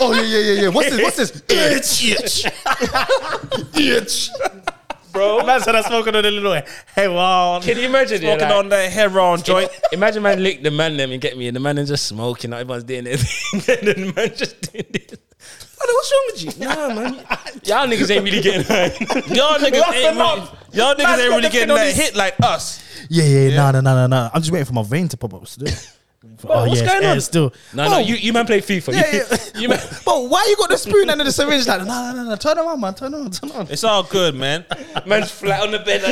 [SPEAKER 4] Oh yeah, yeah, yeah, yeah. What's this? What's this?
[SPEAKER 1] Itch, itch, itch.
[SPEAKER 2] bro.
[SPEAKER 1] And that's what I smoking on a little Hello.
[SPEAKER 2] Can you imagine? yeah,
[SPEAKER 3] Smoking
[SPEAKER 2] like-
[SPEAKER 3] on that hair on joint.
[SPEAKER 2] Imagine man lick the man them and get me, and the man is just smoking. Like everyone's doing their thing, and then the man just doing this. Brother, what's wrong with you? Nah, man. Y'all niggas ain't really getting high.
[SPEAKER 3] Y'all niggas
[SPEAKER 2] Laugh
[SPEAKER 3] ain't
[SPEAKER 2] them
[SPEAKER 3] really,
[SPEAKER 2] up.
[SPEAKER 3] Um, y'all niggas
[SPEAKER 2] Man's
[SPEAKER 3] ain't
[SPEAKER 2] got the
[SPEAKER 3] really getting
[SPEAKER 2] thing on
[SPEAKER 3] that
[SPEAKER 2] his-
[SPEAKER 3] hit like us.
[SPEAKER 1] Yeah, yeah, no, no, no, no, no. I'm just waiting for my vein to pop up still. oh,
[SPEAKER 2] what's
[SPEAKER 1] yeah,
[SPEAKER 2] going
[SPEAKER 1] yeah,
[SPEAKER 2] on?
[SPEAKER 1] Still.
[SPEAKER 2] No, no, you, you man play FIFA.
[SPEAKER 4] Yeah,
[SPEAKER 2] you,
[SPEAKER 4] yeah.
[SPEAKER 2] you man,
[SPEAKER 4] But why you got the spoon under the syringe? Like, no, no, no, no. Turn around, man. Turn around, turn around.
[SPEAKER 3] It's all good, man.
[SPEAKER 2] man's flat on the bed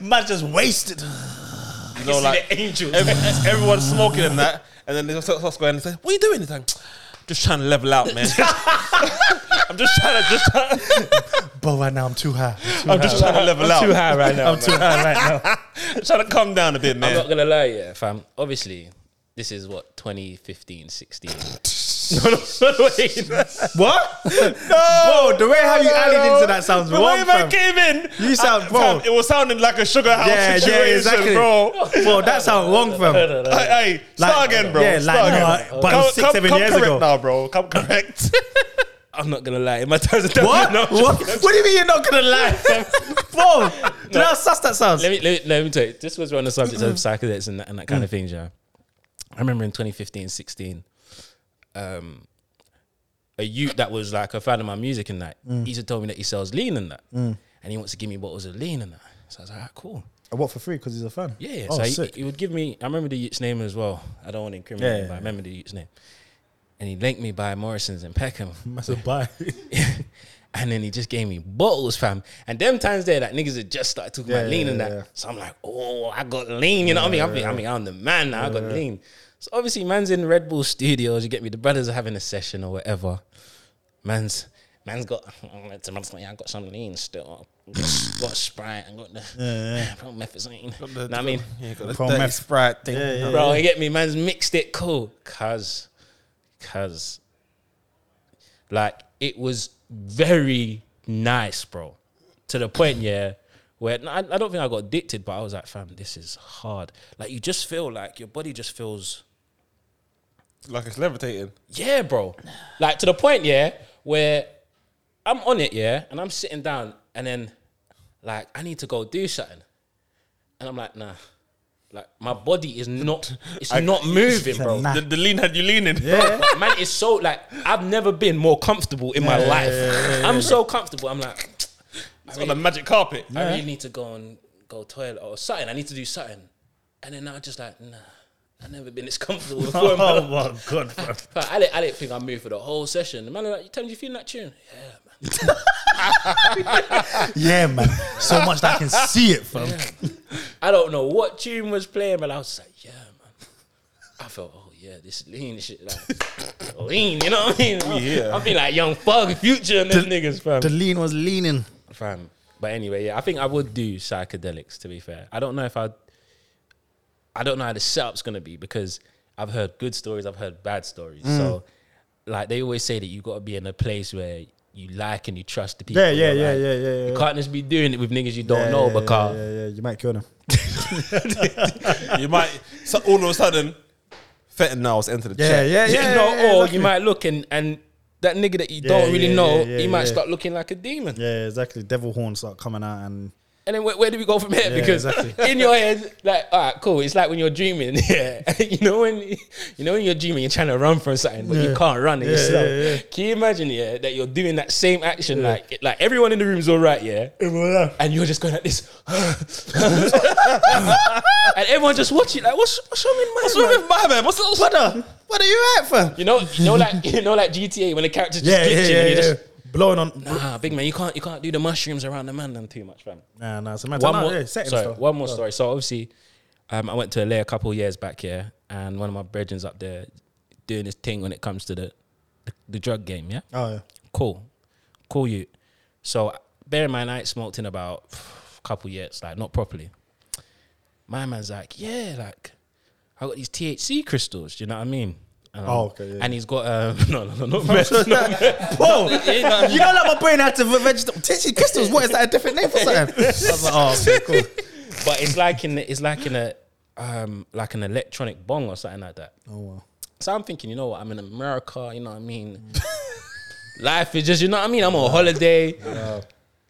[SPEAKER 1] Man, just wasted.
[SPEAKER 3] You know, like
[SPEAKER 2] the angel.
[SPEAKER 3] every, everyone's smoking and that, and then they just starts going and say, "What are you doing?" He's like, "Just trying to level out, man. I'm just trying to, just trying,
[SPEAKER 4] But right now I'm too high. I'm too
[SPEAKER 3] I'm just trying to level
[SPEAKER 2] I'm too
[SPEAKER 3] out.
[SPEAKER 2] high right now. man.
[SPEAKER 1] high right now.
[SPEAKER 3] trying to calm down a bit,
[SPEAKER 2] I'm
[SPEAKER 3] man."
[SPEAKER 2] not gonna lie, yeah, fam. Obviously, this is what 2015, 16. no, no, no, wait.
[SPEAKER 1] What?
[SPEAKER 3] No,
[SPEAKER 1] Bro, the way how you
[SPEAKER 3] added
[SPEAKER 1] added into that sounds
[SPEAKER 3] the
[SPEAKER 1] wrong,
[SPEAKER 3] way
[SPEAKER 1] fam.
[SPEAKER 3] man came in,
[SPEAKER 1] You sound-
[SPEAKER 3] I-
[SPEAKER 1] bro.
[SPEAKER 3] fam, It was sounding like a sugar house
[SPEAKER 1] Yeah, yeah,
[SPEAKER 3] situation,
[SPEAKER 1] exactly.
[SPEAKER 3] bro.
[SPEAKER 1] Bro, that sounds wrong, fam.
[SPEAKER 3] Hey, hey, start again, bro.
[SPEAKER 1] yeah, like,
[SPEAKER 3] start
[SPEAKER 1] no,
[SPEAKER 3] again.
[SPEAKER 1] but it was six, seven years
[SPEAKER 3] correct
[SPEAKER 1] ago.
[SPEAKER 3] now, bro. Come correct.
[SPEAKER 2] I'm not gonna lie. In my times,
[SPEAKER 1] What?
[SPEAKER 2] No,
[SPEAKER 1] what? What do you mean you're not gonna lie? Bro, do you know how sus that sounds?
[SPEAKER 2] let me let me, let me tell you. Just was on the subject of psychedelics and that, and that
[SPEAKER 1] Mm.
[SPEAKER 2] kind of thing, yeah. I remember in 2015, 16, um, a youth that was like a fan of my music and that,
[SPEAKER 1] Mm.
[SPEAKER 2] he used to tell me that he sells lean and that, and he wants to give me bottles of lean and that. So I was like, ah, cool.
[SPEAKER 1] I what for free because he's a fan.
[SPEAKER 2] Yeah, yeah.
[SPEAKER 1] Oh,
[SPEAKER 2] so he,
[SPEAKER 1] sick.
[SPEAKER 2] he would give me. I remember the youth's name as well. I don't want to incriminate
[SPEAKER 1] Yeah,
[SPEAKER 2] him,
[SPEAKER 1] yeah,
[SPEAKER 2] but I
[SPEAKER 1] yeah.
[SPEAKER 2] remember the youth's name. And he linked me by Morrison's in Peckham.
[SPEAKER 1] Massive buy.
[SPEAKER 2] and then he just gave me bottles, fam. And them times there, that niggas had just started talking
[SPEAKER 1] Yeah,
[SPEAKER 2] about lean
[SPEAKER 1] yeah,
[SPEAKER 2] and
[SPEAKER 1] yeah,
[SPEAKER 2] that.
[SPEAKER 1] yeah.
[SPEAKER 2] So I'm like, oh, I got lean. You know what I mean? I mean, I mean, I'm the man now. I got lean. So obviously, man's in Red Bull Studios. You get me? The brothers are having a session or whatever. Man's man's got. It's a man's like, yeah, I got some lean still. got Sprite. I got the promethazine. Know what I mean?
[SPEAKER 1] From dirty Meth.
[SPEAKER 3] Sprite thing.
[SPEAKER 1] Yeah, yeah,
[SPEAKER 2] Bro, you get me? Man's mixed it cool. Cause, cause, like, it was very nice, bro. To the point, yeah, where no, I, I don't think I got addicted, but I was like, fam, this is hard. Like, you just feel like your body just feels,
[SPEAKER 3] Like it's levitating.
[SPEAKER 2] yeah, bro. Like, to the point, yeah, where I'm on it, yeah, and I'm sitting down, and then, like, I need to go do something. And I'm like, nah. Like my body is not, it's not moving, bro.
[SPEAKER 1] Nah.
[SPEAKER 3] The, the lean had you leaning.
[SPEAKER 1] Yeah.
[SPEAKER 2] But man, it's so like I've never been more comfortable in my life. I'm so comfortable. I'm like,
[SPEAKER 3] It's on the magic carpet.
[SPEAKER 2] I really need to go and go toilet or something. I need to do something. And then I'm just like, nah, I've never been this comfortable before. in my
[SPEAKER 1] Oh
[SPEAKER 2] life.
[SPEAKER 1] my god, bro.
[SPEAKER 2] But I didn't, I didn't think I moved for the whole session. The man was like, you tell me you feeling that tune? Yeah, man.
[SPEAKER 1] Yeah, man. So much that I can see it, fam.
[SPEAKER 2] I don't know what tune was playing, but I was like, yeah, man. I felt, oh yeah, this lean shit, like lean. You know what I mean?
[SPEAKER 3] here.
[SPEAKER 2] I feel like young thug, future, and them niggas, fam.
[SPEAKER 1] The lean was leaning.
[SPEAKER 2] fam. But anyway, yeah, I think I would do psychedelics. To be fair, I don't know if I. I don't know how the setup's gonna be because I've heard good stories, I've heard bad stories.
[SPEAKER 1] Mm.
[SPEAKER 2] So, like they always say that you gotta be in a place where you like and you trust the people.
[SPEAKER 1] Yeah, yeah,
[SPEAKER 2] you're
[SPEAKER 1] yeah,
[SPEAKER 2] like-
[SPEAKER 1] yeah, yeah, yeah.
[SPEAKER 2] You can't just be doing it with niggas you don't
[SPEAKER 1] Yeah,
[SPEAKER 2] know.
[SPEAKER 1] yeah,
[SPEAKER 2] because
[SPEAKER 1] yeah, yeah, yeah, you might kill them.
[SPEAKER 3] You might so all of a sudden fentanyl's entered the
[SPEAKER 1] Yeah,
[SPEAKER 3] chat.
[SPEAKER 1] yeah, yeah.
[SPEAKER 2] you
[SPEAKER 1] yeah,
[SPEAKER 2] know,
[SPEAKER 1] yeah,
[SPEAKER 2] or
[SPEAKER 1] exactly.
[SPEAKER 2] you might look and and that nigga that you don't really
[SPEAKER 1] yeah,
[SPEAKER 2] know,
[SPEAKER 1] yeah, yeah,
[SPEAKER 2] he might
[SPEAKER 1] yeah.
[SPEAKER 2] start looking like a demon.
[SPEAKER 1] Yeah, exactly. Devil horns start coming out, and
[SPEAKER 2] And then where, where do we go from here?
[SPEAKER 1] Yeah,
[SPEAKER 2] because
[SPEAKER 1] exactly.
[SPEAKER 2] in your head, like, all right, cool. It's like when you're dreaming. Yeah, you know when you know when you're dreaming, you're trying to run from something, but you can't run. and you're
[SPEAKER 1] Yeah,
[SPEAKER 2] slow.
[SPEAKER 1] yeah, yeah.
[SPEAKER 2] Can you imagine? Yeah, that you're doing that same action. Like, like everyone in the room's all right. Yeah, and you're just going like this, and everyone just watching. Like, what's what's wrong with my
[SPEAKER 3] What's wrong with my man? What's what's
[SPEAKER 1] brother, what are you at for?
[SPEAKER 2] You know, you know, like you know, like GTA when the characters just
[SPEAKER 1] Yeah, yeah,
[SPEAKER 2] glitching
[SPEAKER 1] yeah, yeah.
[SPEAKER 2] and you just.
[SPEAKER 1] blowing on.
[SPEAKER 2] Nah, big man, you can't you can't do the mushrooms around the man them too much, fam.
[SPEAKER 1] Nah, nah, it's a man.
[SPEAKER 2] one
[SPEAKER 1] nah,
[SPEAKER 2] more,
[SPEAKER 1] yeah, setting
[SPEAKER 2] sorry,
[SPEAKER 1] stuff.
[SPEAKER 2] one more story. So obviously, um, I went to LA a couple of years back here, and one of my brethren's up there doing his thing when it comes to the the, the drug game. Yeah,
[SPEAKER 1] Oh, yeah.
[SPEAKER 2] cool, cool you. So bear in mind, I ain't smoked in about a couple of years, like not properly. My man's like, yeah, like I got these THC crystals. Do you know what I mean? Um,
[SPEAKER 1] Oh, okay, yeah.
[SPEAKER 2] And he's got um, no, no, no, not mess. no,
[SPEAKER 1] Bro,
[SPEAKER 2] yeah,
[SPEAKER 1] you know, like my brain had to vegetable. Tissue crystals. What is that? A different name for something? I was like, oh, okay, cool.
[SPEAKER 2] but it's like in the, it's like in a um like an electronic bong or something like that.
[SPEAKER 1] Oh wow.
[SPEAKER 2] So I'm thinking, you know what? I'm in America. You know what I mean? Life is just, you know what I mean? I'm on holiday.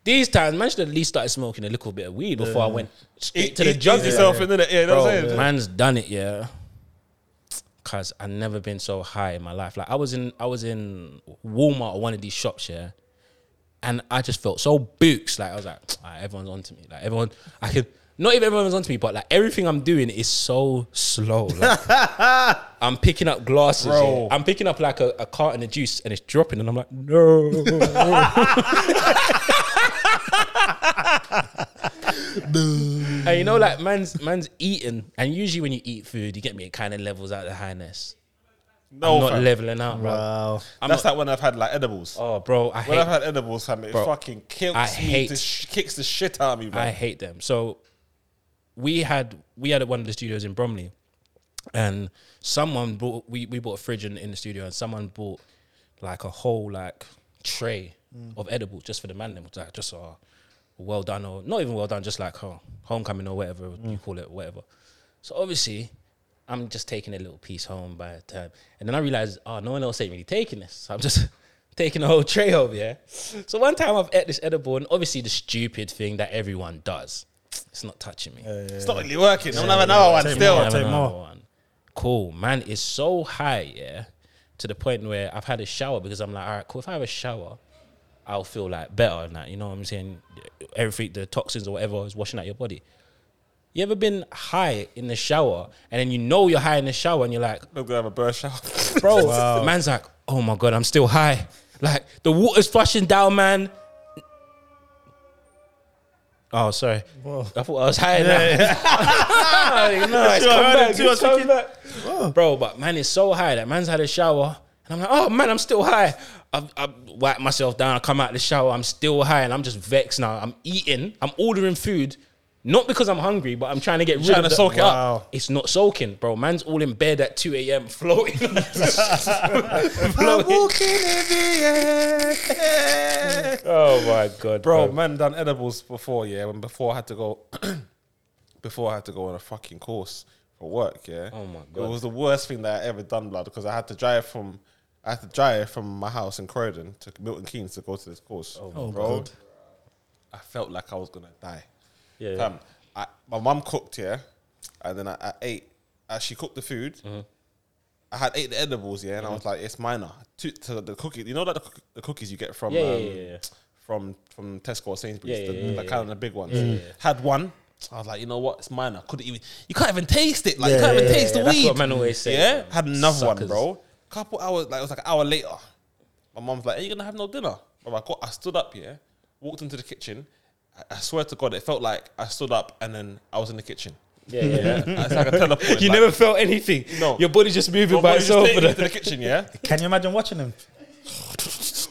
[SPEAKER 2] These times, man, I should at least started smoking a little bit of weed before I went straight to the
[SPEAKER 3] judge
[SPEAKER 2] junkie.
[SPEAKER 3] yourself in it. Yeah, you know what I'm
[SPEAKER 2] Bro,
[SPEAKER 3] saying.
[SPEAKER 2] man's done it, yeah. Cause I never been so high in my life. Like I was in, I was in Walmart or one of these shops, yeah, and I just felt so books. Like I was like, "Ah, everyone's onto me. Like everyone, I could not even everyone's onto me, but like everything I'm doing is so slow. Like, I'm picking up glasses.
[SPEAKER 3] Bro.
[SPEAKER 2] yeah. I'm picking up like a, a carton of juice, and it's dropping, and I'm like, no. And you know, like man's man's eating, and usually when you eat food, you get me, it kind of levels out the highness. I'm
[SPEAKER 3] No,
[SPEAKER 2] not
[SPEAKER 3] Oh, fam.
[SPEAKER 2] leveling out, bro.
[SPEAKER 1] Wow.
[SPEAKER 2] I'm
[SPEAKER 3] that's
[SPEAKER 2] not-
[SPEAKER 3] like when I've had like edibles.
[SPEAKER 2] Oh, bro, I
[SPEAKER 3] when I've
[SPEAKER 2] hate,
[SPEAKER 3] had edibles, fam, it fucking kills
[SPEAKER 2] I
[SPEAKER 3] me.
[SPEAKER 2] hate-
[SPEAKER 3] the sh- kicks the shit out of me, bro.
[SPEAKER 2] I hate them. So we had we had one of the studios in Bromley, and someone bought we we bought a fridge in, in the studio, and someone bought like a whole like tray of edibles just for the man. Them like just uh, well done or not even well done, just like oh, homecoming or whatever you call it, whatever. So obviously. I'm just taking a little piece home by the time. And then I realized, oh, no one else ain't really taking this. So I'm just taking the whole tray home, yeah? So one time I've ate this edible, and obviously the stupid thing that everyone does. It's not touching me.
[SPEAKER 3] It's not really working. I'm gonna have another one
[SPEAKER 1] Take
[SPEAKER 3] still.
[SPEAKER 1] more,
[SPEAKER 2] Have
[SPEAKER 1] take
[SPEAKER 2] another
[SPEAKER 1] more.
[SPEAKER 2] one. Cool, man. It's so high, yeah, to the point where I've had a shower because I'm like, all right, cool. If I have a shower, I'll feel like better and that. You know what I'm saying? Everything, the toxins or whatever is washing out your body. You ever been high in the shower and then you know you're high in the shower and you're like,
[SPEAKER 3] I'm gonna have a burst shower.
[SPEAKER 2] bro. The man's like, oh my god, I'm still high. Like the water's flushing down, man. Oh, sorry. I thought I was high now. no, it's come back, it's come back. Bro, but man, it's so high that man's had a shower. And I'm like, oh man, I'm still high. I've, I've wiped myself down. I come out of the shower. I'm still high and I'm just vexed now. I'm eating. I'm ordering food. Not because I'm hungry, but I'm trying to get rid
[SPEAKER 3] trying
[SPEAKER 2] of
[SPEAKER 3] to
[SPEAKER 2] the-
[SPEAKER 3] soak it up.
[SPEAKER 2] Wow. It's not soaking, bro. Man's all in bed at 2 a.m. floating.
[SPEAKER 1] I'm
[SPEAKER 2] floating.
[SPEAKER 1] walking in the air.
[SPEAKER 2] Oh my god,
[SPEAKER 3] bro, man done edibles before, yeah. When before I had to go, before I had to go on a fucking course for work, yeah.
[SPEAKER 2] Oh my
[SPEAKER 3] it
[SPEAKER 2] God.
[SPEAKER 3] was the worst thing that I ever done, blood, because I had to drive from, I had to drive from my house in Croydon to Milton Keynes to go to this course. Oh, bro, I felt like I was gonna die.
[SPEAKER 2] Yeah.
[SPEAKER 3] Fam, I, my mum cooked, yeah, and then I, I ate. As she cooked the food,
[SPEAKER 2] Mm-hmm.
[SPEAKER 3] I had ate the edibles, yeah, and I was like, it's minor. To, to the cookie, you know, like the, cook- the cookies you get from
[SPEAKER 2] Yeah, yeah,
[SPEAKER 3] um,
[SPEAKER 2] yeah, yeah.
[SPEAKER 3] from from Tesco or Sainsbury's,
[SPEAKER 2] Yeah, yeah,
[SPEAKER 3] the,
[SPEAKER 2] yeah, yeah,
[SPEAKER 3] the kind of the big ones. Had one. I was like, you know what? It's minor. Couldn't even. You can't even taste it. Like you can't even taste the
[SPEAKER 2] That's
[SPEAKER 3] weed.
[SPEAKER 2] what man always say.
[SPEAKER 3] yeah.
[SPEAKER 2] fam.
[SPEAKER 3] Had another one,
[SPEAKER 2] Suckers.
[SPEAKER 3] bro. Couple hours. Like it was like an hour later. My mom's like, "Are you gonna have no dinner?" Bro, I got. I stood up. Yeah. Walked into the kitchen. I, I swear to God, it felt like I stood up and then I was in the kitchen.
[SPEAKER 2] Yeah, yeah.
[SPEAKER 3] It's like a teleport.
[SPEAKER 2] Hmm. You
[SPEAKER 3] like,
[SPEAKER 2] never felt anything.
[SPEAKER 3] No.
[SPEAKER 2] Your body just moving
[SPEAKER 3] my
[SPEAKER 2] by
[SPEAKER 3] body just
[SPEAKER 2] itself.
[SPEAKER 3] taking me
[SPEAKER 2] but-
[SPEAKER 3] to the kitchen. Yeah.
[SPEAKER 1] Can you imagine watching him?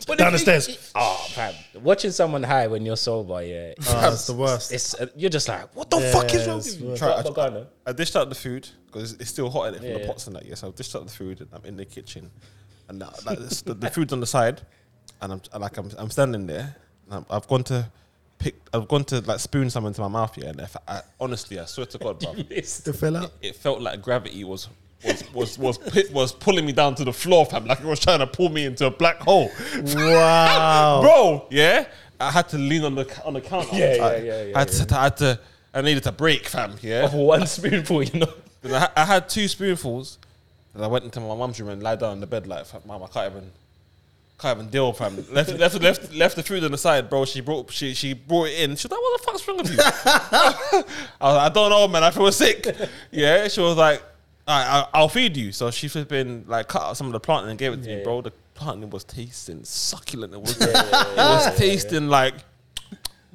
[SPEAKER 2] but
[SPEAKER 1] Down
[SPEAKER 2] the
[SPEAKER 1] the
[SPEAKER 2] thing-
[SPEAKER 1] stairs.
[SPEAKER 2] Oh, fam. Watching someone high when you're sober, yeah.
[SPEAKER 1] Oh, that's the worst.
[SPEAKER 2] It's uh, you're just like, what the fuck is wrong
[SPEAKER 1] Yes,
[SPEAKER 2] with you?
[SPEAKER 1] worst.
[SPEAKER 3] Try- I-
[SPEAKER 2] But- but go on, though.
[SPEAKER 3] I dished out the food because it's still hot in it from
[SPEAKER 2] Yeah,
[SPEAKER 3] the
[SPEAKER 2] yeah.
[SPEAKER 3] pots and that. Yeah, so I dished out the food and I'm in the kitchen, and now, like, this- the, the food's on the side, and I'm and, like I'm, I'm standing there. And I'm, I've gone to pick. I've gone to like spoon something to my mouth here, and if I, honestly, I swear to God, bro,
[SPEAKER 2] It's-
[SPEAKER 1] To fill up.
[SPEAKER 3] it felt like gravity was. Was was was, pi- was pulling me down to the floor, fam. Like it was trying to pull me into a black hole,
[SPEAKER 1] Wow.
[SPEAKER 3] bro. Yeah, I had to lean on the on the counter.
[SPEAKER 2] Yeah, yeah,
[SPEAKER 3] I-
[SPEAKER 2] yeah, yeah,
[SPEAKER 3] I had, To, I had to. I needed to break, fam. Yeah,
[SPEAKER 2] One spoonful, you know.
[SPEAKER 3] Then I, ha- I had two spoonfuls, and I went into my mum's room and lied down on the bed like, "Fuck, "Mum, I can't even, can't even deal, fam." Left, left, left, left the food on the side, bro. She brought, she, she brought it in. She was like, "What the fuck's wrong with you?" I was like, "I don't know, man. I feel sick." Yeah, she was like, "All right, I, I'll feed you." So she flipped in, like, cut out some of the plantain and gave it to me, bro. The plantain was tasting succulent. It was, it was tasting like.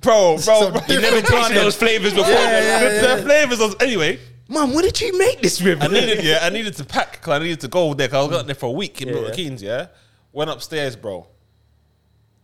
[SPEAKER 3] Bro, bro, bro.
[SPEAKER 1] You never tasted
[SPEAKER 2] those
[SPEAKER 3] flavors before. the, the flavors was anyway.
[SPEAKER 2] Mom, what did you make this with?
[SPEAKER 3] I needed, yeah, I needed to pack because I needed to go there because I was out there for a week in
[SPEAKER 2] Yeah,
[SPEAKER 3] Milton
[SPEAKER 2] yeah.
[SPEAKER 3] Keynes, yeah. Went upstairs, bro.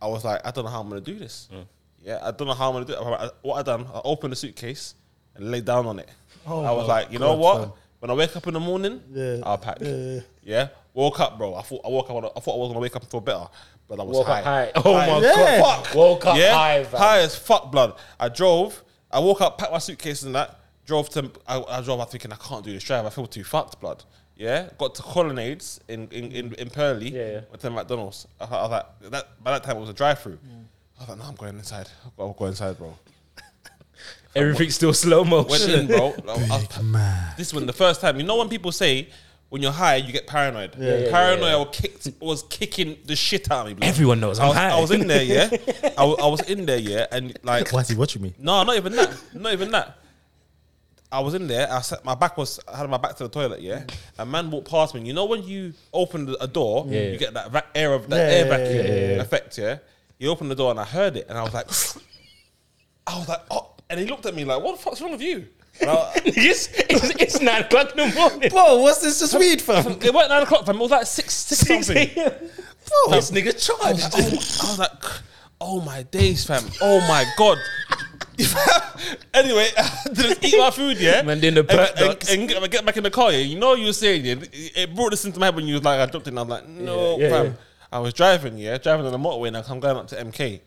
[SPEAKER 3] I was like, I don't know how I'm going to do this.
[SPEAKER 2] Mm.
[SPEAKER 3] Yeah, I don't know how I'm going to do it. I- I- What I done, I opened the suitcase and lay down on it. I was like, you know
[SPEAKER 1] God,
[SPEAKER 3] what?
[SPEAKER 1] fam.
[SPEAKER 3] When I wake up in the morning,
[SPEAKER 1] Yeah,
[SPEAKER 3] I'll pack.
[SPEAKER 1] yeah, yeah.
[SPEAKER 3] Yeah. Woke up, bro. I thought I woke up. on a- I thought I was gonna wake up and feel better, but I was
[SPEAKER 2] Woke
[SPEAKER 3] high.
[SPEAKER 2] up high. Oh my
[SPEAKER 1] Yeah.
[SPEAKER 2] god.
[SPEAKER 3] Fuck.
[SPEAKER 2] Woke up high. fam.
[SPEAKER 3] high as fuck, blood. I drove. I woke up, packed my suitcases and that. Drove to. I, I drove. I'm thinking I can't do this drive. I feel too fucked, blood. Yeah. Got to Colonnades in in in, in Purley.
[SPEAKER 2] Yeah, yeah.
[SPEAKER 3] Went to McDonald's. I, I was like, that by that time it was a drive-through.
[SPEAKER 2] Mm.
[SPEAKER 3] I was like, no, I'm going inside. I'll go inside, bro.
[SPEAKER 2] Everything's still slow
[SPEAKER 3] Went
[SPEAKER 2] motion.
[SPEAKER 3] in, bro. I was- I was- This was the first time. You know when people say when you're high, you get paranoid.
[SPEAKER 2] yeah,
[SPEAKER 3] Paranoia was kicked was kicking the shit out of me. Blood.
[SPEAKER 2] Everyone knows
[SPEAKER 3] I
[SPEAKER 2] I'm
[SPEAKER 3] was,
[SPEAKER 2] high.
[SPEAKER 3] I was in there, yeah. I wa- I was in there, yeah, and like
[SPEAKER 1] Why is he watching me?
[SPEAKER 3] no, not even that. Not even that. I was in there. I sat, my back was. I had my back to the toilet. Yeah, a man walked past me. You know when you open the- a door,
[SPEAKER 2] Yeah.
[SPEAKER 3] you get that va- air of that
[SPEAKER 1] Yeah,
[SPEAKER 3] air
[SPEAKER 1] yeah,
[SPEAKER 3] vacuum
[SPEAKER 1] yeah, yeah,
[SPEAKER 3] effect. Yeah, you opened the door and I heard it, and I was like, I was like, oh, and he looked at me like, what the fuck's wrong with you? And I-
[SPEAKER 2] it's, it's, it's nine o'clock in the morning.
[SPEAKER 4] Bro, what's this just weed, fam?
[SPEAKER 3] it weren't nine o'clock. Fam. It was like six, six,
[SPEAKER 2] Six
[SPEAKER 3] something.
[SPEAKER 2] a.m.
[SPEAKER 4] Bro, this nigga
[SPEAKER 3] I was,
[SPEAKER 4] charged.
[SPEAKER 3] like, oh, my- I was like, oh my days, fam. Oh my god. anyway, I just eat my food, yeah.
[SPEAKER 2] Man, doing the
[SPEAKER 3] and,
[SPEAKER 2] Burt
[SPEAKER 3] and,
[SPEAKER 2] Ducks.
[SPEAKER 3] and get, get back in the car, yeah. You know what you were saying, yeah. It- It brought this into my head when you was like, I dropped it, and I was like, no,
[SPEAKER 2] Yeah, yeah,
[SPEAKER 3] fam.
[SPEAKER 2] yeah.
[SPEAKER 3] I was driving, yeah, driving on the motorway, and I'm going up to MK,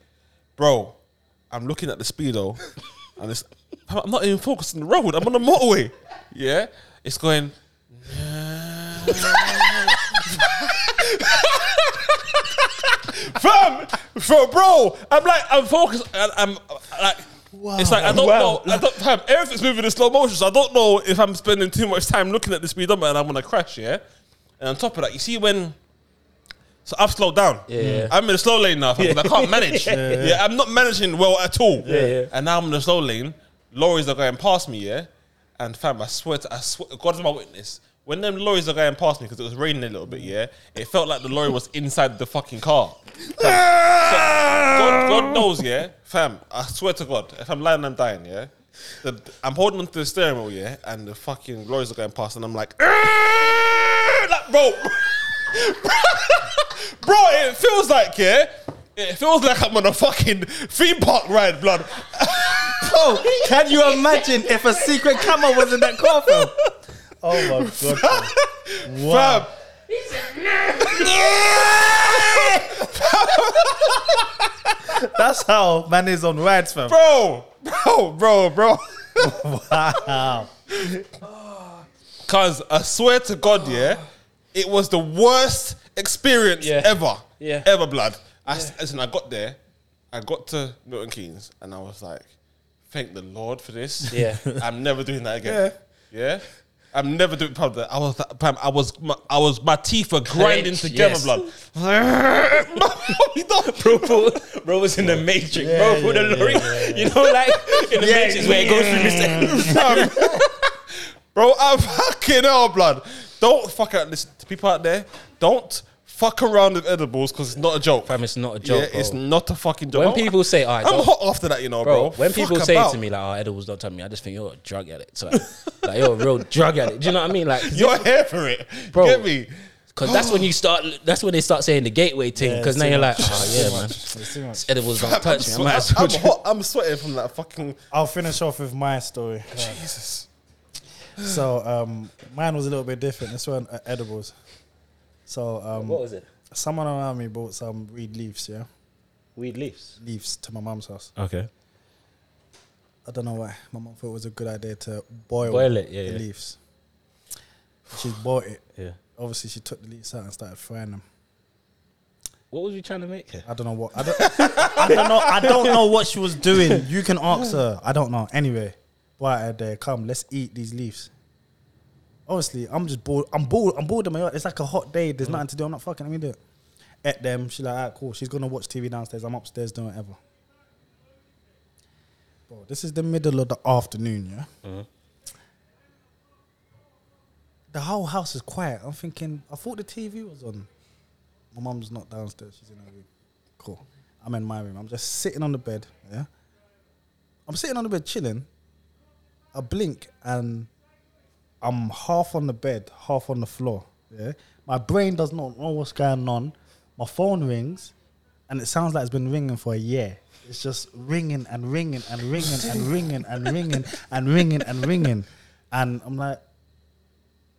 [SPEAKER 3] bro. I'm looking at the speedo, and it's I'm not even focused on the road. I'm on the motorway, yeah. It's going. fam, bro, bro. I'm like, I'm focused. I, I'm like, it's like I don't
[SPEAKER 2] Wow.
[SPEAKER 3] know. I don't have everything's moving in slow motion. So I don't know if I'm spending too much time looking at the speedometer and I'm gonna crash. Yeah, and on top of that, you see when. So I've slowed down.
[SPEAKER 2] Yeah.
[SPEAKER 3] I'm in the slow lane now. fam, 'cause I can't manage. yeah, I'm not managing well at all.
[SPEAKER 2] yeah.
[SPEAKER 3] And now I'm in the slow lane. Lorries are going past me. Yeah, and fam, I swear, to, I swear, God's my witness. When them lorries are going past me because it was raining a little bit, yeah, it felt like the lorry was inside the fucking car. God, God knows, yeah, fam. I swear to God, if I'm lying, I'm dying, yeah. The, I'm holding onto the steering wheel, yeah, and the fucking lorries are going past, and I'm like, "Argh!" like bro, bro, it feels like, yeah, it feels like I'm on a fucking theme park ride, blood.
[SPEAKER 1] Bro, can you imagine if a secret camera was in that car, fam? Oh my god.
[SPEAKER 3] Fam.
[SPEAKER 1] That's how man is on rides, fam.
[SPEAKER 3] bro, bro, bro, bro.
[SPEAKER 1] Wow.
[SPEAKER 3] Cause I swear to God, yeah, it was the worst experience
[SPEAKER 2] Yeah.
[SPEAKER 3] ever.
[SPEAKER 2] Yeah.
[SPEAKER 3] Ever, blood. I, s- Listen, I got there, I got to Milton Keynes, and I was like, thank the Lord for this.
[SPEAKER 2] Yeah.
[SPEAKER 3] I'm never doing that again. Yeah. I'm never doing pub that. I was, like, fam, I was, my, I was, my teeth were grinding
[SPEAKER 2] Clenched,
[SPEAKER 3] together,
[SPEAKER 2] yes.
[SPEAKER 3] blood. You know?
[SPEAKER 2] Bro, bro, bro was in the Matrix. bro, for the lorry. You know, like in the Matrix where it goes through this.
[SPEAKER 3] Fam. Bro, I'm fucking hell, blood. Don't fuck out. Listen to people out there. Don't fuck around with edibles because it's not a joke.
[SPEAKER 2] Fam, it's not a joke.
[SPEAKER 3] yeah,
[SPEAKER 2] bro.
[SPEAKER 3] it's not a fucking joke.
[SPEAKER 2] when people say, "All right,
[SPEAKER 3] I'm
[SPEAKER 2] don't-
[SPEAKER 3] hot after that, you know, bro.
[SPEAKER 2] bro, when people
[SPEAKER 3] Fuck
[SPEAKER 2] say
[SPEAKER 3] about.
[SPEAKER 2] to me like, "Oh, edibles don't touch me," I just think you're a drug addict. So, like, like, you're a real drug addict. Do you know what I mean? Like,
[SPEAKER 3] you're here for it,
[SPEAKER 2] Bro.
[SPEAKER 3] get me?
[SPEAKER 2] because that's when you start. That's when they start saying the gateway thing.
[SPEAKER 1] Yeah,
[SPEAKER 2] Because now
[SPEAKER 1] too
[SPEAKER 2] you're like,
[SPEAKER 1] much.
[SPEAKER 2] "Oh yeah, man,
[SPEAKER 1] It's too much.
[SPEAKER 2] edibles don't touch me." I
[SPEAKER 3] So
[SPEAKER 2] might
[SPEAKER 3] I'm,
[SPEAKER 2] as well
[SPEAKER 3] I'm hot. I'm sweating from that fucking
[SPEAKER 1] I'll finish off with my story.
[SPEAKER 3] Jesus.
[SPEAKER 1] So um, mine was a little bit different. This one uh, edibles. So um,
[SPEAKER 2] was it?
[SPEAKER 1] someone around me bought some reed leaves, yeah,
[SPEAKER 2] Weed leaves.
[SPEAKER 1] leaves to my mum's house.
[SPEAKER 2] Okay.
[SPEAKER 1] I don't know why. My mum thought it was a good idea to boil,
[SPEAKER 2] Boil it, yeah,
[SPEAKER 1] the
[SPEAKER 2] yeah.
[SPEAKER 1] leaves. She bought it.
[SPEAKER 2] Yeah.
[SPEAKER 1] Obviously, she took the leaves out and started frying them.
[SPEAKER 2] What was you trying to make? here?
[SPEAKER 1] I don't know what. I don't, I don't know. I don't know what she was doing. You can ask her. I don't know. Anyway, why there? Come, let's eat these leaves. Obviously, I'm just bored. I'm bored. I'm bored of my yard. It's like a hot day. There's nothing to do. I'm not fucking. Let me do it. At them. She's like, alright, cool. She's gonna watch TV downstairs. I'm upstairs doing whatever. Bro, this is the middle of the afternoon. Yeah. The whole house is quiet. I'm thinking. I thought the TV was on. My mum's not downstairs. She's in her room. Cool. I'm in my room. I'm just sitting on the bed. Yeah. I'm sitting on the bed chilling. I blink and I'm half on the bed, half on the floor. Yeah. My brain does not know what's going on. My phone rings and it sounds like it's been ringing for a year. It's just ringing and ringing and ringing and ringing and ringing and ringing and ringing. And I'm like,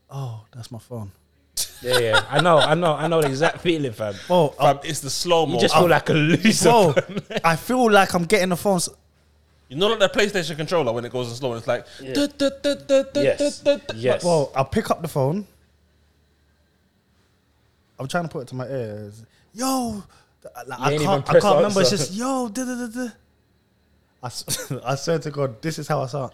[SPEAKER 1] oh, that's my phone.
[SPEAKER 2] Yeah, yeah. I know, I know, I know the exact feeling, fam.
[SPEAKER 1] Oh,
[SPEAKER 3] Fam, it's the slow mo.
[SPEAKER 2] You just feel like a loser.
[SPEAKER 1] bro,
[SPEAKER 2] fam.
[SPEAKER 1] I feel like I'm getting the phones.
[SPEAKER 3] You know, like the PlayStation controller when it goes slow, and it's like. duh, duh, duh, duh, duh,
[SPEAKER 2] Yes.
[SPEAKER 3] duh, duh.
[SPEAKER 2] Yes.
[SPEAKER 1] Bro, I'll pick up the phone. I'm trying to put it to my ears. Yo, like, I
[SPEAKER 2] ain't even
[SPEAKER 1] can't, I
[SPEAKER 2] press
[SPEAKER 1] can't remember. It's
[SPEAKER 2] answer.
[SPEAKER 1] just yo. Da, da, da, da. I, s- I swear to God, this is how I sound.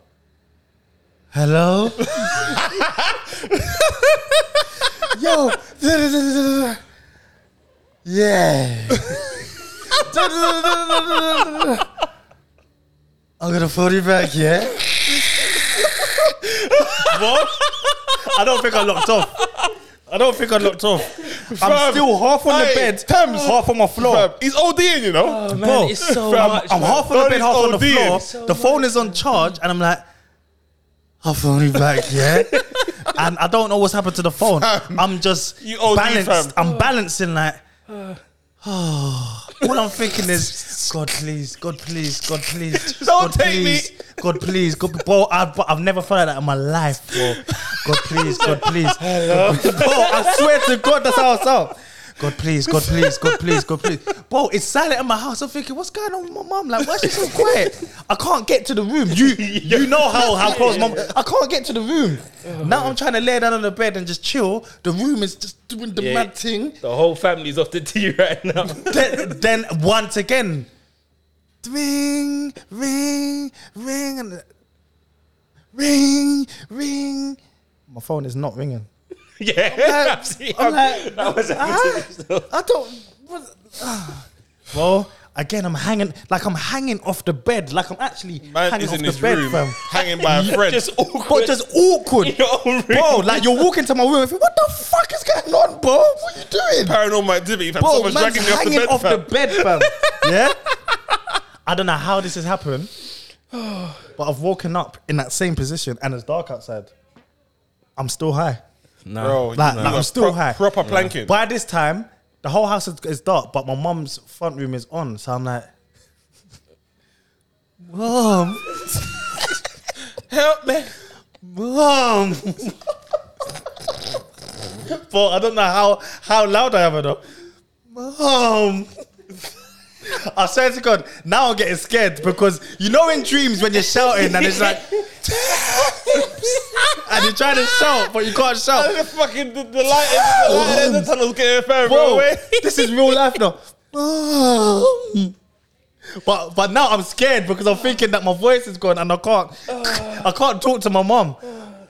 [SPEAKER 1] Hello. yo. da, da, da, da, da, da. Yeah. Da, da, da, da, da, da, da, da, da. I'm gonna fold you back, yeah.
[SPEAKER 3] What?
[SPEAKER 1] I don't think I locked off. I don't think I locked off.
[SPEAKER 3] Fam,
[SPEAKER 1] I'm still half on the
[SPEAKER 3] hey,
[SPEAKER 1] bed,
[SPEAKER 3] Thames.
[SPEAKER 1] half on my floor.
[SPEAKER 3] Fam, he's ODing, you know.
[SPEAKER 2] man,
[SPEAKER 1] Bro,
[SPEAKER 2] it's so
[SPEAKER 1] fam,
[SPEAKER 2] much.
[SPEAKER 1] I'm
[SPEAKER 2] man.
[SPEAKER 1] half on the
[SPEAKER 3] That
[SPEAKER 1] bed,
[SPEAKER 3] is
[SPEAKER 1] half on the
[SPEAKER 3] OD.
[SPEAKER 1] floor.
[SPEAKER 3] So
[SPEAKER 1] the phone is on charge, and I'm like, I'll phone you back, yeah. and I don't know what's happened to the phone. I'm just
[SPEAKER 3] You OD, fam.
[SPEAKER 1] balanced. I'm balancing like. All I'm thinking is, God please, God please, God please,
[SPEAKER 3] Don't
[SPEAKER 1] God
[SPEAKER 3] take me.
[SPEAKER 1] please, God please, God, bro. I've, I've never felt like that in my life, bro. God please, God please, Hello. bro. I swear to God, that's how I sound. God please, God please, God please, God please, bro. It's silent in my house. I'm thinking, what's going on with my mum? Like, why is she so quiet? I can't get to the room. You, you know how how close mum. I can't get to the room. now I'm trying to lay down on the bed and just chill. The room is just doing the
[SPEAKER 2] Yeah.
[SPEAKER 1] mad thing
[SPEAKER 2] The whole family's off the tee right now.
[SPEAKER 1] then, then once again, ring, ring, ring, and ring, ring. My phone is not ringing.
[SPEAKER 2] yeah,
[SPEAKER 1] like-
[SPEAKER 2] I've seen-
[SPEAKER 1] I'm like,
[SPEAKER 2] that was
[SPEAKER 1] Ah,
[SPEAKER 2] happening. to me.
[SPEAKER 1] I don't. What, ah." well, again, I'm hanging like I'm hanging off the bed, like I'm actually
[SPEAKER 3] Man
[SPEAKER 1] hanging
[SPEAKER 3] is
[SPEAKER 1] off
[SPEAKER 3] in
[SPEAKER 1] the
[SPEAKER 3] his
[SPEAKER 1] bed,
[SPEAKER 3] room,
[SPEAKER 1] fam.
[SPEAKER 3] hanging by a friend.
[SPEAKER 2] Just awkward.
[SPEAKER 1] But just awkward,
[SPEAKER 2] In your own room.
[SPEAKER 1] bro. Like you're walking to my room, and think, what the fuck is going on, bro? What are you doing?
[SPEAKER 3] paranormal activity. Fam.
[SPEAKER 1] Bro,
[SPEAKER 3] Someone's
[SPEAKER 1] man's
[SPEAKER 3] dragging me off the
[SPEAKER 1] hanging
[SPEAKER 3] bed.
[SPEAKER 1] off the bed,
[SPEAKER 3] fam.
[SPEAKER 1] fam. yeah? I don't know how this has happened, but I've woken up in that same position and it's dark outside. I'm still high.
[SPEAKER 2] no.
[SPEAKER 3] Bro,
[SPEAKER 1] Like-
[SPEAKER 3] you
[SPEAKER 1] like,
[SPEAKER 3] were
[SPEAKER 1] I'm still high.
[SPEAKER 3] Proper planking.
[SPEAKER 1] By this time, the whole house is, is dark, but my mum's front room is on. So I'm like, Mom,
[SPEAKER 3] Help me.
[SPEAKER 1] Mom. but I don't know how, how loud I am enough. Mom. I swear to God, now I'm getting scared because you know in dreams when you're shouting and it's like and you're trying to shout but you can't shout.
[SPEAKER 3] The fucking the, the light in the, light in the tunnel's getting further
[SPEAKER 1] Bro,
[SPEAKER 3] away.
[SPEAKER 1] this is real life now. Mom. But but now I'm scared because I'm thinking that my voice is gone and I can't I can't talk to my mom. Bro,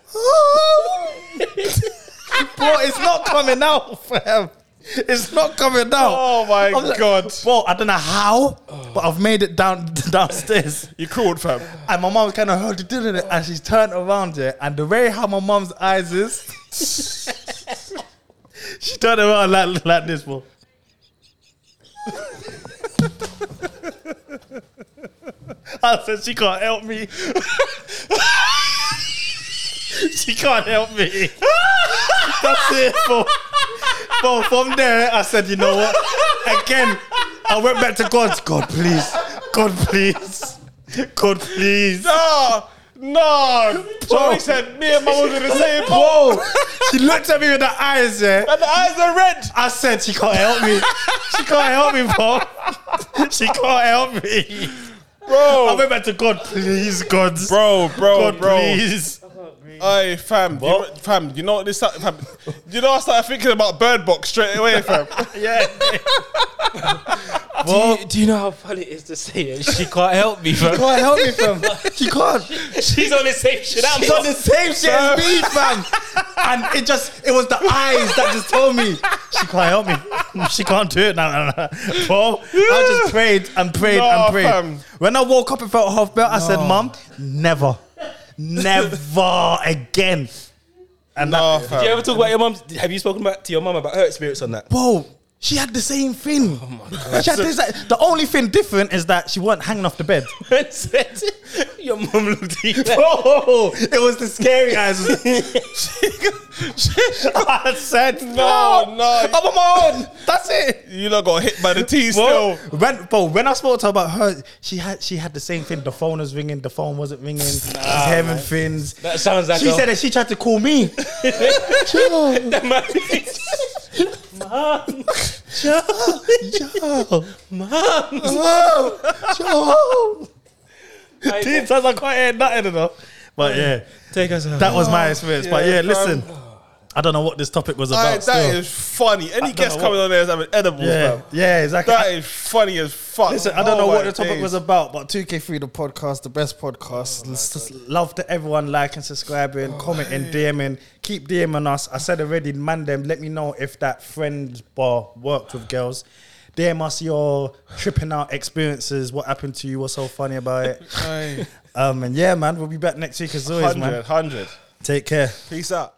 [SPEAKER 1] it's not coming out, fam. It's not coming out.
[SPEAKER 3] Oh my
[SPEAKER 1] I'm like,
[SPEAKER 3] god.
[SPEAKER 1] Bro, I don't know how, but I've made it down downstairs.
[SPEAKER 3] You crawled, fam.
[SPEAKER 1] And my mom's kind of hurt it, and she's turned around here. And the way how my mom's eyes is, she turned around like, like this, bro. I said, she can't help me. she can't help me. That's it, bro. Bro, from there, I said, you know what? Again, I went back to God. God, please. God, please. God, please.
[SPEAKER 3] No, no.
[SPEAKER 1] Bro.
[SPEAKER 3] Joey said me and mum was in the same boat.
[SPEAKER 1] Whoa! She looked at me with her eyes, yeah.
[SPEAKER 3] And the eyes are red.
[SPEAKER 1] I said, she can't help me. She can't help me, bro. She can't help me. I
[SPEAKER 3] Bro.
[SPEAKER 1] went back to God, please, God.
[SPEAKER 3] Bro, bro,
[SPEAKER 1] God,
[SPEAKER 3] bro.
[SPEAKER 1] please.
[SPEAKER 3] Hey, fam, you, fam, you know what this fam, you know I started thinking about Bird Box straight away, fam.
[SPEAKER 1] Yeah.
[SPEAKER 2] do, you, do you know how funny it is to say it? She can't help me, fam.
[SPEAKER 1] Can't help me, fam. She can't.
[SPEAKER 2] She's on the same shit I'm
[SPEAKER 1] She's
[SPEAKER 2] on.
[SPEAKER 1] on the same shit as me, fam. And it just, it was the eyes that just told me she can't help me. She can't do it now. Bro, I just prayed and prayed
[SPEAKER 3] Nah,
[SPEAKER 1] and prayed.
[SPEAKER 3] fam.
[SPEAKER 1] When I woke up and felt half better, I said, Mum, never, never again. And that,
[SPEAKER 3] Nah, fam.
[SPEAKER 2] Do you ever talk about your mum? Have you spoken about to your mum about her experience on that?
[SPEAKER 1] bro, she had the same thing. She had the, sa- the only thing different is that she weren't hanging off the bed.
[SPEAKER 2] Said, your mum looked at you. like-
[SPEAKER 1] Oh, it was the scary eyes. I said,
[SPEAKER 3] No, no.
[SPEAKER 1] I'm Oh, on my own. That's it.
[SPEAKER 3] You lot got hit by the T
[SPEAKER 1] Bro,
[SPEAKER 3] still.
[SPEAKER 1] when, bro, when I spoke to her about her, she had she had the same thing. The phone was ringing, the phone wasn't ringing. Nah, having things.
[SPEAKER 2] That sounds like
[SPEAKER 1] She
[SPEAKER 2] a-
[SPEAKER 1] said that she tried to call me.
[SPEAKER 2] That man-
[SPEAKER 1] Team sounds like quite ain't nothing enough. But yeah,
[SPEAKER 2] Take us home.
[SPEAKER 1] that was my experience. but yeah,
[SPEAKER 3] Yeah, fam.
[SPEAKER 1] listen, I don't know what this topic was
[SPEAKER 3] Aye,
[SPEAKER 1] about.
[SPEAKER 3] that
[SPEAKER 1] still.
[SPEAKER 3] is funny. Any guest
[SPEAKER 1] know
[SPEAKER 3] coming on there is having edibles,
[SPEAKER 1] yeah,
[SPEAKER 3] fam.
[SPEAKER 1] yeah, exactly.
[SPEAKER 3] That is funny as fuck.
[SPEAKER 1] Listen, I don't know
[SPEAKER 3] Oh
[SPEAKER 1] what
[SPEAKER 3] my
[SPEAKER 1] the topic
[SPEAKER 3] days.
[SPEAKER 1] was about, but 2K3, the podcast, the best podcast.
[SPEAKER 3] Oh,
[SPEAKER 1] Let's just love to everyone liking, subscribing, commenting, DMing. Keep DMing us. I said already, man them. Let me know if that friend bar worked with girls. DM us your tripping out experiences. What happened to you? What's so funny about it?
[SPEAKER 3] Aye.
[SPEAKER 1] Um, and yeah, man, we'll be back next week as always,
[SPEAKER 3] 100,
[SPEAKER 1] man.
[SPEAKER 3] 100.
[SPEAKER 1] Take care.
[SPEAKER 3] Peace out.